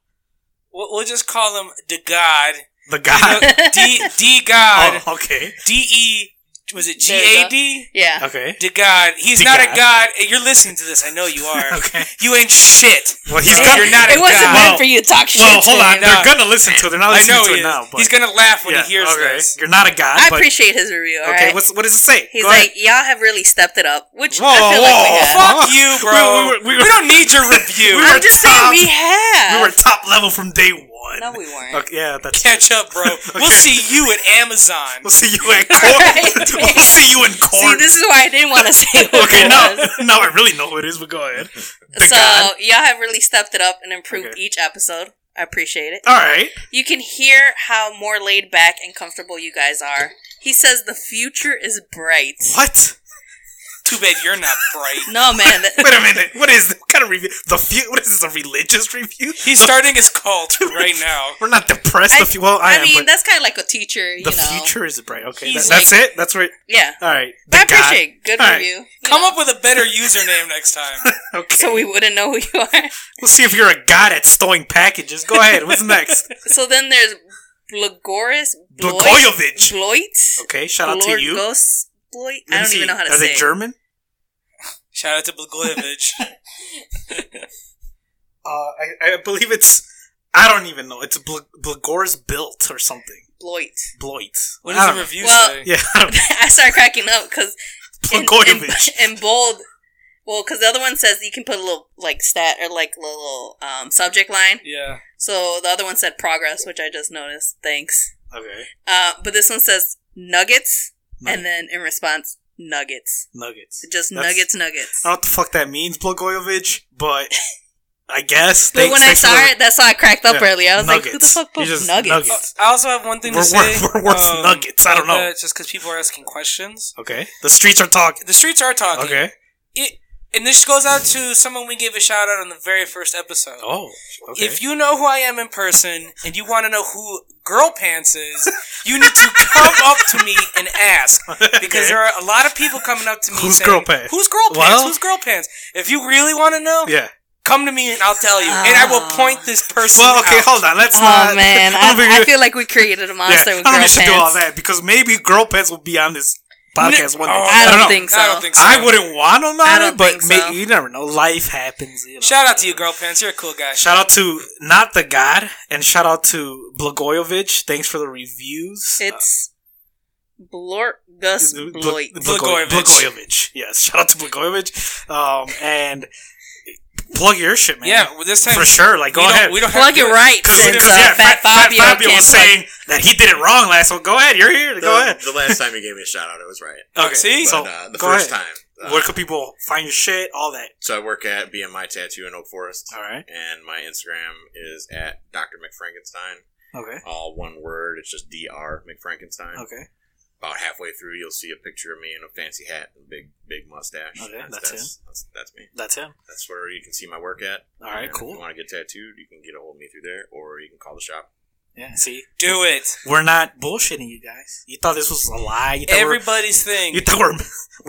S2: We'll, we'll just call him the God.
S1: the guy.
S2: Uh, D D God.
S1: oh, okay.
S2: D E was it G
S3: There you go.
S2: A D?
S3: Yeah.
S1: Okay.
S2: The God. He's
S1: The
S2: not a
S1: God.
S2: God. You're listening to this. I know you are.
S1: Okay.
S2: You ain't shit.
S1: Well, he's
S2: You're
S1: gonna.
S2: not a
S3: it wasn't
S2: God.
S3: meant for you to talk shit.
S1: well, Oh, hold
S3: to.
S1: on.
S2: Nah.
S1: They're gonna listen to it. They're not
S2: I
S1: listening
S2: know
S1: to
S2: he
S1: it
S2: is.
S1: now. But
S2: He's gonna laugh when
S1: Yeah,
S2: he hears
S1: okay.
S2: this.
S1: You're not a god.
S3: I
S1: but,
S3: appreciate his review. All
S1: Okay.
S3: right,
S1: What's what does it say?
S3: He's
S1: Go
S3: like,
S1: ahead.
S3: y'all have really stepped it up, which
S1: Whoa,
S3: I feel like we
S1: whoa,
S3: have.
S1: fuck.
S2: Fuck you,
S1: We- we
S2: bro. We,
S1: were- we were-
S2: don't need your review.
S1: We
S3: I'm
S1: were
S3: just
S1: top.
S3: saying we
S1: we
S3: have.
S1: were top level from day one.
S3: uh, no, we weren't.
S1: Okay, yeah, that's.
S2: Catch up, bro. We'll see you at Amazon.
S1: We'll see you at
S3: Alright.
S1: court. we'll see you in court.
S3: See, this is why I didn't want to say. Who
S1: okay,
S3: it
S1: now,
S3: was.
S1: now I really know who it is, but go ahead. The
S3: So
S1: God.
S3: y'all have really stepped it up and improved
S1: Okay.
S3: each episode. I appreciate it.
S1: All right.
S3: You can hear how more laid back and comfortable you guys are. He says the future is bright.
S1: What?
S2: Too bad you're not bright.
S3: No, man. that-
S1: Wait a minute. What is this? What kind of review? The few, What is this? A religious review?
S2: He's starting his cult right now.
S1: We're not depressed.
S3: I-
S1: the few, well, I,
S3: I,
S1: am.
S3: mean,
S1: but
S3: that's kind of like a teacher, you
S1: the
S3: know.
S1: future is bright. Okay,
S2: He's
S1: that- that's
S3: like-
S1: it. That's where.
S3: Yeah.
S1: All right.
S3: But I
S1: The God.
S3: appreciate it. Good
S1: Alright.
S3: review. you
S2: Come
S3: know,
S2: up with a better username next time.
S1: Okay.
S3: so we wouldn't know who you are.
S1: We'll see if you're a god at stowing packages. Go ahead. What's next?
S3: So then there's Blagoris Bloit.
S1: Blagojevich.
S3: Bloit.
S1: Okay. Shout out to you.
S3: Blorgos Bloit. I
S1: Let me
S3: don't
S1: see.
S3: even know how to
S1: Are
S3: say
S1: they
S3: it.
S1: German?
S2: Shout out to Blagojevich.
S1: Uh, I, I believe it's. I don't even know. It's Bl- Blagor's built or something.
S3: Bloit.
S1: Bloit.
S2: What
S1: I
S2: does
S1: don't
S2: the review
S3: Well-
S2: say?
S1: Yeah. I don't know.
S3: I started cracking up because in, in,
S1: Blagojevich.
S3: in bold. Well, because the other one says you can put a little like stat or like little um, subject line.
S2: Yeah.
S3: So the other one said progress, which I just noticed. Thanks.
S1: Okay.
S3: Uh, but this one says nuggets,
S1: Nug-
S3: and then in response, nuggets.
S1: nuggets.
S3: Just
S1: That's-
S3: nuggets, nuggets.
S1: I don't know what the fuck that means, Blagojevich, but I guess.
S3: But
S1: Thanks-
S3: when I
S1: thanks for
S3: saw
S1: the-
S3: it, that's how I cracked up
S1: Yeah,
S3: earlier. I was like, who the
S1: nuggets.
S3: fuck
S1: You're
S3: put
S1: just
S3: nuggets?
S1: nuggets.
S2: I also have one thing
S1: We're
S2: to say.
S1: worth- we're worth nuggets. I don't
S2: about
S1: know.
S2: that, just because people are asking questions.
S1: Okay. The streets are talking.
S2: The streets are talking.
S1: Okay.
S2: It, and this goes out to someone we gave a shout out on the very first episode.
S1: Oh. Okay.
S2: If you know who I am in person and you want to know who Girl Pants is, you need to come up to me and ask because
S1: Okay.
S2: there are a lot of people coming up to me
S1: Who's
S2: saying,
S1: Girl Pants?
S2: Who's Girl Pants?
S1: Well-
S2: who's Girl Pants? If you really want to know,
S1: yeah.
S2: come to me and I'll tell you, and I
S3: Ah.
S2: will point this person.
S1: Well, okay,
S2: out.
S1: hold on. Let's
S3: Oh
S1: not.
S3: man,
S1: I don't think
S3: I, I
S1: we-
S3: feel like we created a monster
S1: yeah,
S3: with
S1: I
S3: girl
S1: don't think we
S3: pants.
S1: should do all that because maybe girl pants will be on this podcast one day.
S2: Oh,
S3: I don't
S1: know.
S3: think so.
S2: I don't think so.
S1: I wouldn't want them on
S3: I
S1: it,
S3: don't
S1: but
S3: think
S1: may-
S3: so.
S1: you never know. Life happens. You know.
S2: Shout out to you, Girl Pants. You're a cool guy.
S1: Shout out to not the god, and shout out to Blagojevich. Thanks for the revieus.
S3: It's Blorgus
S1: Bl- Bl-
S3: Bloit.
S1: Blagoje-
S2: Blagojevich.
S1: Uh, Blagojevich. Yes, shout out to Blagojevich. Um, and plug your shit, man.
S2: yeah, well, this time
S1: for sure. Like, go
S2: we don't-
S1: ahead.
S2: we don't have
S3: Plug
S2: to
S3: it
S2: do
S3: right
S1: Because
S3: since
S2: it's-
S3: uh,
S1: yeah,
S3: Fat, Fabio, can't
S1: was
S3: play.
S1: saying that he did it wrong last. So go ahead, you're here. Go ahead.
S4: The, the last time you gave me a shout out, it was right.
S2: Okay, see?
S4: But,
S1: so
S4: uh, the
S1: go
S4: first
S1: ahead.
S4: time. uh,
S1: Where could people find your shit? All that.
S4: so I work at BMI Tattoo in Oak Forest,
S1: All right.
S4: and my Instagram is at Dr. McFrankenstein.
S1: Okay.
S4: All one word. It's just Dr. McFrankenstein.
S1: Okay.
S4: About halfway through, you'll see a picture of me in a fancy hat and big, big mustache.
S1: Okay, Oh, that's
S4: that's, that's, that's me.
S1: That's him.
S4: That's where you can see my work at.
S1: All right.
S4: And If you
S1: Cool.
S4: want to get tattooed, you can get a hold of me through there, or you can call the shop.
S1: Yeah. See,
S2: Do it.
S1: we're not bullshitting you guys. You thought this was a lie. You thought,
S2: Everybody's
S1: we're,
S2: thing.
S1: you thought we're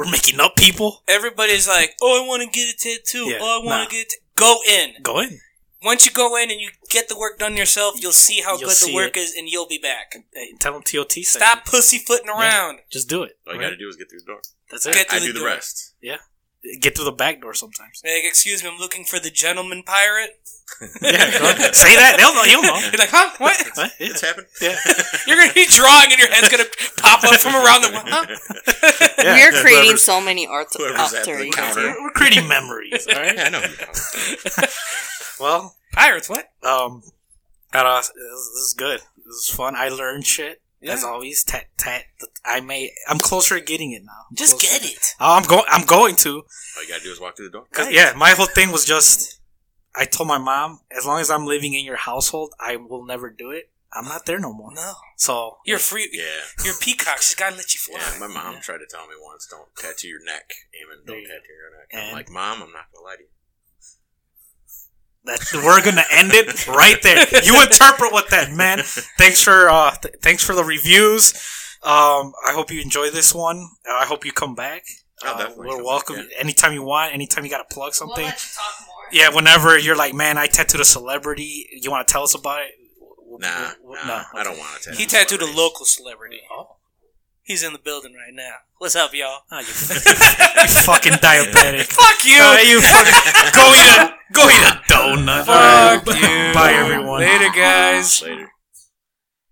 S1: we're making up people.
S2: Everybody's like, oh, I want to get a tattoo.
S1: Yeah,
S2: oh, I want
S1: nah.
S2: to get a ta-" Go in.
S1: Go in.
S2: Once you go in and you get the work done yourself, you'll see how
S1: You'll
S2: good
S1: see
S2: the work
S1: it.
S2: is, and you'll be back.
S1: Hey, tell them TOT. said
S2: Stop pussyfooting around.
S1: it. Just do it.
S4: All you
S1: Right?
S4: got to do is get through the door.
S1: That's it.
S2: Get
S4: I
S2: through
S4: do
S2: the
S4: the
S2: door.
S4: rest.
S1: Get through the back door sometimes.
S2: Like, excuse me, I'm looking for the gentleman pirate.
S1: Yeah, go ahead. say that. They'll know. You'll know.
S2: You're like, huh? What?
S1: Huh? Yeah.
S4: It's happened.
S1: Yeah.
S2: You're gonna be drawing, and your head's gonna pop up from around the. Huh?
S1: Yeah.
S3: We are creating
S4: Whoever's-
S3: so many art
S4: whoever's at the
S3: alter egos
S4: counter.
S3: here.
S1: We're creating memories. All right.
S4: I know. you don't.
S1: Well,
S2: Pirates? What?
S1: Um, I don't know, this, this is good. This is fun. I learned shit as
S2: Yeah.
S1: always. Tat tat. I may. I'm closer to getting it now. I'm
S2: Just
S1: closer.
S2: get it.
S1: Oh, I'm going. I'm going to.
S4: All you got to do is walk through the door.
S1: 'Cause, Yeah. My whole thing was just. I told my mom, as long as I'm living in your household, I will never do it. I'm not there no more.
S2: No,
S1: So
S2: you're free.
S4: Yeah.
S2: You're a peacock. She's gotta let you fly.
S4: Yeah, my mom tried to tell me once, don't tattoo your neck. Amen,
S1: There
S4: don't
S1: you go.
S4: tattoo your neck.
S1: And-
S4: I'm like, Mom, I'm not going to lie to you.
S1: that we're gonna end it right there. You interpret what that meant. Thanks for uh, th- thanks for the reviews. Um, I hope you enjoy this one. Uh, I hope you come back.
S2: Oh,
S4: I'll
S1: Uh,
S4: definitely
S1: we're
S4: come
S1: welcome
S4: back,
S1: anytime you want. Anytime you gotta plug something.
S3: talk more.
S1: yeah, whenever you're like, man, I tattooed a celebrity. You want to tell us about it? W-
S4: Nah,
S1: w-
S4: nah, I don't want to tattoo.
S2: He tattooed a
S4: celebrities.
S2: local celebrity. He's in the building right now. What's up, y'all?
S1: Oh. Ah, you, you fucking diabetic.
S2: Fuck you.
S1: Ah, you fucking, go eat a go eat a donut.
S2: Fuck
S1: Bye everyone.
S2: Later, guys.
S4: Later.